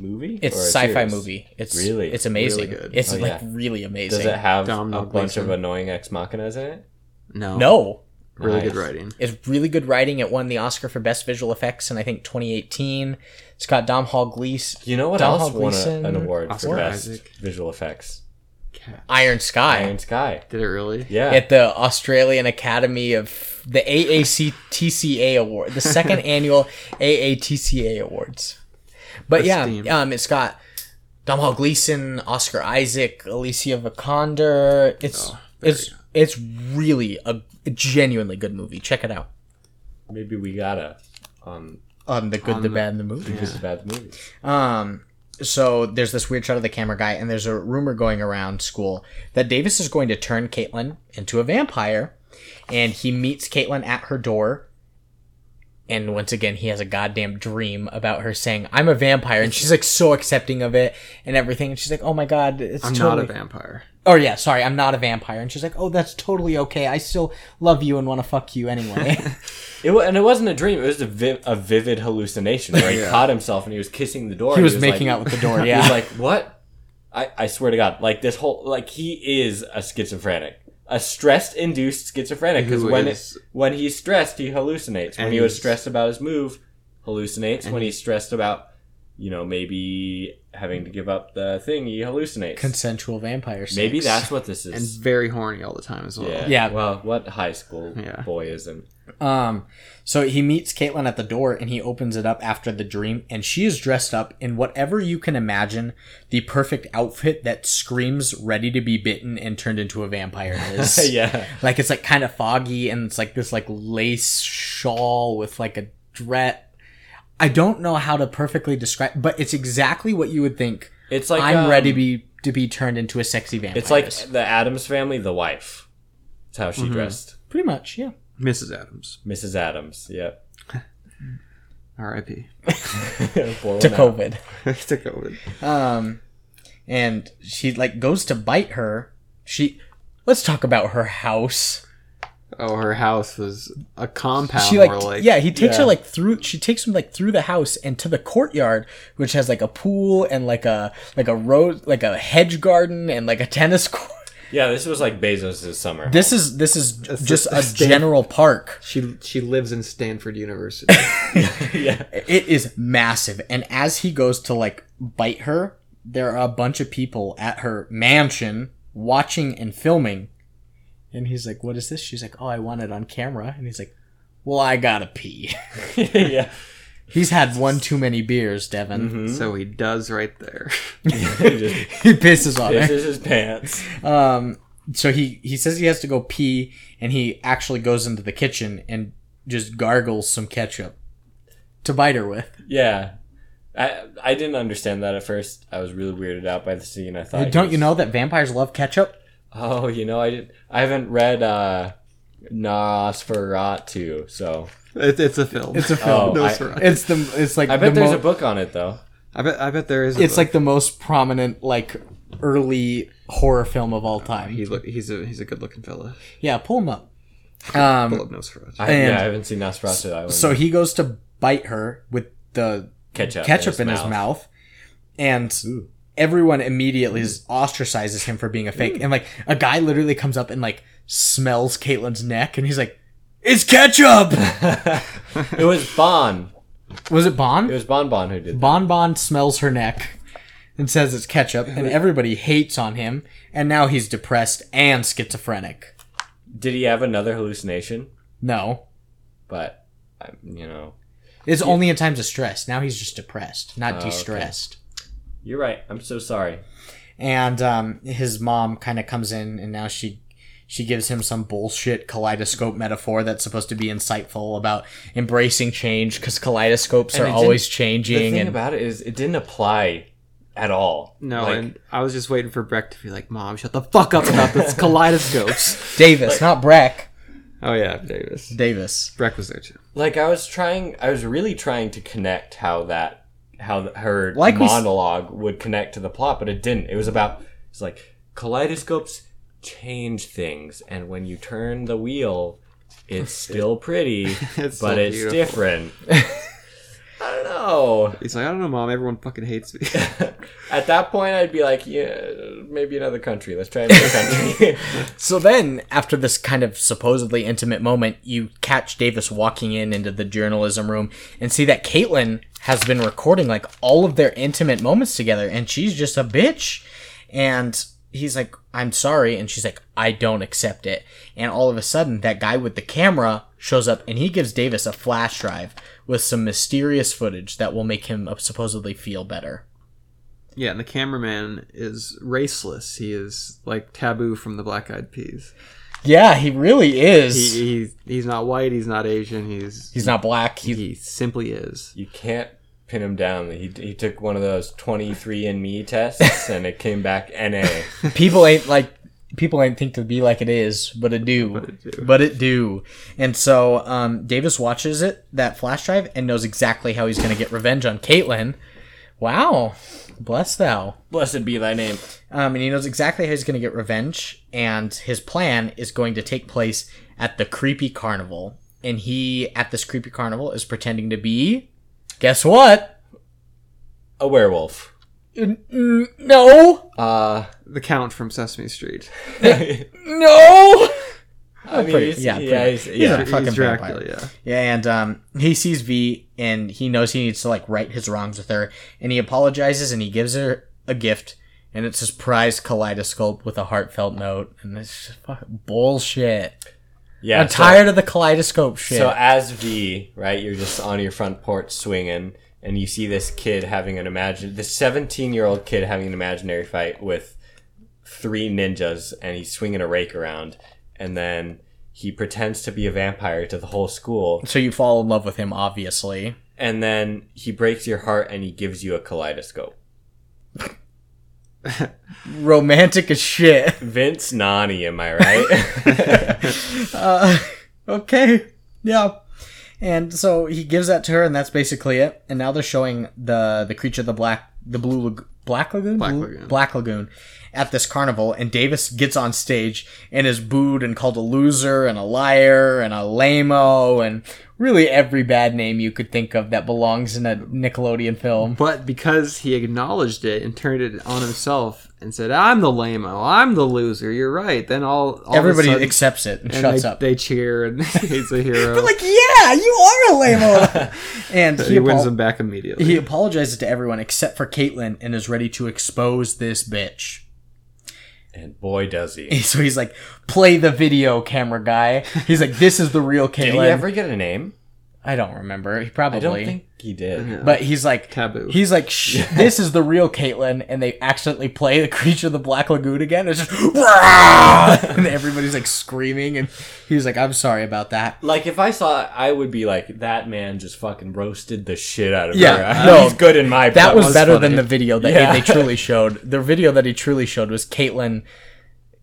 Speaker 2: movie?
Speaker 5: It's
Speaker 2: or
Speaker 5: a
Speaker 2: a
Speaker 5: sci-fi
Speaker 2: series?
Speaker 5: movie. It's
Speaker 2: Really?
Speaker 5: really, it's amazing.
Speaker 4: Really good.
Speaker 5: It's
Speaker 2: Oh,
Speaker 5: like
Speaker 2: yeah.
Speaker 5: really
Speaker 2: Does
Speaker 5: amazing.
Speaker 2: it have a
Speaker 4: Domhnall
Speaker 2: bunch of
Speaker 4: Gleeson.
Speaker 2: annoying ex machinas in it?
Speaker 4: No.
Speaker 5: no,
Speaker 4: Really
Speaker 2: Nice.
Speaker 4: good writing.
Speaker 5: it's really good writing. It won the Oscar for best visual effects in I think 2018. It's got Domhnall Gleeson,
Speaker 2: You know what
Speaker 5: Domhnall
Speaker 2: else won
Speaker 5: Gleeson,
Speaker 2: a, an award
Speaker 4: Oscar
Speaker 2: for best
Speaker 4: Isaac.
Speaker 2: visual effects?
Speaker 5: Iron Sky
Speaker 2: Iron Sky.
Speaker 4: Did it really?
Speaker 2: Yeah.
Speaker 5: at the Australian Academy of the AACTCA award, the second annual AATCA awards. But
Speaker 4: Esteem.
Speaker 5: yeah, um, it's got Domhnall Gleeson, Oscar Isaac, Alicia Vikander. It's it's it's really a genuinely good movie. Check it out.
Speaker 2: Maybe we gotta on
Speaker 5: on the good, the, bad, and the movie.
Speaker 2: this bad movie.
Speaker 5: Um, so there's this weird shot of the camera guy, and there's a rumor going around school that Davis is going to turn Caitlyn into a vampire, and he meets Caitlyn at her door. And once again, he has a goddamn dream about her saying, "I'm a vampire," and she's like so accepting of it and everything. And she's like, "Oh my god, it's
Speaker 4: I'm
Speaker 5: totally."
Speaker 4: not a vampire.
Speaker 5: or yeah, sorry, I'm not a vampire. And she's like, "Oh, that's totally okay. I still love you and want to fuck you anyway."
Speaker 2: It wa- and it wasn't a dream. It was a, vi- a vivid hallucination where (laughs) he
Speaker 4: Yeah.
Speaker 2: caught himself and he was kissing the
Speaker 5: he
Speaker 2: door. and
Speaker 5: was, making
Speaker 2: like,
Speaker 5: out with the door.
Speaker 2: He
Speaker 5: Yeah,
Speaker 2: was like, "What? I, I swear to God! Like this whole like he is a schizophrenic, a stress induced schizophrenic. Because
Speaker 4: Who
Speaker 2: when it,
Speaker 4: is-
Speaker 2: when he's stressed, he hallucinates. When
Speaker 4: And
Speaker 2: he was
Speaker 4: he's-
Speaker 2: stressed about his move, hallucinates. When he's stressed about, you know, maybe having to give up the thing, he hallucinates.
Speaker 5: Consensual vampire sex.
Speaker 2: maybe that's what this
Speaker 4: and
Speaker 2: is.
Speaker 4: very horny all the time as well.
Speaker 2: yeah.
Speaker 5: Yeah.
Speaker 2: Well, what high school
Speaker 4: Yeah.
Speaker 2: boy isn't? (laughs)
Speaker 5: Um, so he meets Caitlin at the door and he opens it up after the dream, and she is dressed up in whatever you can imagine the perfect outfit that screams ready to be bitten and turned into a vampire
Speaker 2: (laughs)
Speaker 5: is.
Speaker 2: yeah.
Speaker 5: Like it's like kind of foggy and it's like this like lace shawl with like a dress. I don't know how to perfectly describe, but it's exactly what you would think.
Speaker 2: It's like
Speaker 5: I'm
Speaker 2: um,
Speaker 5: ready to be to be turned into a sexy vampire.
Speaker 2: It's like
Speaker 5: is.
Speaker 2: the Adams family, the wife. That's how she
Speaker 4: Mm-hmm.
Speaker 2: dressed.
Speaker 5: pretty much, yeah.
Speaker 4: Mrs. Adams,
Speaker 2: Mrs. Adams. Yep. (laughs)
Speaker 4: R.I.P. (laughs)
Speaker 2: Poor one
Speaker 5: To
Speaker 2: out.
Speaker 5: COVID.
Speaker 4: Took over.
Speaker 5: Um, and she like goes to bite her. She let's talk about her house.
Speaker 4: Oh, her house was a compound.
Speaker 5: She like,
Speaker 4: more like
Speaker 5: yeah, he takes her
Speaker 2: yeah.
Speaker 5: like through. She takes him like through the house and to the courtyard, which has like a pool and like a like a road like a hedge garden and like a tennis court.
Speaker 2: Yeah, this was like
Speaker 5: (laughs)
Speaker 2: Bezos' summer.
Speaker 5: This is this is just
Speaker 4: a
Speaker 5: a
Speaker 4: state-
Speaker 5: general park.
Speaker 4: She she lives in
Speaker 2: (laughs)
Speaker 4: Stanford University.
Speaker 2: yeah.
Speaker 5: It is massive, and as he goes to like bite her, there are a bunch of people at her mansion watching and filming. And he's like, "What is this?" She's like, "Oh, I want it on camera." And he's like, "Well, I gotta pee." (laughs)
Speaker 2: (laughs) yeah.
Speaker 5: he's had one too many beers, Devin.
Speaker 4: so he does right there. (laughs)
Speaker 2: He just
Speaker 5: (laughs) He pisses on her.
Speaker 2: pisses his pants.
Speaker 5: Um, so he he says he has to go pee, and he actually goes into the kitchen and just gargles some ketchup to bite her with.
Speaker 2: Yeah. I I didn't understand that at first. I was really weirded out by the scene. I thought,
Speaker 5: Don't you know that vampires love
Speaker 2: (laughs)
Speaker 5: ketchup?
Speaker 2: Oh, you know, I didn't. I haven't read uh, Nosferatu, so
Speaker 4: It, it's a film. It's a
Speaker 2: film.
Speaker 4: no,
Speaker 2: Oh, I-
Speaker 4: it's right.
Speaker 5: It's the it's like
Speaker 2: I bet
Speaker 5: the
Speaker 2: there's
Speaker 5: mo-
Speaker 2: a book on it though.
Speaker 4: I bet I bet there is. A
Speaker 5: it's
Speaker 4: book.
Speaker 5: like the most prominent like early horror film of all time.
Speaker 4: he look, he's a he's a good looking fella.
Speaker 5: Yeah, pull him up.
Speaker 4: Full
Speaker 5: Um,
Speaker 4: of Nosferatu.
Speaker 2: I,
Speaker 5: And-
Speaker 2: yeah, I haven't seen Nosferatu. I
Speaker 5: so he goes to bite her with the
Speaker 2: ketchup,
Speaker 5: ketchup in his, mouth, and everyone immediately is- ostracizes him for being a fake. And like a guy literally comes up and like smells Caitlyn's neck, and he's like, "It's ketchup." (laughs)
Speaker 2: it was Bon.
Speaker 5: Was it
Speaker 2: It
Speaker 5: Bon?
Speaker 2: was Bon Bon who did. That.
Speaker 5: Bon Bon smells her neck and says it's ketchup, and everybody hates on him. And now he's depressed and schizophrenic.
Speaker 2: Did he have another hallucination?
Speaker 5: No.
Speaker 2: But I- you know,
Speaker 5: It's only in times of stress. Now he's just depressed, not
Speaker 2: Oh,
Speaker 5: de-stressed.
Speaker 2: you're right. I'm so sorry.
Speaker 5: And um, his mom kind of comes in, and now she she gives him some bullshit kaleidoscope metaphor that's supposed to be insightful about embracing change because kaleidoscopes
Speaker 2: And
Speaker 5: are
Speaker 2: it
Speaker 5: always
Speaker 2: didn't- The
Speaker 5: changing.
Speaker 2: thing
Speaker 5: And
Speaker 2: about it is, it didn't apply at all.
Speaker 4: no,
Speaker 2: Like,
Speaker 4: and I was just waiting for Breck to be like, "Mom, shut the fuck up about
Speaker 2: (laughs)
Speaker 4: this kaleidoscopes."
Speaker 5: Davis, not Breck.
Speaker 4: oh yeah, Davis.
Speaker 5: Davis.
Speaker 4: Breck was there too.
Speaker 2: like I was trying, I was really trying to connect how that, how th- her
Speaker 5: Like we s-
Speaker 2: monologue would connect to the plot, but it didn't. It was about it's like kaleidoscopes change things, and when you turn the wheel,
Speaker 4: (laughs)
Speaker 2: it's still pretty, but
Speaker 4: still
Speaker 2: it's
Speaker 4: beautiful. (laughs)
Speaker 2: different. I don't know.
Speaker 4: He's like, "I don't know, Mom. Everyone fucking
Speaker 5: (laughs)
Speaker 4: hates me."
Speaker 2: At that point, I'd be like, yeah, maybe another country. Let's try
Speaker 4: (laughs)
Speaker 2: another country.
Speaker 5: So then, after this kind of supposedly intimate moment, you catch Davis walking in into the journalism room and see that Caitlin has been recording like all of their intimate moments together, and she's just a bitch. And he's like, I'm sorry. And she's like, I don't accept it. And all of a sudden, that guy with the camera shows up and he gives Davis a flash drive with some mysterious footage that will make him uh, supposedly feel better.
Speaker 4: yeah, and the cameraman is raceless. He is like taboo from the Black Eyed Peas.
Speaker 5: Yeah, he really is.
Speaker 4: He, he's he's not white. He's not Asian. He's
Speaker 5: he's not black. He,
Speaker 4: he simply is.
Speaker 2: you can't pin him down. He, he took one of those 23andMe tests, and it came back NA.
Speaker 5: people ain't like people ain't think to be like it is but it do but
Speaker 4: it do.
Speaker 5: do. and so um, davis watches it that flash drive and knows exactly how he's going to get revenge on caitlin wow bless thou
Speaker 2: Blessed be thy name.
Speaker 5: um, and he knows exactly how he's going to get revenge and his plan is going to take place at the creepy carnival and he at this creepy carnival is pretending to be guess what
Speaker 2: A werewolf.
Speaker 5: N- n- no
Speaker 2: Uh,
Speaker 4: The Count from Sesame Street.
Speaker 5: no
Speaker 2: (laughs)
Speaker 5: (laughs)
Speaker 2: I mean,
Speaker 5: pretty-
Speaker 2: he's,
Speaker 5: yeah,
Speaker 2: yeah,
Speaker 5: pretty-
Speaker 2: he's,
Speaker 5: he's
Speaker 2: yeah.
Speaker 5: a fucking
Speaker 4: Dracula,
Speaker 5: vampire.
Speaker 4: yeah.
Speaker 5: Yeah, and um, he sees V, and he knows he needs to like right his wrongs with her, and he apologizes, and he gives her a gift, and it's his prized kaleidoscope with a heartfelt note, and this is fucking bullshit.
Speaker 2: yeah.
Speaker 5: I'm
Speaker 2: so-
Speaker 5: tired of the kaleidoscope shit.
Speaker 2: So as V, right, you're just on your front porch swinging, and you see this kid having an imagine this 17 year old kid having an imaginary fight with three ninjas, and he's swinging a rake around, and then he pretends to be a vampire to the whole school,
Speaker 5: so you fall in love with him, obviously.
Speaker 2: and then he breaks your heart and he gives you a kaleidoscope.
Speaker 5: Romantic as shit. (laughs)
Speaker 2: Vince Nani, am I (laughs) right?
Speaker 5: okay. Yeah. And so he gives that to her, and that's basically it. And now they're showing the the creature, the black, the blue lag- black lagoon,
Speaker 4: Black
Speaker 5: Blue-
Speaker 4: Lagoon.
Speaker 5: black lagoon, at this carnival. And Davis gets on stage and is booed and called a loser and a liar and a lameo and really every bad name you could think of that belongs in a Nickelodeon film.
Speaker 4: But because he acknowledged it and turned it on himself and said, "I'm the lameo, I'm the loser. You're right." Then all, all of a
Speaker 5: Everybody
Speaker 4: sudden-
Speaker 5: accepts it and,
Speaker 4: and
Speaker 5: shuts
Speaker 4: they,
Speaker 5: up.
Speaker 4: They cheer and (laughs)
Speaker 5: (laughs)
Speaker 4: he's a hero.
Speaker 5: They're like, yeah, you are a
Speaker 4: (laughs)
Speaker 5: lameo, and
Speaker 4: he wins
Speaker 5: apo-
Speaker 4: them back immediately.
Speaker 5: He apologizes to everyone except for Caitlyn and is ready to expose this bitch. (laughs)
Speaker 2: and boy, does he.
Speaker 5: So he's like, play the video camera guy. He's like, this is the real Caitlyn.
Speaker 2: Did he ever get a name?
Speaker 5: I don't remember. He
Speaker 2: I
Speaker 5: probably.
Speaker 2: don't think he did.
Speaker 5: But he's like,
Speaker 4: Taboo.
Speaker 5: He's like, Shh, this is the real Caitlyn, and they accidentally play the (laughs) creature of the Black Lagoon again. It's just, (laughs) "Rah!" and everybody's like screaming, and he's like, I'm sorry about that.
Speaker 2: Like if I saw it, I would be like, that man just fucking roasted the shit out of
Speaker 5: Yeah,
Speaker 2: her.
Speaker 5: no,
Speaker 2: he's good in my
Speaker 5: That
Speaker 2: book.
Speaker 5: was, better
Speaker 4: funny.
Speaker 5: than the video that
Speaker 2: Yeah.
Speaker 5: they truly showed. The video that he truly showed was Caitlyn.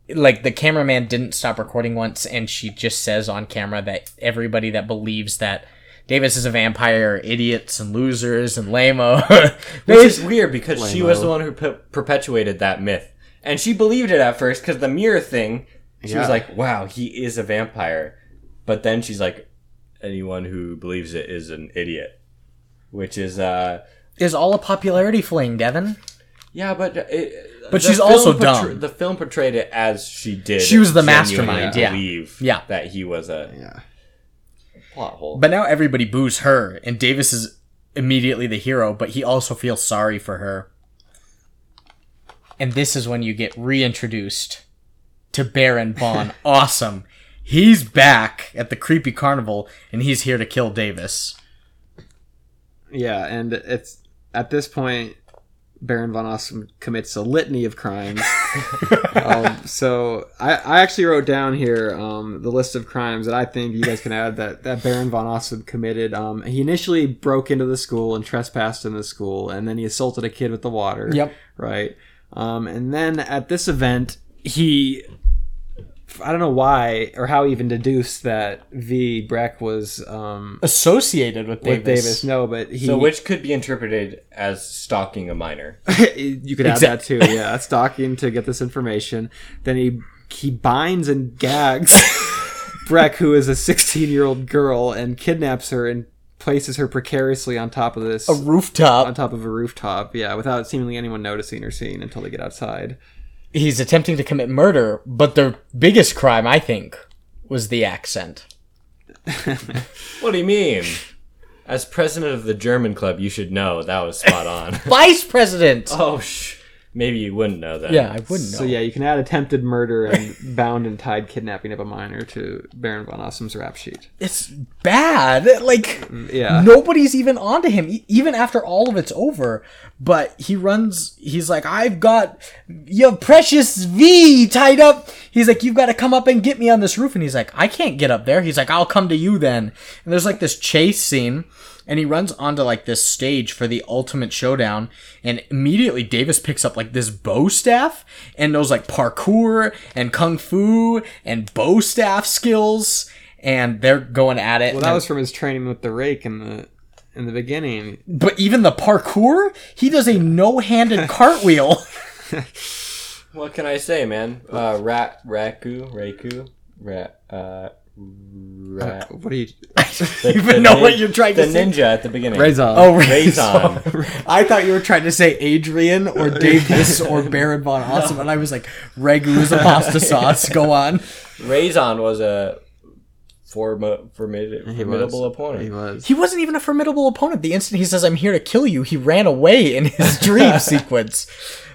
Speaker 5: Like the cameraman didn't stop recording once, and she just says on camera that everybody that believes that Davis is a vampire are idiots and losers and lameo. (laughs)
Speaker 2: Which is weird because she was
Speaker 4: Lame-o.
Speaker 2: the one who pe- perpetuated that myth, and she believed it at first because the mirror thing. She was
Speaker 4: Yeah.
Speaker 2: like, "Wow, he is a vampire," but then she's like, "Anyone who believes it is an idiot," which is uh,
Speaker 5: is all a popularity fling, Devin.
Speaker 2: yeah, but uh, it,
Speaker 5: But
Speaker 2: the
Speaker 5: she's
Speaker 2: film
Speaker 5: also
Speaker 2: portray-
Speaker 5: dumb.
Speaker 2: The film portrayed it as she did.
Speaker 5: She was the
Speaker 2: genuinely
Speaker 5: mastermind, yeah.
Speaker 2: believe
Speaker 5: Yeah.
Speaker 2: that he was a
Speaker 4: yeah.
Speaker 2: plot hole.
Speaker 5: But now everybody boos her, and Davis is immediately the hero, but he also feels sorry for her. And this is when you get reintroduced to Baron (laughs) Vaughn. awesome. He's back at the creepy carnival, and he's here to kill Davis.
Speaker 4: Yeah, and it's at this point Baron von Awesome commits a litany of crimes. um, so I, I actually wrote down here um, the list of crimes that I think you guys can add that, that Baron von Awesome committed. Um, he initially broke into the school and trespassed in the school, and then he assaulted a kid with the water.
Speaker 5: Yep.
Speaker 4: Right. Um, and then at this event, he I don't know why or how he even deduced that V Breck was um,
Speaker 5: Associated with Davis.
Speaker 4: with Davis. No, but he
Speaker 2: so, which could be interpreted as stalking a minor.
Speaker 4: you could add that too. Yeah, stalking to get this information. Then he he binds and (laughs) gags Breck, who is a 16 year old girl, and kidnaps her and places her precariously on top of this
Speaker 5: A rooftop.
Speaker 4: on top of a rooftop. Yeah, without seemingly anyone noticing or seeing until they get outside.
Speaker 5: He's attempting to commit murder, but the biggest crime, I think, was the accent.
Speaker 2: What do you mean? As president of the German club, you should know that was spot
Speaker 5: (laughs)
Speaker 2: on.
Speaker 5: Vice President!
Speaker 2: oh, sh- maybe you wouldn't know that.
Speaker 5: Uh, yeah, I wouldn't know.
Speaker 4: So yeah, you can add attempted murder and (laughs) bound and tied kidnapping of a minor to Baron von Awesom's rap sheet.
Speaker 5: It's bad. Like.
Speaker 4: Yeah.
Speaker 5: nobody's even onto him e- even after all of it's over but he runs he's like i've got your precious v tied up he's like you've got to come up and get me on this roof and he's like i can't get up there he's like i'll come to you then and there's like this chase scene and he runs onto like this stage for the ultimate showdown and immediately davis picks up like this bow staff and knows like parkour and kung fu and bow staff skills and they're going at it
Speaker 4: Well, that was from his training with the rake in the in the beginning.
Speaker 5: but even the parkour, he does a (laughs) no-handed cartwheel. (laughs)
Speaker 2: What can I say, man? Uh, rat, raku, raku, rat, uh,
Speaker 4: Uh, what are you?
Speaker 2: The,
Speaker 5: Even
Speaker 2: the
Speaker 5: know
Speaker 2: nin-
Speaker 5: what you're trying to
Speaker 2: The
Speaker 5: say.
Speaker 2: ninja at the beginning.
Speaker 4: Rezon.
Speaker 5: Oh,
Speaker 2: Raison.
Speaker 5: (laughs) Raison. I thought you were trying to say Adrian (laughs) or Davis or Baron von Awesome, and I was like, Ragu is a pasta sauce. Go on.
Speaker 2: Raison was a form- formid-
Speaker 4: He was.
Speaker 2: formidable opponent.
Speaker 4: He was.
Speaker 5: He wasn't even a formidable opponent. The instant he says, I'm here to kill you, he ran away in (laughs) his dream sequence.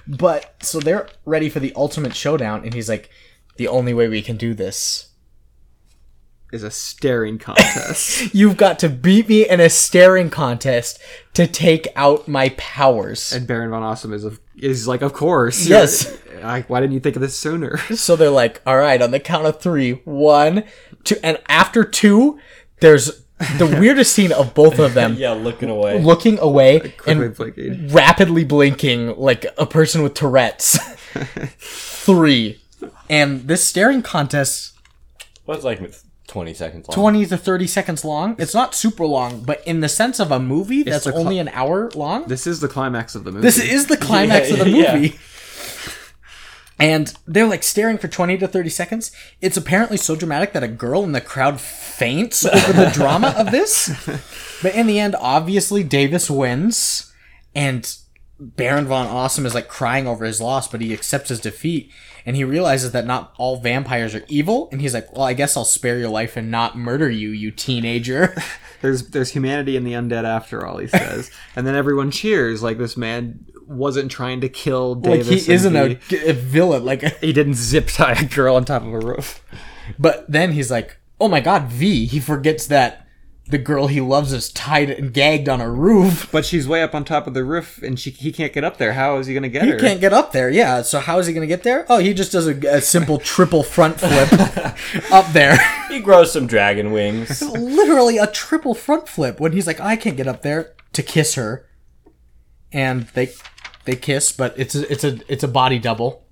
Speaker 5: But so they're ready for the ultimate showdown, and he's like, the only way we can do this.
Speaker 4: Is a staring (laughs) contest,
Speaker 5: You've got to beat me in a staring contest to take out my powers.
Speaker 4: and Baron von Awesome is of is like, of course.
Speaker 5: Yes.
Speaker 4: I, why didn't you think of this sooner? (laughs)
Speaker 5: So they're like, all right, on the count of three, one, two, and after two, there's
Speaker 4: (laughs)
Speaker 5: the weirdest scene of both of them
Speaker 2: Yeah, looking away.
Speaker 5: looking away
Speaker 4: Quickly
Speaker 5: and
Speaker 4: blinking.
Speaker 5: rapidly blinking like a person with
Speaker 4: (laughs)
Speaker 5: Tourette's. three. And this staring contest,
Speaker 2: What's like twenty seconds long?
Speaker 5: 20 to 30 seconds long. It's not super long, but in the sense of a movie that's
Speaker 4: the cl-
Speaker 5: only an hour long.
Speaker 4: This is the climax of the movie.
Speaker 5: This is the climax
Speaker 2: Yeah,
Speaker 5: of the
Speaker 2: yeah.
Speaker 5: movie. And they're like staring for 20 to 30 seconds. It's apparently so dramatic that a girl in the crowd faints over the drama of
Speaker 2: (laughs)
Speaker 5: this. But in the end, obviously, Davis wins. And Baron Von Awesome is like crying over his loss, but he accepts his defeat. And he realizes that not all vampires are evil. And he's like, well, I guess I'll spare your life and not murder you, you teenager. (laughs)
Speaker 4: there's there's humanity in the undead after all. He (laughs) says, and then everyone cheers like this man wasn't trying to kill
Speaker 5: like,
Speaker 4: Davis.
Speaker 5: he
Speaker 4: and
Speaker 5: isn't
Speaker 4: he-
Speaker 5: a, a villain. Like,
Speaker 4: He didn't zip tie a girl on top of a roof.
Speaker 5: But then he's like, "Oh my God, V!" He forgets that the girl he loves is tied and gagged on a roof.
Speaker 4: But she's way up on top of the roof, and she he can't get up there. How is he gonna get
Speaker 5: He
Speaker 4: her?
Speaker 5: can't get up there. Yeah. So how is he gonna get there? Oh, he just does a, a simple triple front (laughs) flip up there.
Speaker 2: He grows some dragon
Speaker 5: (laughs)
Speaker 2: wings.
Speaker 5: Literally a triple front flip when he's like, "I can't get up there to kiss her," and they they kiss, but it's a, it's a it's a body double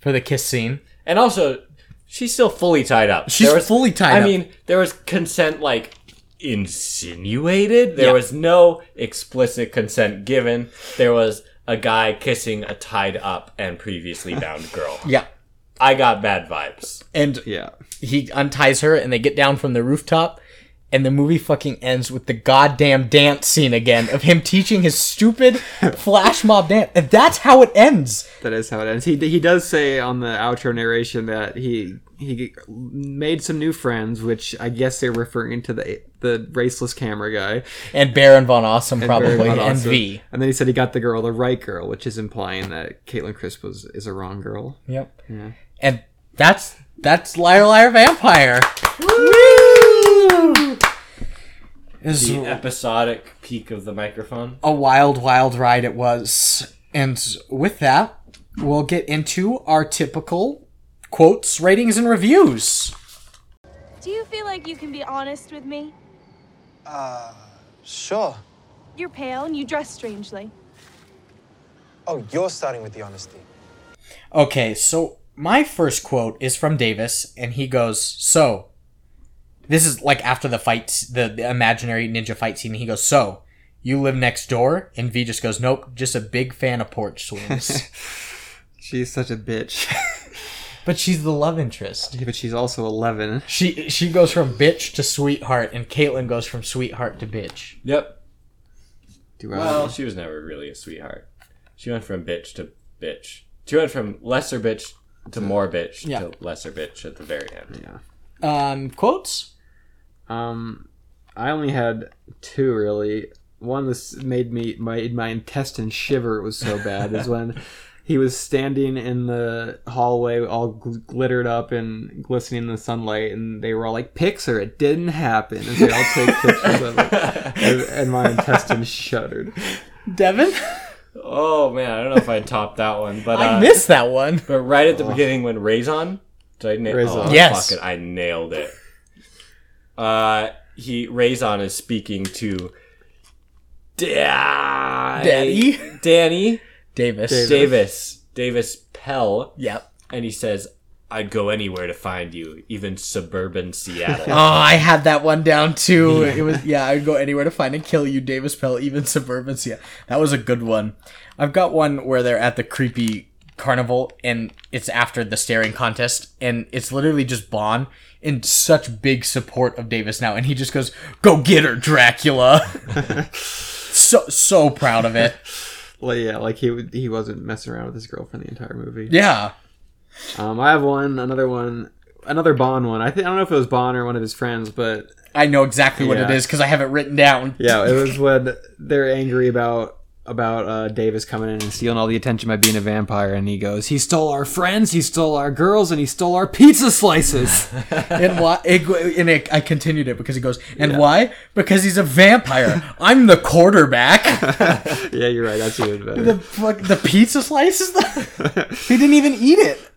Speaker 5: for the kiss scene.
Speaker 2: And also, she's still fully tied up.
Speaker 5: She's fully tied
Speaker 2: I
Speaker 5: up.
Speaker 2: mean, there was consent like insinuated. There
Speaker 5: Yeah.
Speaker 2: was no explicit consent given. There was a guy kissing a tied up and previously bound girl.
Speaker 5: (laughs) Yeah.
Speaker 2: I got bad vibes.
Speaker 5: And
Speaker 4: Yeah.
Speaker 5: he unties her and they get down from the rooftop and the movie fucking ends with the goddamn dance scene again of him teaching his (laughs) stupid flash mob dance and that's how it ends
Speaker 4: That is how it ends. He he does say on the outro narration that he he made some new friends, which I guess they're referring to the the raceless camera guy.
Speaker 5: and baron von awesome
Speaker 4: Very
Speaker 5: probably
Speaker 4: well
Speaker 5: and
Speaker 4: also.
Speaker 5: v
Speaker 4: And then he said he got the girl, the right girl, which is implying that Caitlin Crisp was is a wrong girl.
Speaker 5: yep and that's that's liar liar vampire This
Speaker 2: The
Speaker 5: is
Speaker 2: episodic peak of the microphone.
Speaker 5: a wild wild ride it was and with that we'll get into our typical quotes ratings and reviews
Speaker 6: Do you feel like you can be honest with me?
Speaker 3: Sure.
Speaker 6: You're pale and you dress strangely.
Speaker 3: Oh, you're starting with the honesty.
Speaker 5: Okay, so my first quote is from Davis, and he goes, So, this is like after the fight, the, the imaginary ninja fight scene. He goes, So, you live next door? And V just goes, Nope, just a big fan of porch swings.
Speaker 4: She's such a bitch.
Speaker 5: (laughs)
Speaker 4: (laughs)
Speaker 5: but she's the love interest.
Speaker 4: but she's also eleven.
Speaker 5: She she goes from bitch to sweetheart, and Caitlyn goes from sweetheart to bitch.
Speaker 2: Yep.
Speaker 4: Do
Speaker 2: Well, she was never really a sweetheart. She went from bitch to bitch. She went from lesser bitch to more bitch
Speaker 5: Yeah.
Speaker 2: to lesser bitch at the very end.
Speaker 5: Um, quotes?
Speaker 4: Um, I only had two really. One that made me made my intestines shiver. It was so bad. is when he was standing in the hallway, all gl- glittered up and glistening in the sunlight, and they were all like, "Pixar, it didn't happen." And they all take pictures of it, and, and my intestines shuddered.
Speaker 5: Devin?
Speaker 2: Oh man, I don't know if I topped that one, but
Speaker 5: I
Speaker 2: uh,
Speaker 5: missed that one.
Speaker 2: But right at the beginning, when Raison, did I nail?
Speaker 4: Raison.
Speaker 2: Oh,
Speaker 5: Yes.
Speaker 2: fuck it, I nailed it. Uh, he Raison is speaking to da-
Speaker 5: Danny?
Speaker 2: Danny
Speaker 5: Davis.
Speaker 2: Davis Davis Pell,
Speaker 5: Yep.
Speaker 2: and he says, "I'd go anywhere to find you, even suburban
Speaker 5: Oh,
Speaker 2: Seattle."
Speaker 5: I had that one down too. It was yeah, I'd go anywhere to find and kill you, Davis Pell, even suburbans. Yeah, that was a good one. I've got one where they're at the creepy carnival and it's after the staring contest and it's literally just Bond in such big support of Davis now and he just goes, Go get her, Dracula. so so proud of it.
Speaker 4: Like, yeah, like he would- he wasn't messing around with his girlfriend the entire movie.
Speaker 5: Yeah.
Speaker 4: Um, I have one, another one, another Bond one. I think I don't know if it was Bond or one of his friends, but
Speaker 5: I know exactly what it
Speaker 4: Yeah.
Speaker 5: is because I have it written down.
Speaker 4: yeah, it was when they're angry about about uh, Davis coming in and stealing all the attention by being a vampire, and he goes, "He stole our friends, he stole our girls, and he stole our
Speaker 5: (laughs)
Speaker 4: pizza slices."
Speaker 5: And why? It, go- and it, I continued it because he goes, and why? Because he's a vampire. I'm the quarterback.
Speaker 4: yeah, you're right. That's even better.
Speaker 5: the fuck, the pizza slices. he didn't even eat it.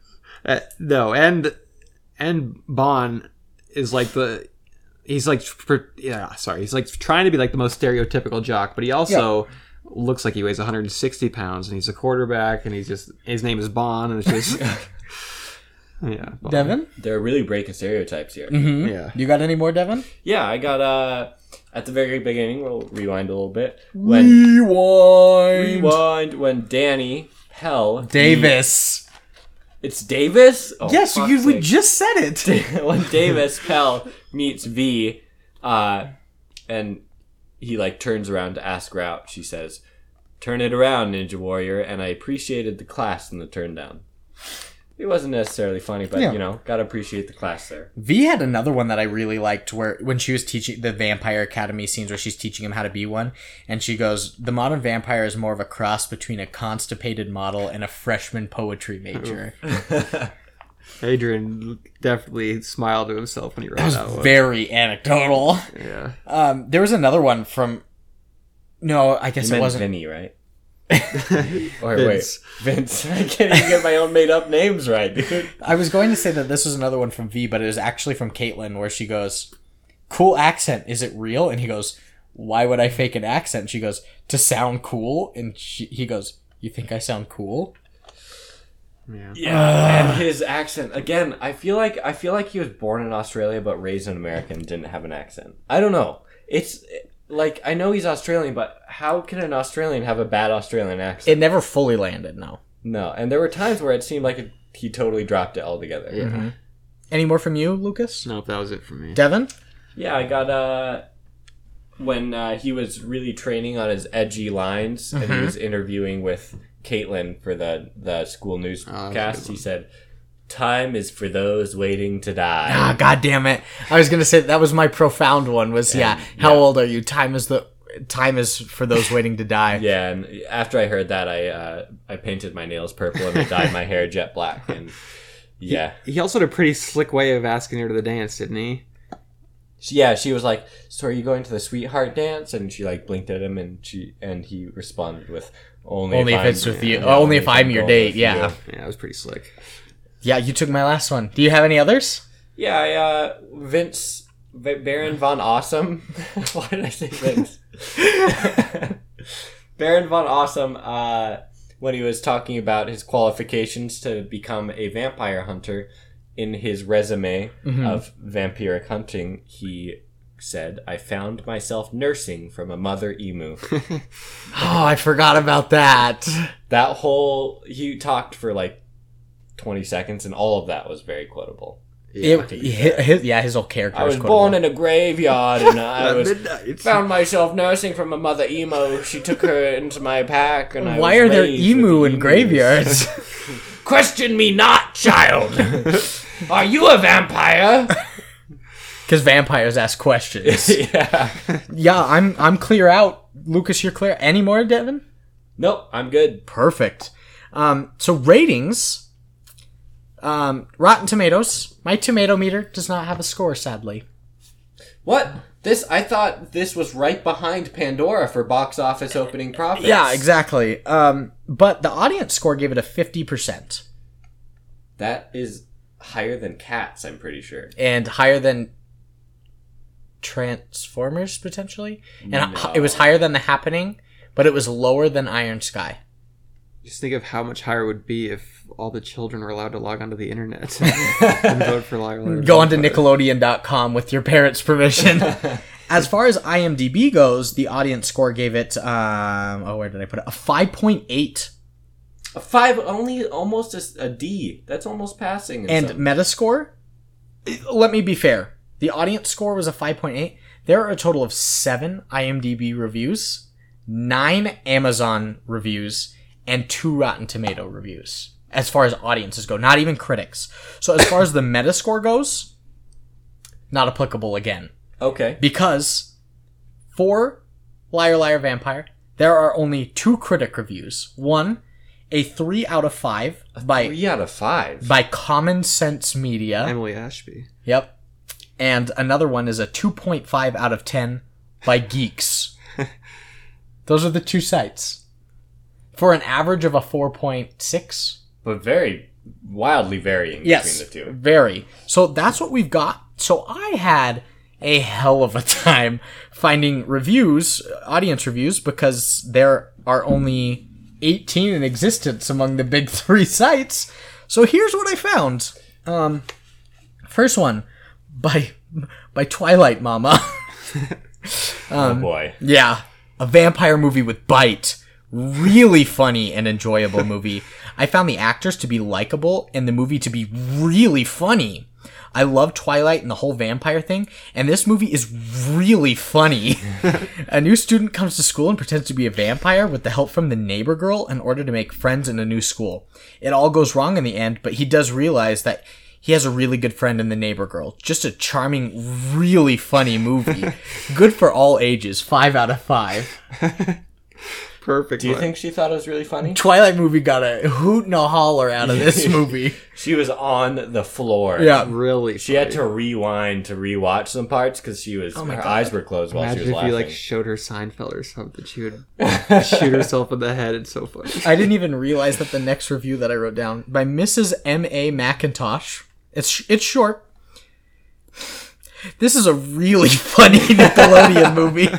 Speaker 4: Uh, no, and and Bond is like the he's like tr- yeah, sorry, he's like trying to be like the most stereotypical jock, but he also looks like he weighs 160 pounds and he's a quarterback and he's just his name is Bond and
Speaker 5: (laughs)
Speaker 4: it's just (laughs) yeah, Bond.
Speaker 5: Devin,
Speaker 2: They're really breaking stereotypes here.
Speaker 5: Mm-hmm.
Speaker 4: yeah.
Speaker 5: you got any more, Devin?
Speaker 2: Yeah, I got uh at the very beginning. We'll rewind a little bit when
Speaker 5: Rewind.
Speaker 2: rewind when Danny Pell
Speaker 5: Davis.
Speaker 2: It's Davis. Oh,
Speaker 5: yes,
Speaker 2: fuck's
Speaker 5: you we
Speaker 2: sake.
Speaker 5: just said it.
Speaker 2: (laughs) when Davis Pell meets V, uh, and he like turns around to ask her out. She says, "Turn it around, Ninja Warrior." And I appreciated the class in the turn down. It wasn't necessarily funny, but
Speaker 5: Yeah.
Speaker 2: you know, gotta appreciate the class there.
Speaker 5: V had another one that I really liked, where when she was teaching the Vampire Academy scenes, where she's teaching him how to be one, and she goes, "The modern vampire is more of a cross between a constipated model and a freshman poetry major."
Speaker 4: Adrian definitely smiled to himself when he read that, one.
Speaker 5: Very anecdotal.
Speaker 4: yeah.
Speaker 5: Um, there was another one from. No, I guess
Speaker 2: You
Speaker 5: it
Speaker 2: meant
Speaker 5: wasn't.
Speaker 2: Vinny, right? or wait,
Speaker 4: Vince.
Speaker 2: Vince. (laughs) I can't even get my own made up names right, dude.
Speaker 5: I was going to say that this was another one from V, but it was actually from Caitlin, where she goes, "Cool accent, is it real?" And he goes, "Why would I fake an accent?" She goes, "To sound cool," and she, he goes, "You think I sound cool?"
Speaker 2: Yeah, and his accent again. I feel like I feel like he was born in Australia but raised in America and didn't have an accent. I don't know. It's like I know he's Australian, but how can an Australian have a bad Australian accent?
Speaker 5: It never fully landed. No.
Speaker 2: no, and there were times where it seemed like it, he totally dropped it altogether. Yeah,
Speaker 5: Any more from you, Lucas?
Speaker 4: Nope, that was it for me.
Speaker 5: Devin.
Speaker 2: I got uh when uh, he was really training on his edgy lines and
Speaker 5: Mm-hmm.
Speaker 2: he was interviewing with Caitlin for the the
Speaker 5: Oh,
Speaker 2: school newscast. he said, "Time is for those waiting to die."
Speaker 5: (laughs) Ah, God damn it! I was gonna say that was my profound one. Was yeah. How old are you? Time is the time is for those waiting to die.
Speaker 2: Yeah, and after I heard that, I uh, I painted my nails purple and I dyed my hair jet
Speaker 5: (laughs)
Speaker 2: black, and yeah,
Speaker 4: He also had a pretty slick way of asking her to the dance, didn't he?
Speaker 2: She- yeah. She was like, "So are you going to the sweetheart dance?" And she like blinked at him, and she and he responded with, "Only,
Speaker 5: Only if
Speaker 2: I'm-
Speaker 5: it's with you.
Speaker 2: yeah,
Speaker 5: only if I'm your
Speaker 2: going
Speaker 5: date.
Speaker 2: with
Speaker 5: Yeah.
Speaker 2: you."
Speaker 4: Yeah, it was pretty slick.
Speaker 5: Yeah, you took my last one. Do you have any others?
Speaker 2: Yeah, I, uh, Vince v- Baron von Awesome. (laughs) Why did I say Vince? Baron von Awesome. Uh, when he was talking about his qualifications to become a vampire hunter, in his resume of vampiric hunting, he said, "I found myself nursing from a mother emu."
Speaker 5: Oh, I forgot about that.
Speaker 2: that whole he talked for like twenty seconds, and all of that was very quotable.
Speaker 5: Yeah, his, yeah, his whole character.
Speaker 2: I was
Speaker 5: quotable.
Speaker 2: born in a graveyard, and I was
Speaker 4: midnight.
Speaker 2: found myself nursing from a mother emo. She took her into my pack, and I
Speaker 5: Why
Speaker 2: was
Speaker 5: are there
Speaker 2: raised
Speaker 5: emu
Speaker 2: with
Speaker 5: in
Speaker 2: emus. (laughs)
Speaker 5: graveyards?
Speaker 2: Question me
Speaker 5: (laughs)
Speaker 2: not, child. are you a vampire?
Speaker 5: Because vampires ask questions.
Speaker 2: (laughs) yeah.
Speaker 5: (laughs) yeah, I'm I'm clear out. Lucas, you're clear. Any more, Devin?
Speaker 2: Nope, I'm good.
Speaker 5: Perfect. Um, so ratings. Um, Rotten Tomatoes. My tomato meter does not have a score, sadly.
Speaker 2: What? This I thought this was right behind Pandora for box office opening profits.
Speaker 5: Yeah, exactly. Um, but the audience score gave it a fifty percent
Speaker 2: That is higher than Cats, I'm pretty sure.
Speaker 5: and higher than Transformers potentially, and h- it was higher than The Happening, but it was lower than Iron Sky.
Speaker 4: Just think of how much higher it would be if all the children were allowed to log onto the internet and vote for Lyle.
Speaker 5: Go on to Nickelodeon.com with your parents' permission. as far as IMDb goes, the audience score gave it um, oh where did I put it a five point eight.
Speaker 2: A five, only almost a, s- a D. That's almost passing. in
Speaker 5: And
Speaker 2: some-
Speaker 5: Metascore, let me be fair. The audience score was a 5.8. There are a total of seven IMDb reviews, nine Amazon reviews, and two Rotten Tomato reviews. As far as audiences go, not even critics. So as far as the Metascore goes, not applicable again
Speaker 2: okay,
Speaker 5: because for Liar Liar Vampire, there are only two critic reviews. One, a three out of five by
Speaker 2: three out of five.
Speaker 5: by Common Sense Media.
Speaker 4: Emily Ashby.
Speaker 5: Yep. And another one is a 2.5 out of 10 by Geeks. Those are the two sites. For an average of a 4.6.
Speaker 2: but very wildly varying
Speaker 5: Yes.
Speaker 2: between the two.
Speaker 5: Very. So that's what we've got. So I had a hell of a (laughs) time finding reviews, uh, audience reviews, because there are only 18 in existence among the big (laughs) three sites. So here's what I found. Um, first one by by Twilight Mama. (laughs) Um,
Speaker 2: oh boy,
Speaker 5: Yeah. A vampire movie with bite. Really funny and enjoyable movie. I found the actors to be likable and the movie to be really funny. I love Twilight and the whole vampire thing, and this movie is really funny. (laughs) a new student comes to school and pretends to be a vampire with the help from the neighbor girl in order to make friends in a new school. It all goes wrong in the end, but he does realize that he has a really good friend in the neighbor girl. Just a charming, really funny movie. good for all ages. Five out of five.
Speaker 4: Perfect.
Speaker 2: do you
Speaker 4: one.
Speaker 2: think she thought it was really funny?
Speaker 5: Twilight movie got a hoot and a holler out of this movie.
Speaker 2: She was on the floor.
Speaker 5: Yeah.
Speaker 4: really?
Speaker 2: She had to rewind to rewatch some parts because she was her eyes were closed while
Speaker 4: Imagine
Speaker 2: she
Speaker 4: if
Speaker 2: was
Speaker 4: you
Speaker 2: laughing.
Speaker 4: like showed her Seinfeld or something. She would shoot herself in the head. It's so funny.
Speaker 5: I didn't even realize that the next review that I wrote down by Mrs. M. A. McIntosh. It's sh- it's short. This is a really (laughs) funny (laughs) Nickelodeon movie.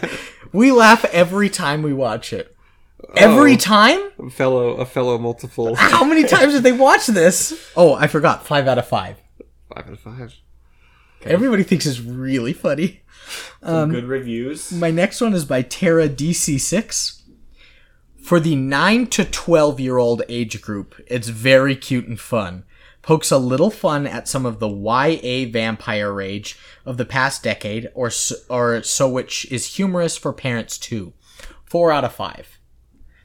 Speaker 5: We laugh every time we watch it. Every
Speaker 4: Oh.
Speaker 5: time?
Speaker 4: A fellow, a fellow multiple
Speaker 5: How many times did they watch this? Oh, I forgot. Five out of five.
Speaker 4: five out of five.
Speaker 5: Everybody thinks it's really funny.
Speaker 4: Um,
Speaker 2: Some good reviews.
Speaker 5: My next one is by Tara DC6. For the 9 to 12 year old age group, it's very cute and fun. Pokes a little fun at some of the YA vampire rage of the past decade, or so, or so which is humorous for parents too. 4 out of 5.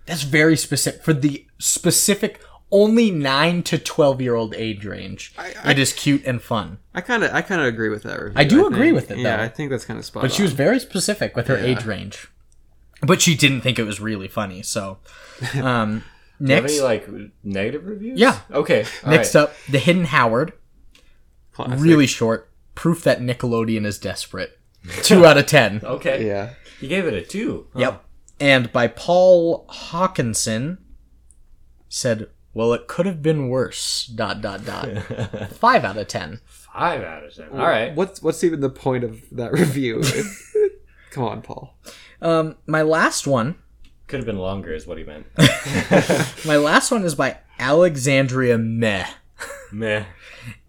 Speaker 5: That's very specific. For the specific only 9 to 12 year old age range, it is cute and fun.
Speaker 4: I kind of, I kind of agree with that review.
Speaker 5: I do
Speaker 4: think.
Speaker 5: agree with it,
Speaker 4: Yeah,
Speaker 5: though.
Speaker 4: I think that's kind of spot.
Speaker 5: But she was
Speaker 4: on.
Speaker 5: very specific with her age range. But she didn't think it was really funny. So, um,
Speaker 2: Do you have
Speaker 5: next,
Speaker 2: any like negative reviews?
Speaker 5: Yeah.
Speaker 2: Okay. all
Speaker 5: next
Speaker 2: right.
Speaker 5: up, The Hidden Howard.
Speaker 4: Classic.
Speaker 5: Really short. Proof that Nickelodeon is desperate. Two out of ten.
Speaker 2: Okay.
Speaker 4: Yeah.
Speaker 2: You gave it a two. huh?
Speaker 5: Yep. And by Paul Hawkinson said, "Well, it could have been worse." Dot dot dot. Five out of ten.
Speaker 2: Five out of ten. All right.
Speaker 4: What's What's even the point of that (laughs) review? Come on, Paul.
Speaker 5: Um, my last one.
Speaker 2: Could have been longer, is what he
Speaker 4: (laughs)
Speaker 2: meant.
Speaker 5: My last one is by Alexandria Meh.
Speaker 2: Meh.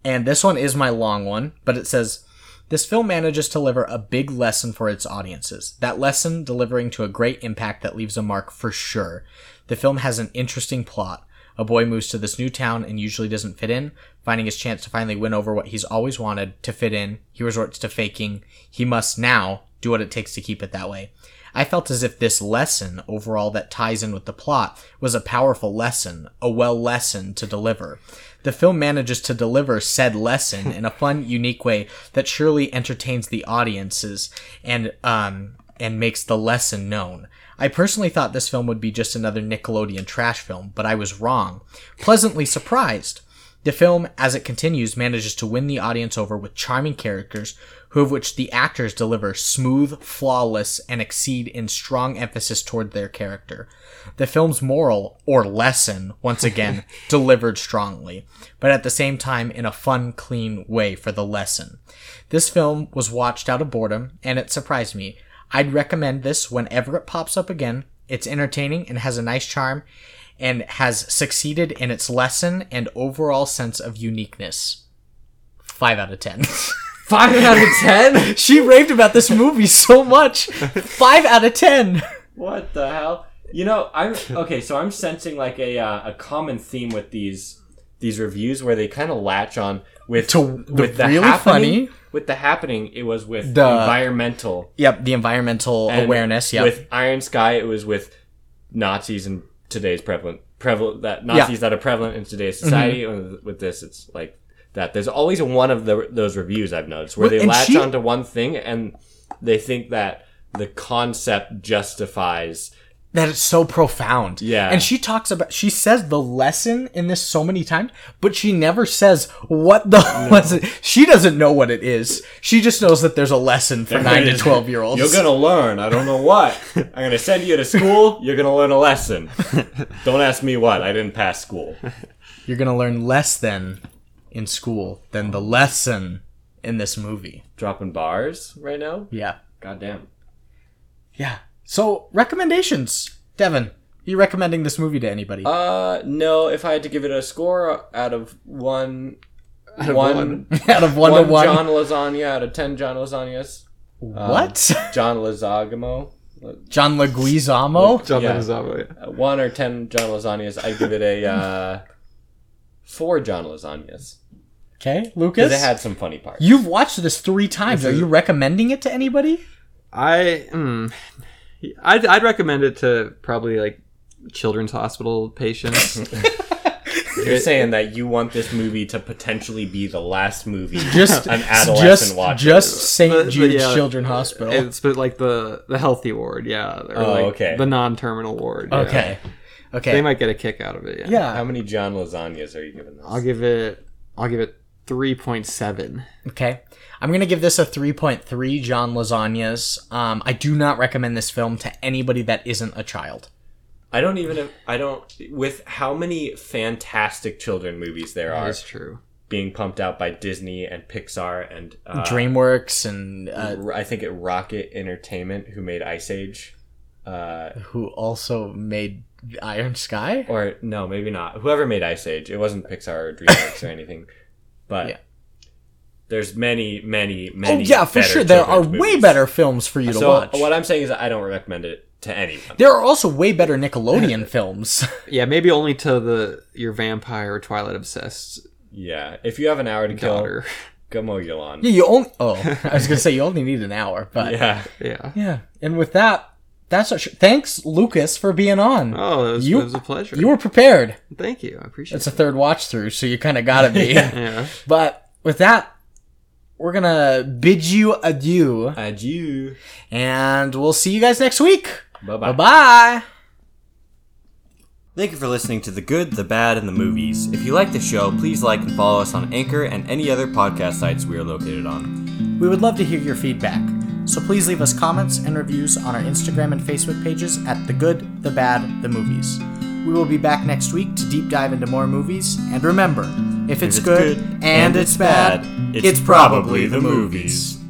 Speaker 5: And this one is my long one, but it says this film manages to deliver a big lesson for its audiences. That lesson delivering to a great impact that leaves a mark for sure. The film has an interesting plot. A boy moves to this new town and usually doesn't fit in. Finding his chance to finally win over what he's always wanted to fit in, he resorts to faking. He must now do what it takes to keep it that way. I felt as if this lesson overall that ties in with the plot was a powerful lesson, a well lesson to deliver. The film manages to deliver said lesson in a fun, (laughs) unique way that surely entertains the audiences and um and makes the lesson known. I personally thought this film would be just another Nickelodeon trash film, but I was wrong. Pleasantly surprised. The film, as it continues, manages to win the audience over with charming characters, who of which the actors deliver smooth, flawless, and exceed in strong emphasis toward their character. The film's moral, or lesson, once again, delivered strongly, but at the same time in a fun, clean way for the lesson. This film was watched out of boredom, and it surprised me. I'd recommend this whenever it pops up again. It's entertaining and has a nice charm, and has succeeded in its lesson and overall sense of uniqueness. Five out of ten. (laughs)
Speaker 2: Five out of ten. (laughs)
Speaker 5: she raved about this movie so much. Five out of ten.
Speaker 2: what the hell? You know,
Speaker 5: (laughs)
Speaker 2: I'm okay. So I'm sensing like a uh, a common theme with these these reviews where they kind of latch on with
Speaker 5: To the
Speaker 2: with
Speaker 5: really
Speaker 2: happening-
Speaker 5: funny-
Speaker 2: with the happening. It was with
Speaker 5: The-
Speaker 2: environmental
Speaker 5: Yep, the environmental
Speaker 2: and
Speaker 5: awareness. Yep.
Speaker 2: with Iron Sky, it was with Nazis and today's prevalent prevalent that Nazis that are prevalent in today's
Speaker 5: Mm-hmm.
Speaker 2: society. And With this, it's like that. There's always one of the, those reviews I've noticed where
Speaker 5: Well,
Speaker 2: they
Speaker 5: and
Speaker 2: latch
Speaker 5: she-
Speaker 2: onto one thing and they think that the concept justifies.
Speaker 5: that it's so profound.
Speaker 2: Yeah.
Speaker 5: And she talks about she says the lesson in this so many times, but she never says what the (laughs) lesson. She doesn't know what it is. She just knows that there's a lesson
Speaker 2: (laughs)
Speaker 5: for nine to twelve year olds.
Speaker 2: You're gonna learn. I don't
Speaker 5: (laughs)
Speaker 2: know what. I'm gonna send you to school. You're gonna learn a lesson. Don't ask me what. I didn't pass school.
Speaker 5: You're gonna learn less than in school than the lesson in this movie.
Speaker 2: Dropping bars right now.
Speaker 5: Yeah.
Speaker 2: Goddamn.
Speaker 5: Yeah. So recommendations, Devin. You recommending this movie to anybody?
Speaker 2: Uh, no. If I had to give it a score out of one, one,
Speaker 4: one.
Speaker 5: (laughs) Out of one, (laughs)
Speaker 2: one
Speaker 5: to one.
Speaker 2: John lasagna out of ten John lasagnas.
Speaker 5: what? (laughs)
Speaker 2: John Lazagamo.
Speaker 5: John Leguizamo.
Speaker 4: John
Speaker 2: Yeah.
Speaker 4: Leguizamo,
Speaker 2: Uh, One or ten John lasagnas. I give it a uh, four John lasagnas
Speaker 5: Okay,
Speaker 2: because
Speaker 5: Lucas.
Speaker 2: it had some funny parts.
Speaker 5: You've watched this three times. Are you recommending it to anybody?
Speaker 4: I, mm, I'd, I'd recommend it to probably like children's
Speaker 5: (laughs)
Speaker 4: hospital patients.
Speaker 2: You're saying that you want this movie to potentially be the
Speaker 5: (laughs)
Speaker 2: last movie
Speaker 5: Just
Speaker 2: an adolescent
Speaker 5: just
Speaker 2: watches.
Speaker 5: just
Speaker 4: But-
Speaker 5: St.
Speaker 4: but
Speaker 5: Jude's
Speaker 4: yeah,
Speaker 5: Children Hospital.
Speaker 4: It's but like the the healthy ward, yeah. Or
Speaker 2: Oh,
Speaker 4: like
Speaker 2: okay.
Speaker 4: The non-terminal ward. yeah.
Speaker 5: okay,
Speaker 4: They
Speaker 5: okay,
Speaker 4: might get a kick out of it. Yeah.
Speaker 5: yeah,
Speaker 2: How many John lasagnas are you giving this?
Speaker 4: I'll give it. I'll give it three point seven.
Speaker 5: okay. I'm gonna give this a 3.3 John Lasagnas. Um, I do not recommend this film to anybody that isn't a child.
Speaker 2: I don't even. I don't. With how many fantastic children movies there are
Speaker 4: That's true.
Speaker 2: being pumped out by Disney and Pixar and uh,
Speaker 5: DreamWorks and uh,
Speaker 2: I think it Rocket Entertainment who made Ice Age, uh,
Speaker 5: who also made Iron Sky.
Speaker 2: or no, maybe not. Whoever made Ice Age, it wasn't Pixar or DreamWorks or anything, but.
Speaker 5: Yeah.
Speaker 2: There's many, many,
Speaker 5: Oh
Speaker 2: many.
Speaker 5: yeah, for
Speaker 2: better
Speaker 5: sure. There are
Speaker 2: children's
Speaker 5: way
Speaker 2: movies.
Speaker 5: better films for you to
Speaker 2: So
Speaker 5: watch.
Speaker 2: what I'm saying is I don't recommend it to anyone.
Speaker 5: there are also way better Nickelodeon films. (laughs)
Speaker 4: Yeah, maybe only to the your vampire or Twilight obsessed
Speaker 2: Yeah, if you have an hour to kill,
Speaker 4: daughter. (laughs)
Speaker 2: go mow your lawn.
Speaker 5: yeah, you only. Oh, I was gonna say you only need an hour, but
Speaker 2: Yeah.
Speaker 4: Yeah.
Speaker 5: Yeah, and with that, that's our sh- thanks Lucas for being on.
Speaker 4: Oh, it was,
Speaker 5: You-
Speaker 4: it was a pleasure.
Speaker 5: You were prepared.
Speaker 4: Thank you. I appreciate
Speaker 5: It's a third watch through, so you kind of gotta be.
Speaker 4: it. Yeah.
Speaker 5: But with that, we're gonna bid you adieu,
Speaker 2: Adieu.
Speaker 5: and we'll see you guys next week.
Speaker 2: Bye
Speaker 5: Bye bye.
Speaker 2: Thank you for listening to The Good, the Bad, and the Movies. If you like the show, please like and follow us on Anchor and any other podcast sites we are located on.
Speaker 5: We would love to hear your feedback, so please leave us comments and reviews on our Instagram and Facebook pages at The Good, The Bad, The Movies. We will be back next week to deep dive into more movies, and remember, if it's, good, and, it's bad, it's probably the movies.